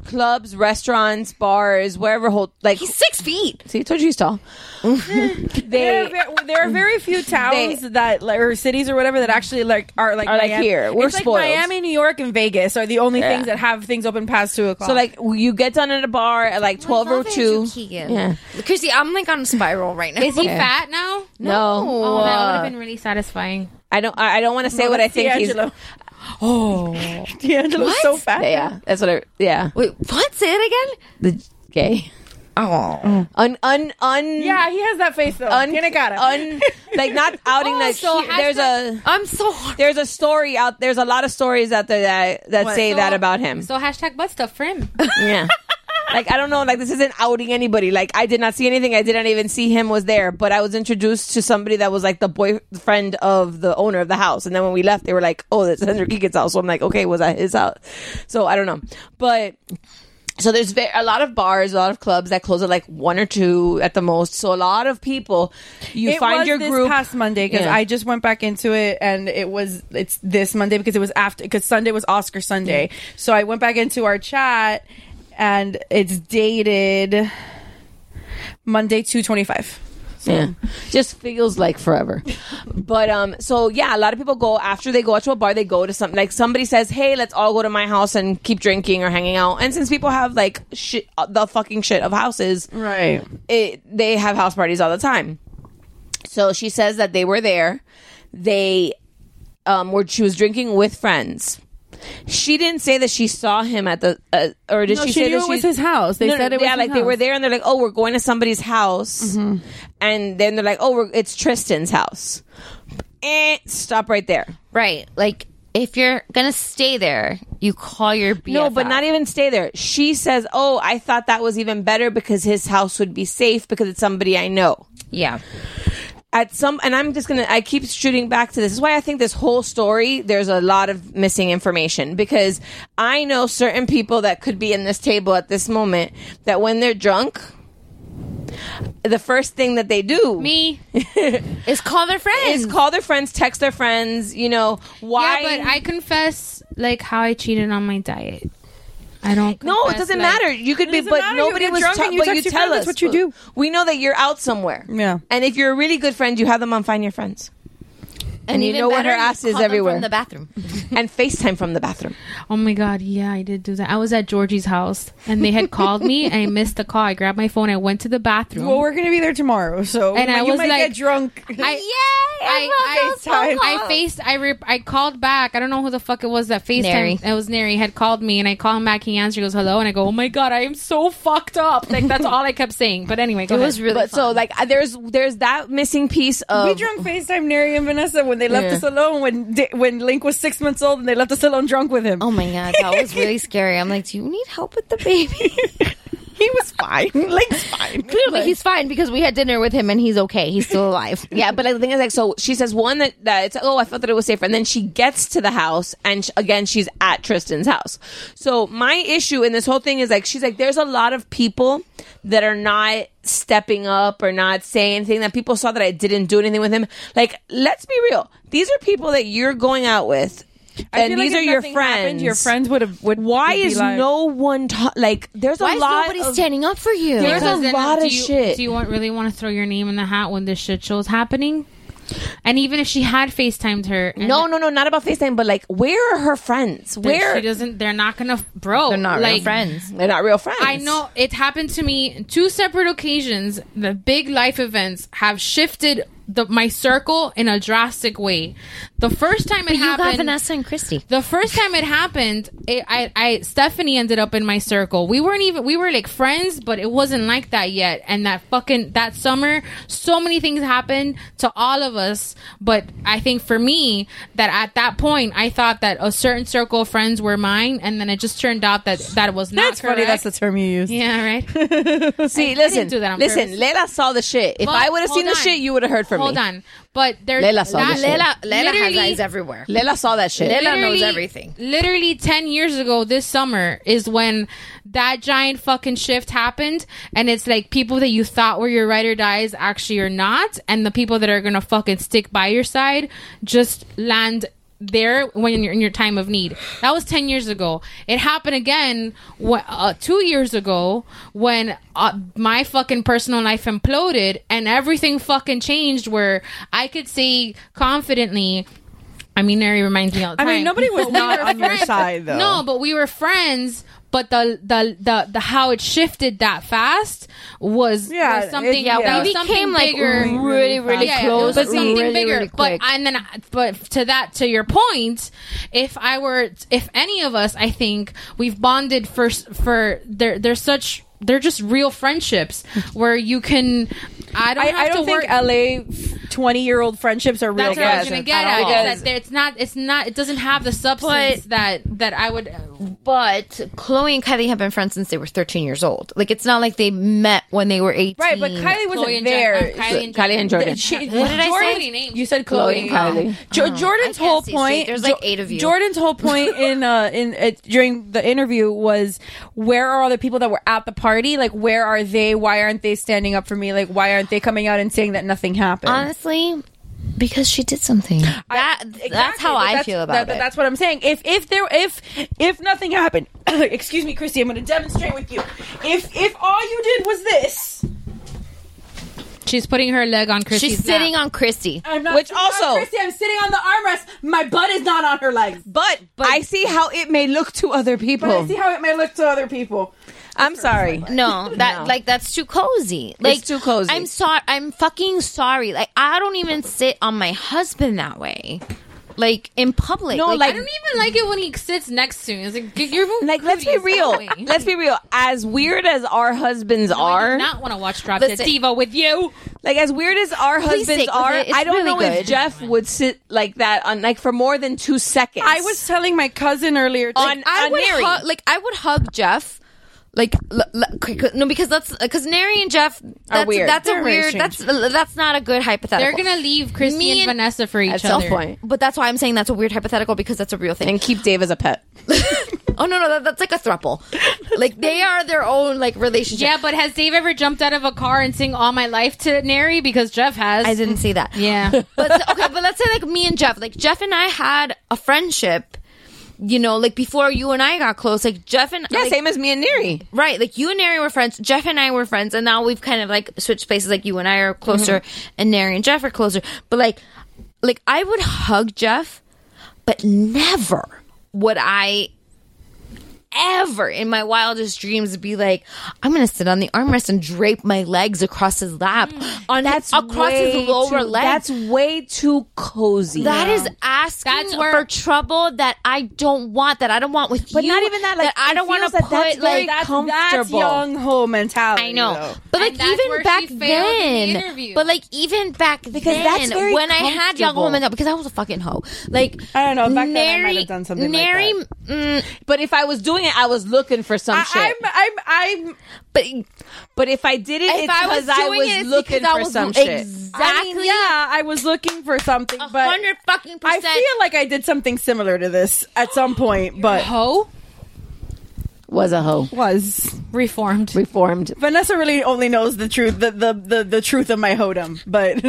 S11: clubs, restaurants, bars, wherever, hold like
S9: he's six feet.
S11: See, I told you he's tall.
S7: There are,
S11: they
S7: ve- there are very few towns that like, or cities or whatever that actually like are like
S11: Are like
S7: Miami-
S11: here. We're
S7: it's
S11: spoiled.
S7: Like Miami, New York, and Vegas are the only
S11: Yeah.
S7: things that have things open past two o'clock.
S11: so like you get done at a bar at like twelve
S9: Love
S11: or two.
S9: Andrew Keegan.
S11: Yeah.
S9: Chrissy, I'm like on a spiral right now.
S6: Is he
S11: Yeah.
S6: fat now?
S11: No,
S6: Oh, that would
S11: Uh,
S6: have been really satisfying.
S11: I don't. I I don't want to say
S7: No,
S11: what I
S7: that's
S11: think
S7: D'Angelo.
S6: Oh,
S7: D'Angelo's so
S9: What?
S7: fat.
S11: he's. Yeah, that's what I. Yeah,
S9: Wait, what? Say it again?
S11: the gay.
S9: Oh.
S11: Un un un.
S7: Yeah, he has that face though. Un-
S11: un like not outing that.
S6: so
S11: he- there's a
S9: I'm so hard.
S11: there's a story out. There's a lot of stories out there that that say
S6: So-
S11: that about him.
S6: So hashtag butt stuff for him.
S11: yeah. Like I don't know, like this isn't outing anybody. Like I did not see anything. I didn't even see him was there, but I was introduced to somebody that was like the boyfriend of the owner of the house. And then when we left, they were like, "Oh, that's Henry Keegan's house." So I'm like, "Okay, was that his house?" So I don't know, but so there's ve- a lot of bars, a lot of clubs that close at like one or two at the most. So a lot of people, you
S7: it
S11: find
S7: was
S11: your
S7: this
S11: group.
S7: past Monday because
S11: Yeah.
S7: I just went back into it and it was it's this Monday because it was after because Sunday was Oscar Sunday, so I went back into our chat and it's dated Monday two twenty five.
S11: Yeah. Just feels like forever. But um so yeah, a lot of people go after they go out to a bar, they go to something like somebody says, "Hey, let's all go to my house and keep drinking or hanging out." And since people have like shit the fucking shit of houses,
S7: Right.
S11: it, they have house parties all the time. So she says that they were there. They um were she was drinking with friends. She didn't say that she saw him at the uh, or did
S7: No,
S11: she,
S7: she
S11: say
S7: knew
S11: that
S7: it was his house. They said it was
S11: yeah,
S7: his
S11: like they were
S7: house.
S11: there and they're like, oh, we're going to somebody's house, and then they're like, oh, we're, it's Tristan's house. Eh, stop right there.
S9: Right. Like, if you're going to stay there, you call your BFF.
S11: No, but not even stay there. She says, "Oh, I thought that was even better because his house would be safe because it's somebody I know."
S9: Yeah.
S11: at some and i'm just gonna i keep shooting back to this. this is why i think this whole story there's a lot of missing information because i know certain people that could be in this table at this moment that when they're drunk the first thing that they do
S6: Me.
S9: It's call their friends.
S11: is call their friends text their friends you know why
S6: Yeah, but I confess like how I cheated on my diet. I don't.
S11: no, it
S6: confess,
S11: doesn't
S6: like-
S11: matter. You could be,
S7: doesn't
S11: but
S7: matter. You
S11: nobody
S7: get
S11: was.
S7: drunk
S11: tell-
S7: and you
S11: but you
S7: text your
S11: tell
S7: friends,
S11: us
S7: that's what you do.
S11: We know that you're out somewhere.
S7: Yeah.
S11: and if you're a really good friend, you have them on Find Your Friends, and, you
S9: even
S11: know what
S9: better,
S11: her
S9: you
S11: ass is
S9: call them
S11: everywhere,
S9: From the bathroom.
S11: and FaceTime from the bathroom.
S6: Oh my god, yeah, I did do that. I was at Georgie's house and they had called me. I missed the call. I grabbed my phone. I went to the bathroom.
S7: Well, we're gonna be there tomorrow, so
S6: And
S7: you
S6: I
S7: might- you
S6: was
S7: might
S6: like-
S7: get drunk.
S6: I,
S9: Yay! I,
S6: I,
S9: love those phone
S6: I, I
S9: calls.
S6: faced I re- I called back. I don't know who the fuck it was that FaceTime.
S9: Neri.
S6: It was Neri had called me and I call him back. He answered. He goes hello and I go oh my god I am so fucked up. Like that's all I kept saying. But anyway, go
S9: It
S6: ahead.
S9: was really
S11: but
S9: fun.
S11: so like I- there's there's that missing piece of
S7: we
S6: Oh.
S7: drunk FaceTime Neri and Vanessa when they left us alone when Di- when Link was six months old and they left us alone drunk with him.
S9: Oh my god, that was really scary. I'm like, do you need help with the baby?
S7: he was fine. Link's fine.
S9: Clearly, he's fine because we had dinner with him and he's okay. He's still alive.
S11: yeah, but like, the thing is, like, so she says one that, that it's, oh, I felt that it was safer. And then she gets to the house, and sh- again, she's at Tristan's house. So, my issue in this whole thing is like, she's like, there's a lot of people that are not stepping up or not saying anything that people saw that I didn't do anything with him. Like, let's be real. These are people that you're going out with,
S7: I
S11: and
S7: feel like
S11: these
S7: if
S11: are your
S7: nothing happened,
S11: friends.
S7: your friends would have. Would
S11: Why
S7: would be
S11: is
S7: like-
S11: no one ta- like? There's
S9: Why
S11: a
S9: is
S11: lot
S9: nobody
S11: of
S9: standing up for you?
S11: There's
S6: Because
S11: a
S6: then
S11: lot
S6: do
S11: of
S6: you-
S11: shit.
S6: Do you want, really want to throw your name in the hat when this shit show's happening? And even if she had FaceTimed her, and
S11: no, no, no, not about Facetime, but like, where are her friends?
S6: that
S11: Where
S6: she doesn't, they're not gonna, bro.
S9: They're not real
S6: like,
S9: friends.
S11: They're not real friends.
S6: I know it happened to me two separate occasions. The big life events have shifted the, my circle in a drastic way. The first time it
S19: But you got
S6: happened,
S19: Vanessa and
S9: Christy.
S6: The first time it happened, it, I, I Stephanie ended up in my circle. We weren't even we were like friends, but it wasn't like that yet. And that fucking that summer, so many things happened to all of us. But I think for me, that at that point, I thought that a certain circle of friends were mine, and then it just turned out that that was not.
S7: That's funny. That's the term you use.
S6: Yeah, right.
S11: See,
S6: I- I
S11: listen,
S6: didn't do that on
S11: listen.
S6: purpose.
S11: Lela saw the shit. If
S6: Well,
S11: I would have seen
S6: hold
S11: the
S6: on.
S11: shit, you would have heard from
S6: Hold
S11: me.
S6: on, but there's
S11: Lela saw the shit.
S9: Lela- Lela has
S6: literally-
S9: eyes everywhere.
S11: Lela saw that shit.
S9: Lela knows
S6: Literally-
S9: everything.
S6: Literally ten years ago, this summer is when that giant fucking shift happened, and it's like people that you thought were your ride or dies actually are not, and the people that are gonna fucking stick by your side just land there when you're in your time of need. That was ten years ago. It happened again wh- uh, two years ago when uh, my fucking personal life imploded and everything fucking changed. Where I could say confidently. I mean, Neri reminds me all the
S7: I
S6: time.
S7: mean, nobody was
S6: But we
S7: not
S6: were
S7: on your
S6: friends.
S7: side, though.
S6: No, but we were friends. But the the the, the how it shifted that fast was,
S7: Yeah,
S6: was something.
S7: it- yeah.
S6: that was
S7: We
S6: something
S7: became, like,
S6: bigger.
S7: really, really Really
S6: Yeah,
S7: close,
S6: It was
S7: really,
S6: something
S7: really
S6: bigger.
S7: quick.
S6: but and then, I- but to that to your point, if I were, if any of us, I think we've bonded for s- for they're they're such. They're just real friendships where you can. I don't
S7: I,
S6: have
S7: I don't
S6: to work.
S7: think LA twenty year old friendships are real.
S6: That's what I was gonna
S7: friendships
S6: get
S7: at
S6: at.
S7: all.
S6: Is that there- it's not. It's not. It doesn't have the substance that that I would.
S9: But Chloe and Kylie have been friends since they were 13 years old. Like it's not like they met when they were 18.
S7: Right, but Kylie wasn't
S6: Chloe and
S7: there.
S6: Jordan- uh, Kylie and
S11: Kylie and Jordan.
S7: She-
S9: What did I
S7: Jordan-
S9: say?
S7: You said Chloe.
S9: Chloe and Kylie.
S7: Jo-
S9: Oh,
S7: Jordan's
S9: I can't
S7: whole
S9: see
S7: point.
S9: straight. There's like
S7: Jo-
S9: eight of you.
S7: Jordan's whole point in uh in uh, during the interview was where are all the people that were at the party? Like where are they? Why aren't they standing up for me? Like why aren't they coming out and saying that nothing happened?
S9: Honestly, because she did something.
S7: that
S9: that's how I feel about it.
S7: That's what I'm saying. If if there if if nothing happened, excuse me, Christy, I'm going to demonstrate with you. If if all you did was this,
S6: She's putting her leg on Chrissy's.
S9: She's sitting on Christy.
S7: I'm not
S11: Which
S7: sitting on
S11: also-
S7: Christy, I'm sitting on the armrest. My butt is not on her legs.
S11: But, I see how it may look to other people.
S7: But I see how it may look to other people.
S11: I'm sorry.
S9: No, that like that's too cozy. Like
S11: too cozy.
S9: I'm sorry. I'm fucking sorry. Like I don't even sit on my husband that way. Like in public.
S11: No,
S6: I
S11: like-
S6: don't even like it when he sits next to me. It's like get your
S11: Like, let's be
S6: cooties
S11: real.
S6: away.
S11: Let's be real. As weird as our husbands
S6: I
S11: are,
S6: do not want to watch Drop
S9: Listen.
S6: Dead Diva with you.
S11: like as weird as our
S9: Please
S11: husbands
S9: stick with
S11: are,
S9: it. It's
S11: I
S9: really
S11: don't know if
S9: good.
S11: Jeff would sit like that on like for more than two seconds.
S7: I was telling my cousin earlier.
S9: Like,
S7: like,
S9: I
S11: on
S9: would
S11: Neri.
S9: hug- like I would hug Jeff. Like l- l- quick- no, because that's because Nary and Jeff that's,
S11: weird.
S9: That's
S7: They're
S9: a
S7: very
S9: weird.
S7: strange.
S9: That's that's not a good hypothetical.
S6: They're gonna leave Christy
S9: Me
S6: and,
S9: and-
S6: Vanessa for each
S11: at some
S6: other.
S11: point
S9: But that's why I'm saying that's a weird hypothetical because that's a real thing.
S11: and keep Dave as a pet.
S9: oh no, no, that, that's like a thruple. like they are their own like relationship.
S6: Yeah, but has Dave ever jumped out of a car and sing "All My Life" to Neri? Because Jeff has.
S9: I didn't see that.
S6: Yeah.
S9: But so- okay, but let's say like me and Jeff, like Jeff and I had a friendship, you know, like before you and I got close, like Jeff and
S11: Yeah,
S9: like,
S11: same as me and Neri.
S9: right, like you and Nary were friends. Jeff and I were friends, and now we've kind of like switched places. Like you and I are closer,
S11: Mm-hmm.
S9: and Nary and Jeff are closer. But like, like I would hug Jeff, but never would I ever in my wildest dreams be like, I'm gonna sit on the armrest and drape my legs across his lap on
S11: Mm. That's
S9: across
S11: way
S9: his lower
S11: too-
S9: leg.
S11: That's way too cozy.
S9: That is asking
S6: That's where-
S9: for trouble that I don't want. That I don't want with
S11: But
S9: you.
S11: not even that, like,
S9: I
S11: it
S9: don't want
S11: feels
S9: to
S11: that
S9: put
S11: that's very
S9: like.
S7: that's, that's
S11: comfortable.
S7: young ho mentality.
S9: I know,
S7: though.
S9: but
S6: And
S9: like
S6: that's where
S9: even
S6: she
S9: back
S6: failed in the
S9: then,
S6: interview.
S9: but like even back then,
S11: that's very
S9: when I had young
S11: comfortable.
S9: woman, because I was a fucking hoe. Like
S7: I don't know, back then I
S9: Nary,
S7: might have done something like
S9: Nary, mm,
S11: But if I was doing it, I was looking for some
S7: I,
S11: shit.
S7: I'm, I'm, I'm.
S9: but
S11: but if I did it,
S9: If
S11: it's
S9: I was
S11: because I
S9: doing
S11: was,
S9: it, it's
S11: looking
S9: because I
S11: for
S9: was
S11: some
S9: lo-
S11: shit.
S7: I mean,
S9: Exactly.
S7: yeah, I was looking for something,
S9: a
S7: but
S9: hundred fucking
S7: I
S9: percent.
S7: feel like I did something similar to this at some point, but
S6: Ho
S11: Was a hoe.
S7: was
S6: reformed.
S11: Reformed.
S7: Vanessa really only knows the truth, the the the, the truth of my hodom. But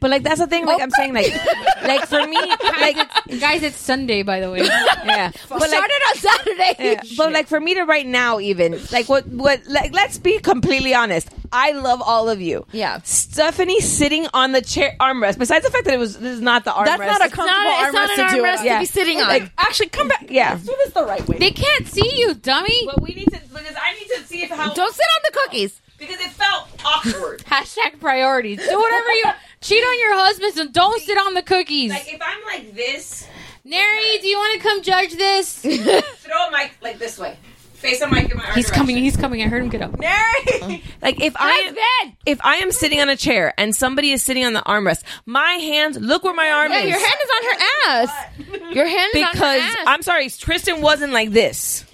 S11: But like that's the thing. Like I'm saying, like, like for me, like
S6: Guys, it's Sunday, by the way.
S11: yeah. But like,
S9: started on Saturday.
S11: Yeah, but like for me to right now even like what what like let's be completely honest i love all of you
S9: Yeah.
S11: stephanie sitting on the chair armrest besides the fact that it was this is not the armrest
S7: that's not a comfortable
S9: not- it's
S7: armrest
S9: not an
S7: to do
S9: armrest
S7: it.
S9: to
S7: Yeah.
S9: be sitting on.
S7: Like, actually, come back.
S11: Yeah.
S7: let's do this the right way.
S6: They can't see you, dummy.
S11: but we need to because i need to see if how
S9: Don't sit on the cookies.
S11: because it felt awkward.
S6: Hashtag priorities. Do whatever you cheat on your husbands and don't sit on the cookies.
S11: Like if I'm like this,
S6: Nary, do you want to come judge this?
S11: throw my like this way. Face on my, in my
S6: He's coming. He's coming. I heard him get up.
S11: Nary. Like if I am, if I am sitting on a chair and somebody is sitting on the armrest, my hands look where my arm
S9: Yeah,
S11: is.
S9: your hand is on her ass. Your hand is on her
S11: because
S9: ass.
S11: I'm sorry, Tristan wasn't like this.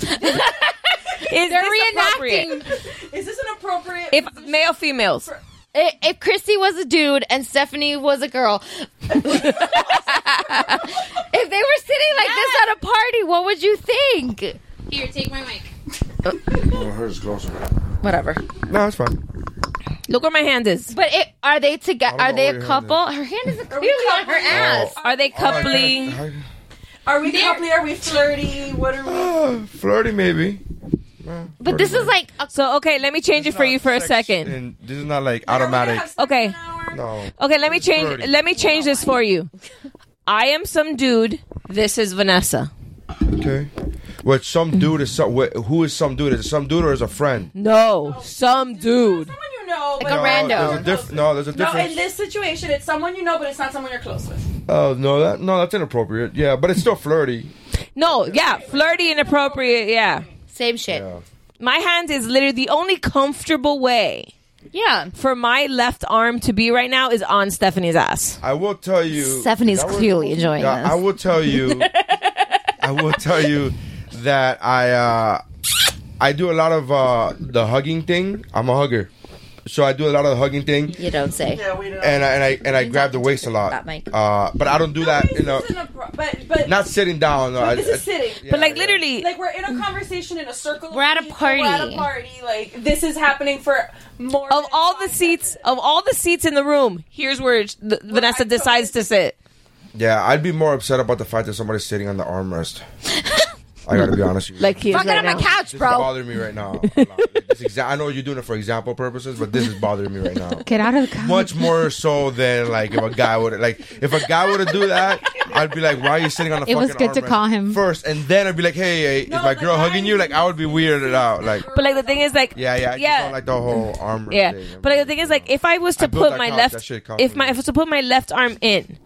S11: is
S9: They're
S11: this appropriate?
S7: Is this an appropriate?
S11: If male females.
S9: I- If Christy was a dude and Stephanie was a girl, if they were sitting like this at a party, what would you think?
S6: Here, take my mic.
S20: hers closer.
S11: Whatever.
S2: No, it's fine.
S11: Look where my hand is.
S9: But it, are they together? Are
S11: I don't know
S9: they
S11: where
S9: a
S11: your
S9: couple? her hand is clearly on her
S11: coupling?
S9: ass.
S11: Are they coupling?
S7: Are we coupley? Are we flirty? What are we?
S2: Ah, Flirty, maybe.
S9: But this is like
S11: so. Okay, let me change it for you for a second.
S2: And this is not like automatic.
S11: Okay.
S2: No.
S11: Okay, let me change
S2: Flirty.
S11: let me change this for you. I am some dude. This is Vanessa.
S2: Okay. What some dude is some what, who is some dude? Is it some dude or is a friend?
S11: No, some dude.
S7: You know,
S2: no, There's a diff- no, there's a
S7: No, in
S2: difference.
S7: this situation, it's someone you know, but it's not someone you're close with.
S2: Oh no, that no, that's inappropriate. Yeah, but it's still flirty.
S11: No, yeah, flirty inappropriate, yeah.
S9: Same shit.
S11: My hand is literally the only comfortable way
S9: Yeah.
S11: for my left arm to be right now is on Stephanie's ass.
S2: I will tell you.
S9: Stephanie's
S2: that was-
S9: clearly enjoying
S2: Yeah,
S9: this.
S2: I will tell you. I will tell you that I uh, I do a lot of uh, the hugging thing. I'm a hugger, so I do a lot of the hugging thing.
S9: You don't say.
S2: And I and I and I grab the waist a lot.
S9: That mic.
S2: Uh, but I don't do that. You know,
S7: But but
S2: not sitting down. though. I-
S7: this
S2: I-
S7: is sitting.
S2: But, like,
S11: literally,
S7: like we're in a conversation in a circle.
S9: We're at a party.
S7: We're at a party. Like this is happening for more.
S11: Of all the seats, of all the seats in the room, here's where it's- the, Vanessa decides to sit.
S2: Yeah, I'd be more upset about the fact that somebody's sitting on the armrest. I gotta be honest. With you.
S11: Like he is
S9: Fuck it
S11: right
S9: on my
S11: now.
S9: couch,
S2: This is
S9: bro.
S2: bothering me right now. a lot. This exa- I know you're doing it for example purposes, but this is bothering me right now.
S6: Get out of the car.
S2: Much more so than like if a guy would like if a guy were to do that, I'd be like, why are you sitting on the?
S6: It was
S2: fucking
S6: good to
S2: armrest
S6: call him.
S2: first, and then I'd be like, hey, hey, is my girl hugging you? Like I would be weirded out. Like
S11: But like the thing is like
S2: yeah, yeah, I just
S11: Yeah.
S2: don't like the whole armrest.
S11: Yeah,
S2: thing.
S11: but like, the thing is, like, if I was to
S2: I built
S11: put
S2: that
S11: my
S2: couch, that
S11: left,
S2: shit cost
S11: if
S2: me.
S11: my if I was to put my left arm in,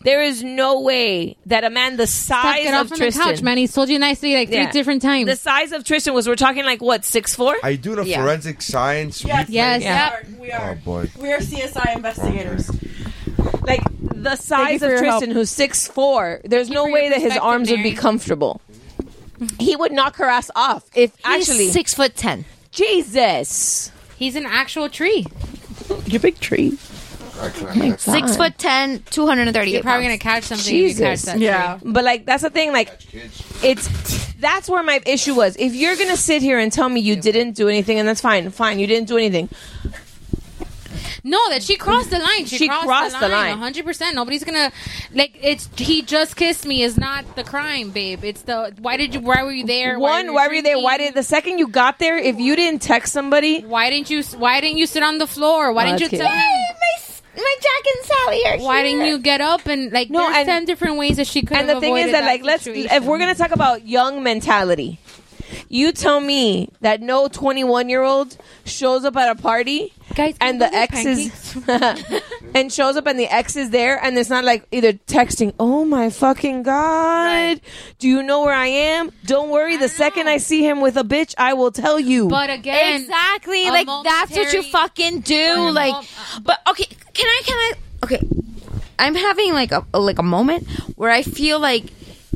S11: there is no way that a man the
S6: Stop,
S11: size
S6: get off
S11: of
S6: from
S11: Tristan,
S6: the couch, man. He's told you nicely like
S11: Yeah.
S6: three different times.
S11: the size of Tristan was we're talking like what six four.
S2: I do the
S11: Yeah.
S2: forensic science.
S7: Yes,
S6: Yes,
S11: Yeah.
S7: we are. We
S2: Oh
S7: are.
S2: boy.
S7: We are CSI investigators.
S11: Like the size
S7: for
S11: of
S7: your
S11: Tristan,
S7: help.
S11: who's six four. There's no way that his
S6: perspective,
S11: arms would be
S6: Mary.
S11: comfortable. He would knock her ass off if
S9: He's
S11: actually
S9: six foot ten.
S11: Jesus.
S6: He's an actual tree.
S11: Your big tree.
S9: Six foot ten, two hundred and thirty
S6: You're
S9: eight.
S6: probably gonna catch something if you catch
S11: Jesus.
S6: that.
S7: Yeah.
S11: But like that's the thing, like it's that's where my issue was. If you're gonna sit here and tell me you didn't do anything, and that's fine, fine, you didn't do anything.
S6: tree. No, that she crossed the line. She,
S11: She
S6: crossed,
S11: crossed
S6: the
S11: the
S6: line.
S11: line.
S6: One hundred percent. Nobody's gonna like it's. He just kissed me is not the crime, babe. It's the why did you? Why were you there?
S11: One, why were you there? Why
S6: drinking?
S11: did the second you got there, if you didn't text somebody,
S6: Why didn't you? Why didn't you sit on the floor? Why didn't you
S11: That's
S6: tell
S11: cute.
S6: him?
S9: My Jack and Sally are
S6: Why
S9: here.
S6: didn't you get up and like?
S11: No,
S6: there's
S11: and-
S6: ten different ways that she could.
S11: and the thing is that, like, let's if we're gonna talk about young mentality, you tell me that no 21 year old shows up at a party
S6: guys
S11: and the ex is and shows up and the ex is there and it's not like either texting oh my fucking god do you know where i am don't worry the second i see him with a bitch i will tell you
S6: But again,
S9: Exactly.
S6: a
S9: Like that's what you
S6: momentary-
S9: fucking do.
S6: Or a
S9: Like,
S6: mom-
S11: uh-uh.
S9: but okay. Can I? Can I? Okay. I'm having like a like a moment where I feel like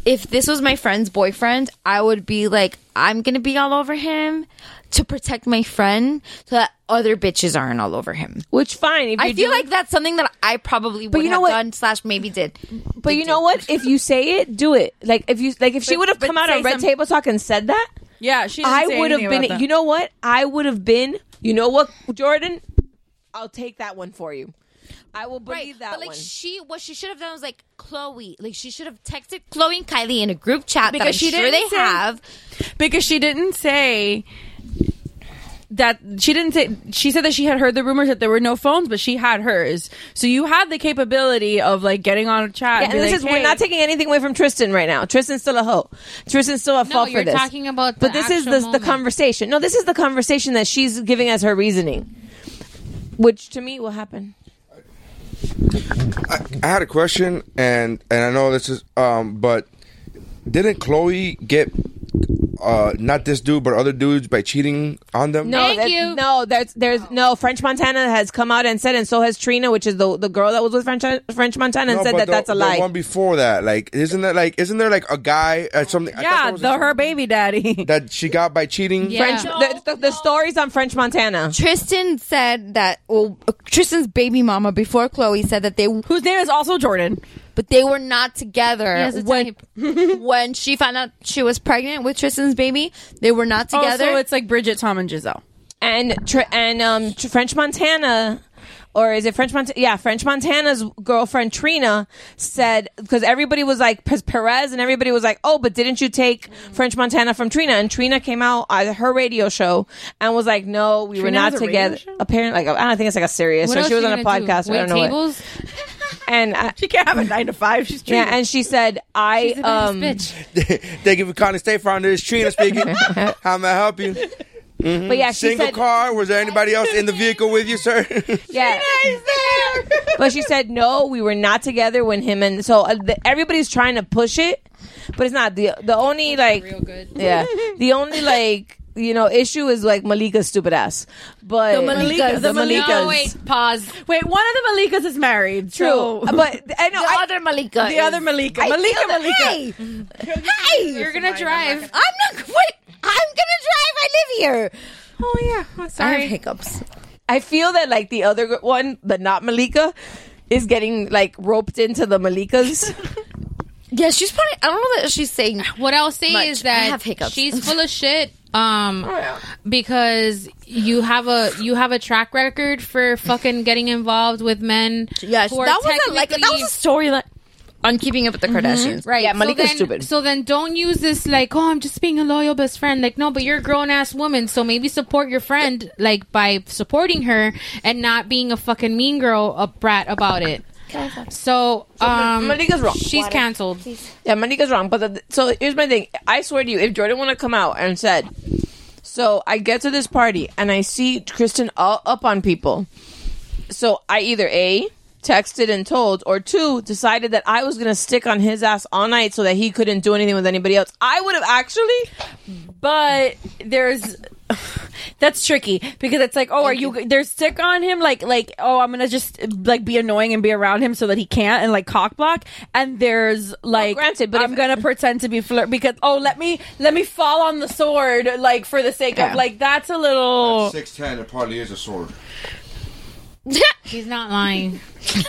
S9: if this was my friend's boyfriend, I would be like, I'm gonna be all over him to protect my friend, so that other bitches aren't all over him.
S11: which fine if
S9: I
S11: you
S9: feel
S11: do-
S9: like that's something that I probably would
S11: you know
S9: have
S11: what?
S9: done slash maybe did.
S11: but you know what if you say it do it like if you like if she
S9: But-
S11: would have
S9: but
S11: come out
S9: say
S11: on red
S9: some-
S11: table talk and said that
S7: Yeah, she.
S11: i would have been you know what i would have been you know what jordan i'll take that one for you i will believe that
S9: but like
S11: one
S9: she, what she should have done was like Chloe, like she should have texted Chloe and Kylie in a group chat that
S7: Because
S9: I'm
S7: she
S9: sure
S7: didn't
S9: they
S7: say-
S9: have.
S7: because she didn't say
S16: that she didn't say she said that she had heard the rumors that there were no phones, but she had hers. So you had the capability of like getting on a chat. and
S11: Yeah, and
S16: be
S11: this
S16: like,
S11: is we're
S16: "Hey."
S11: not taking anything away from Tristan right now. Tristan's still a hoe. Tristan's still a
S6: No,
S11: fault
S6: you're
S11: for this.
S6: talking about the
S11: but this is
S6: actual
S11: the, the
S6: moment.
S11: conversation. No, this is the conversation that she's giving as her reasoning, which to me will happen.
S2: I had a question, and and I know this is, um, but didn't Chloe get uh not this dude but other dudes by cheating on them?
S11: No, that- no, there's there's no French Montana has come out and said, and so has Trina, which is the the girl that was with French French Montana, and
S2: No,
S11: said
S2: but
S11: that
S2: the-
S11: that's a
S2: the
S11: lie.
S2: one before that, like, isn't that like, isn't there like a guy or something? I thought
S16: yeah,
S2: there was
S16: the, her baby daddy.
S2: a- that she got by cheating.
S11: French, the, the, the stories on French Montana.
S9: Tristan said that. Well, Tristan's baby mama before Chloe said that they whose
S16: name is also Jordan,
S9: but they were not together
S6: He has a
S9: when when she found out she was pregnant with Tristan's baby. They were not
S16: Oh,
S9: together.
S16: so it's like Bridget, Tom, and Giselle.
S11: and tr- and um tr- French Montana or is it French Montana? Yeah, French Montana's girlfriend Trina said because everybody was like P- Perez and everybody was like, "Oh, but didn't you
S6: Mm.
S11: take French Montana from Trina?" And Trina came out on her radio show and was like, "No, we were
S6: Trina
S11: not
S6: has a
S11: together." Apparently, like I don't think it's like a serious.
S6: What
S11: so
S6: else
S11: she was
S6: you
S11: on a
S6: gonna do?
S11: podcast. I
S6: Wait
S11: don't know. What.
S6: tables?
S11: And I,
S16: she can't have a nine to five. She's
S11: yeah, and she said, "I
S6: She's the baddest
S11: um."
S6: bitch.
S2: Thank you for calling State Farm. This is Trina speaking. How may I help you? Mhm.
S11: But yeah, she
S2: single
S11: said-
S2: car. Was there anybody else in the vehicle with you, sir?
S11: Yeah. but she said no, we were not together when him and so uh, the, everybody's trying to push it, but it's not the the only like yeah the only like you know issue is like Malika's stupid ass, but
S16: The Malikas, the Malikas.
S6: No, wait, pause.
S16: Wait, one of the Malikas is married.
S11: True, Uh,
S16: so-
S11: but I know
S9: the
S11: I,
S9: other Malika.
S16: the
S9: is-
S16: other Malika,
S9: I
S16: Malika,
S9: feel that-
S16: Malika.
S9: Hey, hey,
S6: You're gonna drive.
S9: I'm not. Wait, I'm gonna drive. I live here.
S6: Oh yeah, I'm
S9: I have
S6: sorry.
S9: hiccups.
S11: I feel that like the other gr- one, the not Malika, is getting like roped into the Malikas.
S9: Yeah, she's probably. I don't know that she's saying.
S6: What I'll say
S9: Much.
S6: is
S9: I
S6: that
S9: have hiccups. Oh,
S6: she's full of shit. Um, because you have a you have a track record for fucking getting involved with men.
S9: Yes,
S6: who are
S9: that wasn't like that
S6: technically-
S9: was a storyline on Keeping Up with the Kardashians.
S6: Mm-hmm. Right.
S11: Yeah, Malika's
S6: so then,
S11: stupid.
S6: So then don't use this like, oh, I'm just being a loyal best friend. Like, no, but you're a grown ass woman, so maybe support your friend like by supporting her and not being a fucking mean girl, a brat about it. So, um,
S11: Malika's wrong.
S6: She's canceled.
S11: Yeah, Monica's wrong. But the, so here's my thing. I swear to you, if Jordan would have come out and said, "So I get to this party and I see Kristen all up on people," so I either a texted and told, or two decided that I was gonna stick on his ass all night so that he couldn't do anything with anybody else. I would have actually.
S16: but there's that's tricky because it's like oh are you there's sick on him like like oh i'm gonna just like be annoying and be around him so that he can't and like cock block and there's like
S11: granted, but
S16: i'm
S11: if-
S16: gonna pretend to be flirt because oh let me let me fall on the sword like for the sake of like that's a little
S2: Six ten. It probably is a sword.
S6: She's not lying.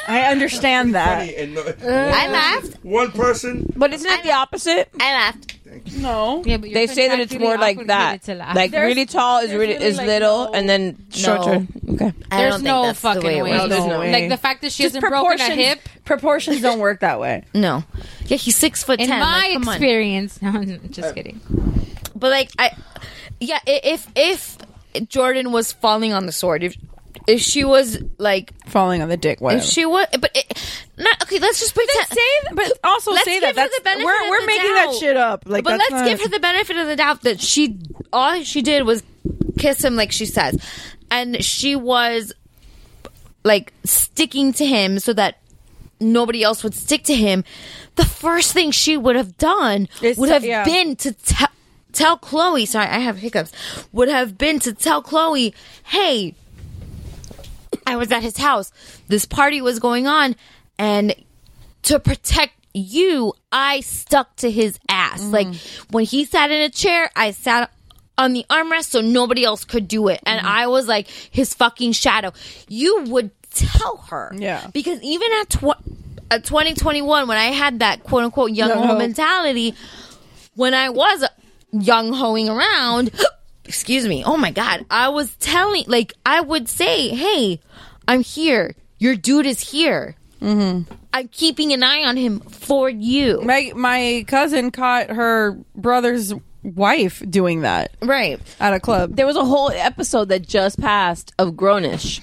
S16: i understand that
S9: I laughed.
S2: one person.
S11: But isn't it the opposite?
S9: I laughed.
S16: no
S6: Yeah, but
S11: They say that it's more like that. Like
S16: There's-
S11: really tall is
S16: there's
S11: really
S16: really,
S11: is
S16: like,
S11: little,
S16: no-
S11: and then shorter. Okay.
S9: I
S6: there's
S9: don't
S6: no
S9: think that's
S6: fucking
S9: the way it
S6: way.
S9: works.
S16: No, there's no way.
S6: Like the fact that she
S16: just
S6: hasn't broken a
S16: proportions
S6: hip.
S16: proportions don't work that way
S9: No. Yeah, he's six foot
S6: In
S9: ten.
S6: my
S9: like, come on.
S6: experience, no, I'm
S11: Uh,
S6: just kidding.
S9: But like I, yeah, i- if if Jordan was falling on the sword, if if she was like
S16: falling on the dick whatever
S9: if she was, but it, not okay. Let's just pretend.
S16: say that, but also
S9: Let's
S16: say
S9: give
S16: that
S9: her
S16: that's,
S9: the benefit
S16: we're
S9: of
S16: we're
S9: the
S16: making
S9: doubt.
S16: that shit up. Like,
S9: but
S16: that's
S9: let's
S16: not-
S9: give her the benefit of the doubt that she all she did was kiss him like she says, and she was like sticking to him so that nobody else would stick to him. The first thing she would have done
S16: Is
S9: would
S16: to-
S9: have
S16: yeah.
S9: been to tell tell Chloe. Sorry, I have hiccups. Would have been to tell Chloe, hey. I was at his house. This party was going on, and to protect you, I stuck to his ass.
S16: Mm.
S9: Like when he sat in a chair, I sat on the armrest so nobody else could do it. And
S16: Mm-hmm.
S9: I was like his fucking shadow. You would tell her.
S16: Yeah.
S9: Because even at tw- at 2021, when I had that quote unquote young
S16: Young
S9: ho
S16: ho.
S9: mentality, when I was uh, young hoeing around, excuse me, oh my God, I was telling, like, I would say, hey, I'm here. Your dude is here. I'm keeping an eye on him for you.
S16: My my cousin caught her brother's
S7: wife doing that.
S11: Right.
S7: At a club.
S11: There was a whole episode that just passed of Grownish.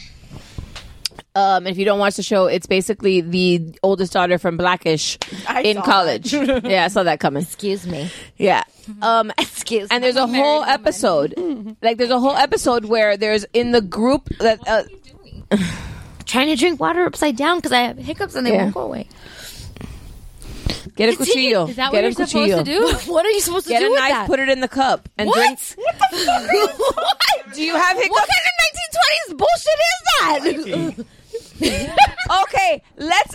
S11: Um, if you don't watch the show, it's basically the oldest daughter from Blackish
S9: I
S11: in
S9: saw
S11: college. yeah, I saw that coming.
S9: Excuse me.
S11: Yeah. Um,
S9: Excuse
S11: and there's a whole episode, like there's a whole episode where there's in the group that uh,
S9: trying to drink water upside down because I have hiccups and they
S11: Yeah.
S9: won't go away.
S11: get a
S9: Continue.
S11: cuchillo.
S9: Is that
S11: get
S9: what
S11: a
S9: you're supposed to
S11: cuchillo.
S9: do? What are you supposed to
S11: Get
S9: do
S11: a
S9: with
S11: knife,
S9: that?
S11: put it in the cup, and
S9: what?
S11: drink.
S9: What the fuck? Are you what?
S11: Do you have hiccups?
S9: What kind of 1920s bullshit is that?
S11: okay, let's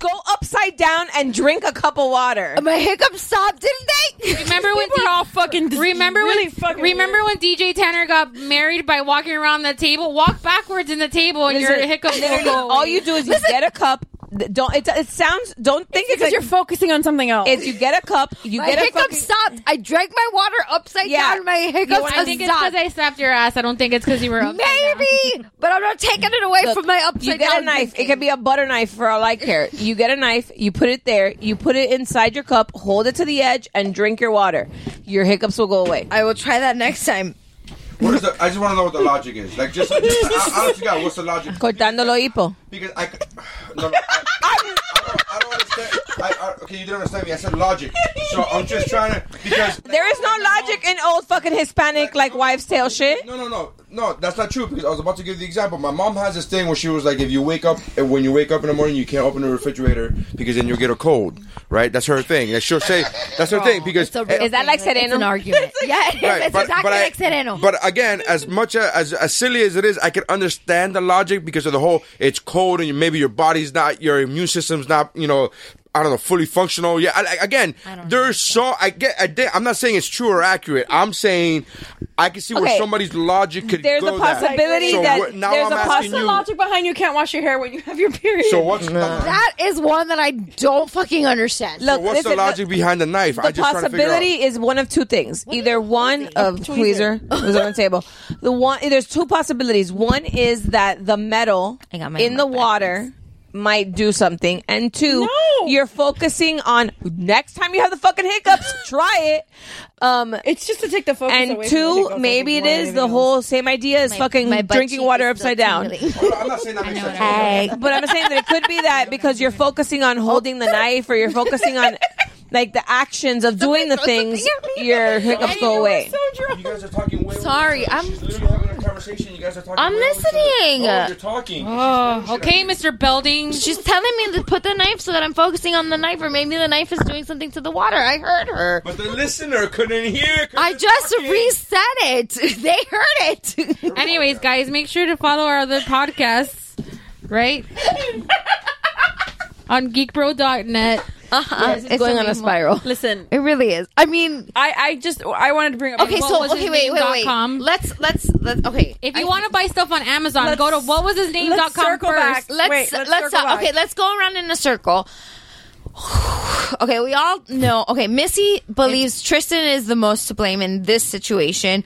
S11: go upside down and drink a cup of water.
S9: My hiccups stopped, didn't they?
S6: Remember when
S9: People are all
S7: fucking
S6: remember
S7: really
S6: when
S7: fucking
S6: remember when DJ Tanner got married by walking around the table? Walk backwards in the table and your
S11: Listen,
S6: hiccup will
S11: literally,
S6: go away.
S11: All you do is you get a cup. th- Don't it, it sounds? Don't think it's,
S7: because you're focusing on something else.
S11: If you get a cup, you
S9: my
S11: get a
S9: hiccups
S11: fucking,
S9: stopped. I drank my water upside
S11: Yeah.
S9: down. My hiccups
S6: I think it's
S9: stopped.
S6: because I slapped your ass. I don't think it's because you were upside down.
S9: Maybe, but I'm not taking it away
S11: Look,
S9: from my upside
S11: You get
S9: down.
S11: a knife. It could be a butter knife for all I care. You get a knife. You put it there. You put it inside your cup. Hold it to the edge and drink your water. Your hiccups will go away.
S9: I will try that next time.
S2: What is the, I just want to know what the logic is. Like, just, just I, I don't think I- what's the logic?
S11: Cortando lo hipo.
S2: Because I, c- no, no, I, I don't, I don't understand. I, I, okay, you didn't understand me. I said logic. So I'm just trying to because
S11: There is no logic in old fucking Hispanic like wives' tale shit.
S2: No, no, no, no. That's not true. Because I was about to give the example. My mom has this thing where she was like, if you wake up, and when you wake up in the morning, you can't open the refrigerator because then you'll get a cold. Right? That's her thing. Like she'll say, that's her thing because
S9: Is that like Sereno? It's an argument. yeah, it is.
S2: Right,
S9: it's
S2: but-
S9: exactly
S2: but I-
S9: like Sereno.
S2: But again, as much a- as as silly as it is, I can understand the logic because of the whole. It's cold, and you, maybe your body's not, your immune system's not, you know. I don't know, fully functional. Yeah. I, I- again, there's so I get. I did, I'm not saying it's true or accurate. I'm saying I can see
S11: Okay.
S2: where somebody's logic could.
S11: There's
S2: go
S11: a
S2: that.
S11: possibility
S2: So
S11: that,
S2: what- now
S11: there's
S2: I'm
S11: a
S2: asking
S11: possibility.
S7: logic behind you can't wash your hair when you have your period.
S2: you. So what's the,
S9: that is one that I don't fucking understand.
S2: so what's the
S11: listen,
S2: logic behind the knife? I
S11: the
S2: just trying to figure out.
S11: possibility is one of two things. either one of tweezer was on the table. The one there's two possibilities. One is that the metal
S9: I got my
S11: in the water might do something, and two, you're focusing on next time you have the fucking hiccups, try it. Um,
S7: It's just to take the focus
S11: and
S7: away from the
S11: two,
S7: hiccups, I
S11: maybe
S7: think,
S11: it
S7: more than
S11: is the
S7: anything
S11: whole same idea as fucking
S9: my butt
S11: drinking
S9: cheek
S11: water
S9: is
S11: upside
S9: still
S11: down.
S9: tingling.
S2: Hold on, I'm not saying that makes sense.
S9: Egg.
S11: But I'm saying that it could be that because you're focusing on holding the knife or you're focusing on like the actions of doing the things, your hiccups go away.
S2: You guys are talking way.
S9: Sorry, I'm-
S2: She's literally having a conversation. You guys are talking.
S9: I'm
S2: way over each other.
S9: listening.
S2: Oh, you're talking.
S6: Oh, okay, Mr. Belding.
S9: She's telling me to put the knife so that I'm focusing on the knife, or maybe the knife is doing something to the water. I heard her.
S2: But the listener couldn't hear. 'cause
S9: I
S2: it's
S9: just
S2: fucking-
S9: reset it. They heard it.
S6: Anyways, guys, make sure to follow our other podcasts, right? On geekbro.net.
S9: Uh-huh.
S11: It's going on a spiral.
S7: Listen,
S9: It really is. I mean,
S7: I, I just I wanted to bring up
S9: okay.
S6: what
S9: So
S6: was his
S9: okay, wait,
S6: name
S9: wait,
S6: dot
S9: wait.
S6: com?
S9: Let's let's let's. Okay.
S6: If you
S9: I-
S6: want to buy stuff on Amazon, go to what was his name.com
S7: let's
S6: first.
S7: circle back.
S9: let's
S7: Wait,
S9: let's,
S7: let's
S9: uh,
S7: circle back.
S9: okay let's go around in a circle okay we all know okay missy believes tristan is the most to blame in this situation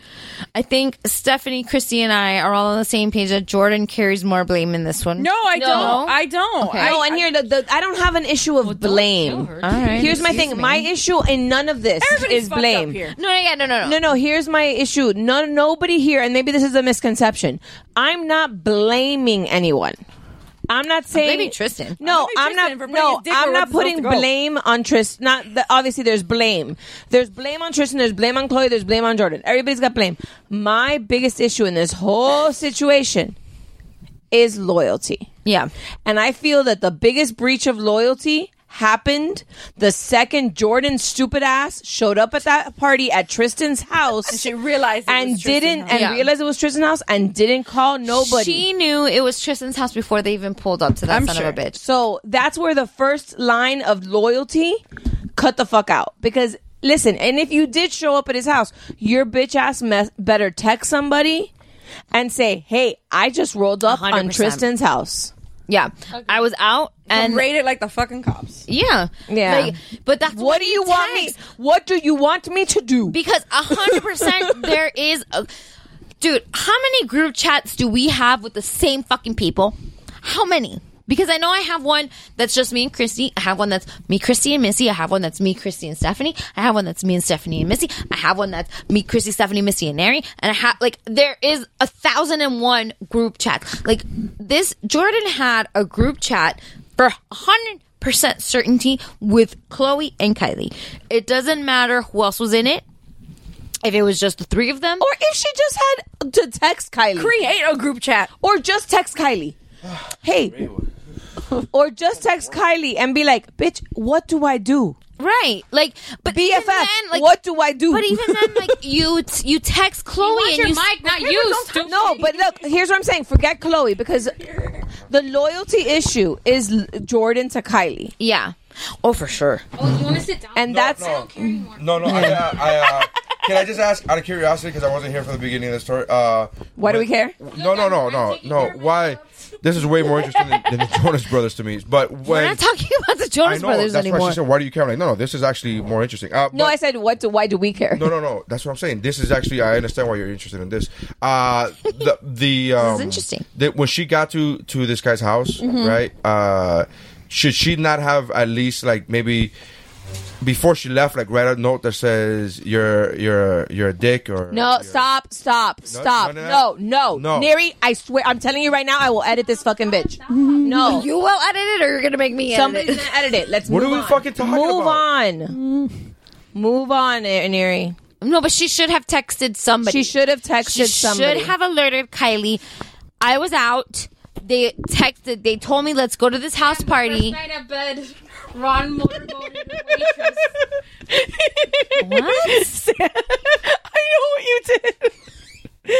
S9: i think stephanie christy and i are all on the same page that jordan carries more blame in this one
S7: No, I don't. I don't.
S9: Okay.
S7: I,
S11: No, and here the, the I don't have an issue of blame.
S9: all right
S11: Here's my thing. My issue in none of this
S7: Everybody's
S11: is
S7: fucked up
S11: blame.
S7: here.
S9: no, no, yeah, no, no, no.
S11: No, no. Here's my issue. No, nobody here, and maybe this is a misconception. I'm not blaming anyone. I'm not saying
S9: blaming Tristan.
S11: No,
S7: I'm
S11: I'm
S7: blaming Tristan for
S11: not.
S7: putting
S11: No,
S7: his dick where
S11: I'm
S7: it
S11: not
S7: was supposed
S11: putting
S7: to go.
S11: blame on Tristan. Not the, obviously. There's blame. There's blame on Tristan. There's blame on Chloe. There's blame on Jordan. Everybody's got blame. My biggest issue in this whole situation is loyalty.
S9: Yeah.
S11: And I feel that the biggest breach of loyalty happened the second Jordan's stupid ass showed up at that party at Tristan's house. And
S7: she realized it
S11: and
S7: was Tristan's
S11: didn't
S7: house.
S11: and
S9: Yeah.
S11: realized it was Tristan's house and didn't call nobody.
S9: She knew it was Tristan's house before they even pulled up to that
S7: I'm
S9: son
S7: sure.
S9: of a bitch.
S11: so that's where the first line of loyalty cut the fuck out because listen, and if you did show up at his house, your bitch ass mess better text somebody and say, "Hey, I just rolled up on
S9: 100%.
S11: Tristan's house."
S9: Yeah, I was out and
S7: rate it like the fucking cops.
S9: yeah,
S11: Yeah.
S9: Like, but that's
S11: What do you want me? What do you want me to do?
S9: because a hundred percent there is a dude. How many group chats do we have with the same fucking people? How many? Because I know I have one that's just me and Christy. I have one that's me, Christy, and Missy. I have one that's me, Christy, and Stephanie. I have one that's me and Stephanie and Missy. I have one that's me, Christy, Stephanie, Missy, and Nary. And I have, like, there is a thousand and one group chats. Like, this, Jordan had a group chat for 100 percent certainty with Chloe and Kylie. It doesn't matter who else was in it. If it was just the three of them,
S11: or if she just had to text Kylie,
S16: create a group chat,
S11: or just text Kylie, hey, or just text Kylie and be like, bitch, what do I do?
S9: Right, like, but
S11: BFF. Then, like, what do I do?
S9: But even then, like, you t- you text Chloe you
S10: and
S9: your
S10: you mic, not you. Don't
S11: stupid. No, but look, here's what I'm saying. Forget Chloe because the loyalty issue is l- Jordan to Kylie.
S9: Yeah. Oh, for sure.
S10: Oh, you want to sit down?
S11: And no, that's
S2: no, no. no I, uh, I, uh, can I just ask out of curiosity because I wasn't here for the beginning of the story? Uh,
S11: why do we care?
S2: No, no, no, no, no. Why? This is way more interesting than, than the Jonas Brothers to me. But when,
S9: we're not talking about the Jonas
S2: I know,
S9: Brothers
S2: that's
S9: anymore.
S2: why she said, "Why do you care?" I'm like, no, no, this is actually more interesting. Uh, but-
S11: No, I said what? Do, why do we care?
S2: no, no, no. That's what I'm saying. This is actually. I understand why you're interested in this. Uh, the the um,
S9: interesting.
S2: The, when she got to to this guy's house,
S9: Mhm.
S2: right? Uh, should she not have at least like maybe before she left, like write a note that says you're you're you're a dick or
S11: No, stop, stop, stop.
S2: no,
S11: No,
S2: no,
S11: no,
S2: No.
S11: Neri, I swear, I'm telling you right now, I will edit this fucking bitch. No.
S9: You will edit it, or you're gonna make me edit
S11: Somebody's
S9: it.
S11: going to edit it. Let's
S2: What
S11: move
S2: are we
S11: on.
S2: fucking talking
S11: move
S2: about?
S11: on. Move on, Ne- Neri.
S9: No, but she should have texted somebody.
S11: She should have
S9: She
S11: texted somebody.
S9: should have alerted Kylie. I was out. They texted. They told me, "Let's go to this house party."
S10: Night at bed. Ron motorboated the waitress.
S9: What?
S16: I know what you did. I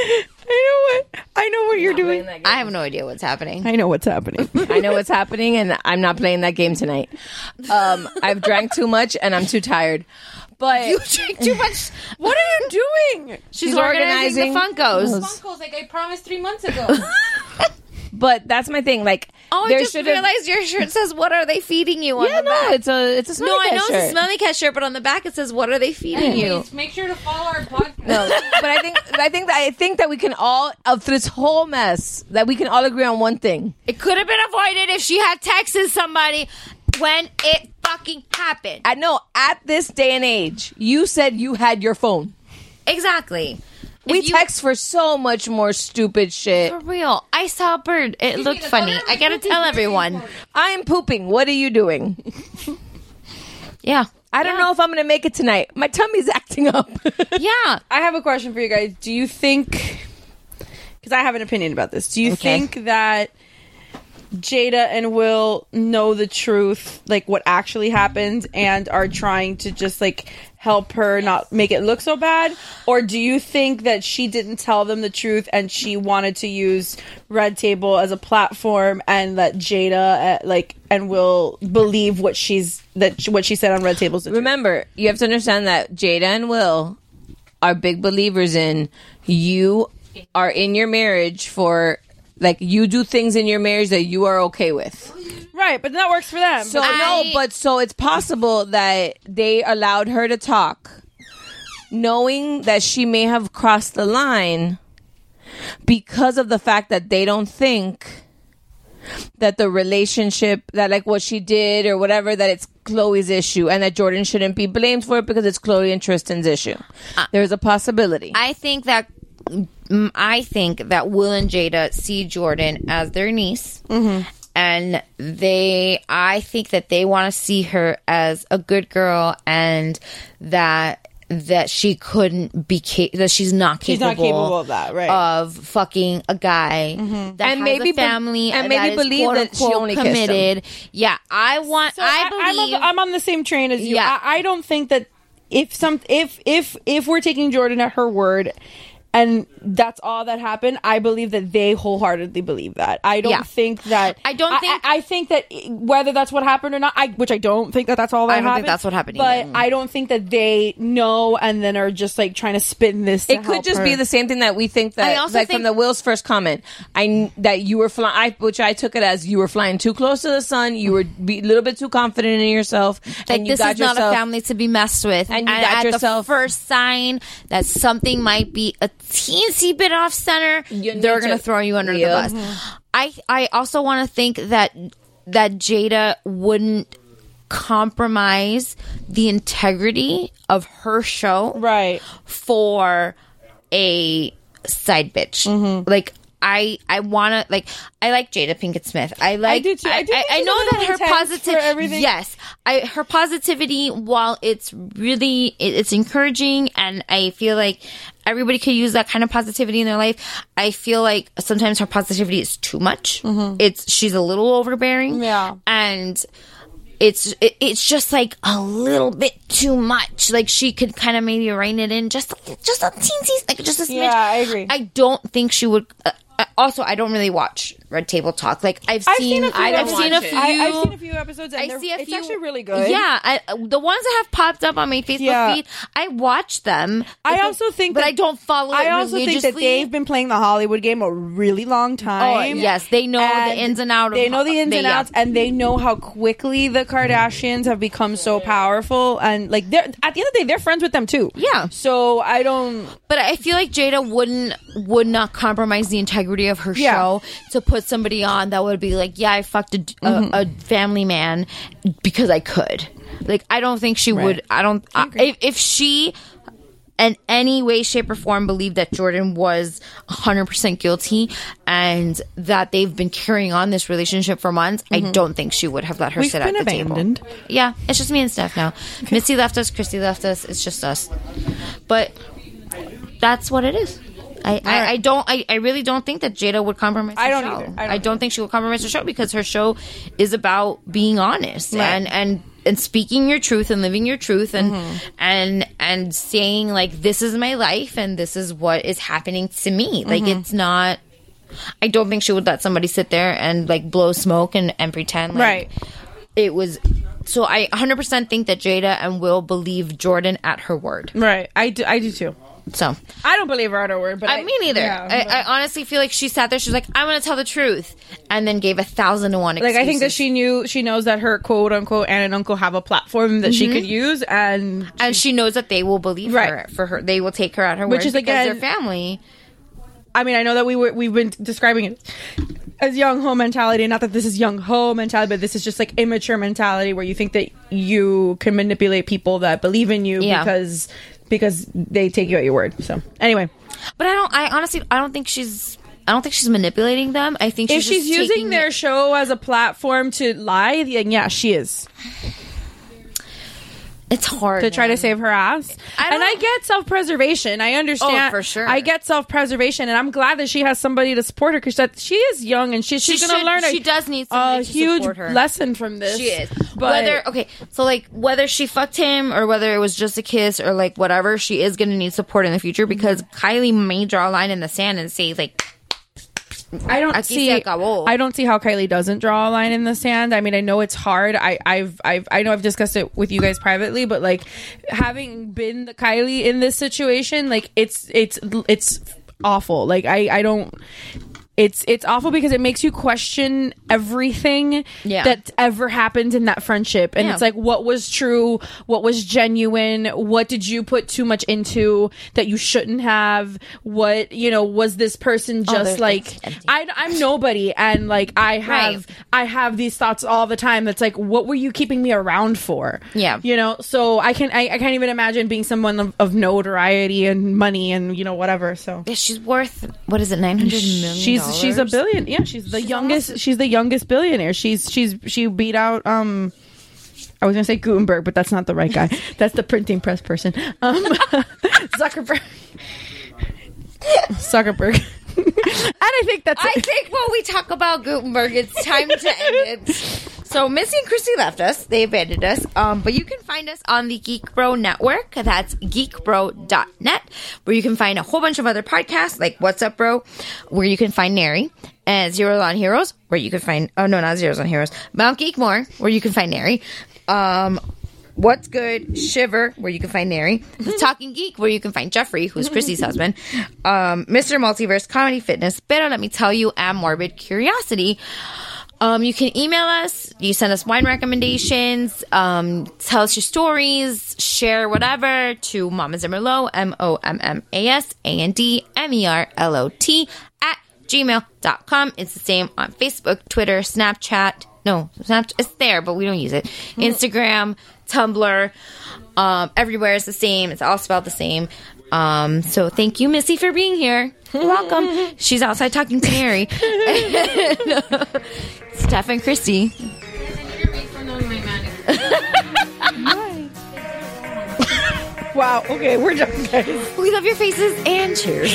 S16: know what I know what you're doing.
S9: I have no idea what's happening.
S16: I know what's happening.
S11: I know what's happening, and I'm not playing that game tonight. Um, I've drank too much, and I'm too tired. But
S9: You drink too much.
S16: What are you doing?
S9: She's organizing, the Funkos.
S10: Funkos, like I promised three months ago.
S11: but that's my thing. Like,
S9: Oh,
S11: there
S9: I just
S11: should have-
S9: realized your shirt says "What are they feeding you?" on
S11: Yeah,
S9: the
S11: no,
S9: back.
S11: it's a it's a
S9: no, I
S11: Smelly Cat
S9: know
S11: shirt.
S9: it's a smelly cat shirt, but on the back it says "What are they feeding you?"
S10: Anyways, make sure to follow our podcast.
S11: No, but I think I think that I think that we can all of this whole mess that we can all agree on one thing.
S9: It could have been avoided if she had texted somebody when it fucking happened.
S11: I know at this day and age, you said you had your phone.
S9: Exactly.
S11: We
S9: If you-
S11: text for so much more stupid shit.
S9: For real, I saw a bird. It looked funny. I gotta tell everyone.
S11: I am pooping. What are you doing?
S9: Yeah,
S11: I don't know if I'm gonna make it tonight. My tummy's acting up.
S9: yeah.
S16: I have a question for you guys. Do you think cuz I have an opinion about this. Do you think that Jada and Will know the truth, like what actually happened and are trying to just like help her not make it look so bad or do you think that she didn't tell them the truth and she wanted to use red table as a platform and let Jada uh, like and Will believe what she's that what she said on red table's the truth?
S11: Remember, you have to understand that Jada and Will are big believers in you are in your marriage for like you do things in your marriage that you are okay with.
S16: Right, but that works for them.
S11: So no, but so it's possible that they allowed her to talk, knowing that she may have crossed the line because of the fact that they don't think that the relationship that like what she did or whatever that it's Chloe's issue and that Jordan shouldn't be blamed for it because it's Chloe and Tristan's issue.
S16: Uh,
S11: There's a possibility.
S9: I think that mm, I think that Will and Jada see Jordan as their niece,
S16: Mm-hmm.
S9: and they I think that they want to see her as a good girl, and that that she couldn't be ca- that she's not capable,
S16: She's not capable of that, right. Mm-hmm.
S9: of fucking a guy that
S11: And
S9: has
S11: maybe
S9: a
S11: be-
S9: family
S11: and
S9: that
S11: maybe
S9: is
S11: believe
S9: quote,
S11: that she
S9: unquote,
S11: only kissed him.
S9: committed. Yeah, I want.
S16: So
S9: I
S16: I'm,
S9: believe.
S16: of- I'm on the same train as you.
S9: Yeah.
S16: I, I don't think that if some if if if we're taking Jordan at her word and that's all that happened, I believe that they wholeheartedly believe that. I don't
S9: Yeah.
S16: think that
S9: I don't think-
S16: I, I think that whether that's what happened or not, I which I don't think that that's all that
S9: I don't think
S16: happened,
S9: that's what happened
S16: But
S9: either.
S16: I don't think that they know and then are just like trying to spin this. to
S11: It could
S16: help
S11: just
S16: her.
S11: be the same thing that we think that,
S9: I also
S11: like
S9: think-
S11: from the Will's first comment, I kn- that you were flying, I, which I took it as you were flying too close to the sun. You were be- a little bit too confident in yourself,
S9: Like
S11: and you
S9: this
S11: got
S9: is
S11: yourself.
S9: not a family to be messed with.
S11: And you got
S9: at
S11: yourself-
S9: the first sign that something might be a teensy bit off center,
S11: You need
S9: they're gonna
S11: to-
S9: throw you under
S11: Yeah.
S9: the bus. I I also want to think that that Jada wouldn't compromise the integrity of her show
S11: right
S9: for a side bitch
S11: Mhm.
S9: like I I want to like I like Jada Pinkett Smith. I like I
S11: do too. I do think
S9: I,
S11: she's a
S9: know
S11: little
S9: that her
S11: intense for
S9: positivity.
S11: everything.
S9: Yes, I her positivity. While it's really it, it's encouraging, and I feel like everybody could use that kind of positivity in their life. I feel like sometimes her positivity is too much. It's she's a little overbearing.
S11: Mm-hmm. Yeah.
S9: and it's it, it's just like a little bit too much. Like she could kind of maybe rein it in just a- just a teensy, like just a smidge.
S11: Yeah, I agree.
S9: I don't think she would. Uh, uh, also, I don't really watch Red Table Talk. Like I've seen,
S11: I've seen a few.
S9: I've
S11: I've
S9: seen a
S11: watched it.
S9: few.
S11: I- I've seen a few episodes. And I see a few. It's actually really good.
S9: Yeah, I, the ones that have popped up on my Facebook
S11: Yeah.
S9: feed, I watch them.
S11: I also think,
S9: but
S11: that,
S9: I don't follow.
S11: I
S9: it
S11: also think that
S9: religiously.
S11: they've been playing the Hollywood game a really
S9: Oh,
S11: long time.
S9: yes, they know the ins and out of-
S11: They know the ins
S9: they-
S11: and
S9: yeah.
S11: outs, and they know how quickly the Kardashians have become so powerful. And like, they're at the end of the day, they're friends with them too.
S9: Yeah.
S11: So I don't.
S9: But I feel like Jada wouldn't would not compromise the integrity of her
S11: Yeah.
S9: show to put somebody on that would be like, yeah, I fucked a, a,
S11: Mm-hmm.
S9: a family man because I could. Like I don't think she would. I don't. I, if, if she in any way, shape, or form believed that Jordan was 100% guilty and that they've been carrying on this relationship for months, I
S11: Mhm.
S9: don't think she would have let her
S11: We've
S9: sit
S11: been
S9: at the
S11: abandoned.
S9: table. Yeah, it's just me and Steph now. Missy left us, Christy left us. It's just us. But that's what it is. I, I, I don't I, I really don't think that Jada would compromise.
S11: I
S9: her
S11: don't
S9: show.
S11: either.
S9: I don't, think she would compromise her show because her show is about being honest
S11: Right.
S9: and and and speaking your truth and living your truth and
S11: Mm-hmm.
S9: and and saying like this is my life and this is what is happening to me. Like
S11: Mm-hmm.
S21: Mhm.
S9: it's not. I don't think she would let somebody sit there and like blow smoke and and pretend like
S11: Right.
S9: it was. So I 100% think that Jada and Will believe Jordan at her word.
S11: Right. I do. I do too.
S9: So
S11: I don't believe her on her word, but
S9: I, mean, either.
S11: Yeah, but-
S9: I, I honestly feel like she sat there. She was like, "I'm going to tell the truth," and then gave a thousand and one.
S11: like
S9: Excuses.
S11: I think that she knew she knows that her quote unquote aunt and uncle have a platform that she
S9: Mhm.
S11: could use, and
S9: and she knows that they will believe
S11: right.
S9: her for her. They will take her at her
S11: which
S9: word
S11: is
S9: because
S11: again
S9: they're family.
S11: I mean, I know that we were we've been describing it as young ho mentality. Not that this is young ho mentality, but this is just like immature mentality where you think that you can manipulate people that believe in you
S9: Yeah.
S11: because because they take you at your word. So anyway,
S9: But I don't. I honestly, I don't think she's. I don't think she's manipulating them. I think
S11: if
S9: she's,
S11: she's
S9: just
S11: using
S9: taking
S11: their show as a platform to lie, then yeah, she is.
S9: It's hard
S11: to try to save her ass.
S9: I
S11: and I get self preservation. I understand
S9: Oh, for sure.
S11: I get self preservation, and I'm glad that she has somebody to support her because she is young and she, she's
S9: She
S11: going
S9: should-
S11: to learn. a-
S9: she does need
S11: a
S9: somebody to
S11: huge
S9: support her.
S11: lesson from this.
S9: She is.
S11: but
S9: whether okay, so like whether she fucked him or whether it was just a kiss or like whatever, she is gonna need support in the future because
S11: Mm-hmm.
S9: Kylie may draw a line in the sand and say like,
S11: I don't
S9: Aquí se
S11: see.
S9: acabó.
S11: I don't see how Kylie doesn't draw a line in the sand. I mean, I know it's hard. I, I've, I've, I know I've discussed it with you guys privately, but like having been the Kylie in this situation, like it's, it's, it's awful. Like I, I don't. It's it's awful because it makes you question everything
S9: Yeah.
S11: that's ever happened in that friendship, and
S9: Yeah.
S11: it's like what was true, what was genuine, what did you put too much into that you shouldn't have, what you know was this person
S9: Oh,
S11: just
S9: there's-
S11: like I, I'm nobody, and like I have
S9: Right.
S11: I have these thoughts all the time. That's like, what were you keeping me around for?
S9: Yeah.
S11: you know. So I can I, I can't even imagine being someone of, of notoriety and money and you know whatever. So
S9: yeah, she's worth what is it nine hundred million?
S11: she's she's a billion. Yeah, she's the youngest. She's the youngest billionaire. She's she's she beat out um. I was gonna say Gutenberg, but that's not the right guy. That's the printing press person. Um, Zuckerberg. Zuckerberg. and I think that's.
S9: I think when we talk about Gutenberg, it's time to end it. So Missy and Christy left us; they abandoned us. Um, but you can find us on the Geek Bro Network. That's geekbro.net, where you can find a whole bunch of other podcasts like What's Up Bro, where you can find Nary, and Zeros on Heroes, where you can find oh no, not Zeros on Heroes, Mount Geekmore, where you can find Nary. Um, What's Good, Shiver, where you can find Nary, The Talking Geek, where you can find Jeffrey, who's Chrissy's husband, um, Mr. Multiverse, Comedy Fitness, Better Let Me Tell You, and Morbid Curiosity. Um, you can email us, you send us wine recommendations, um, tell us your stories, share whatever to Mama Zimmerlo, M O M M A S A N D M E R L O T, at gmail.com. It's the same on Facebook, Twitter, Snapchat. No, Snapchat, it's there, but we don't use it. Instagram, Tumblr, um, everywhere is the same. It's all spelled the same. Um, so thank you, Missy, for being here. You're welcome. She's outside talking to Mary. and, uh, Steph and Christy.
S4: Wow. Okay, we're done, guys.
S9: We love your faces and cheers.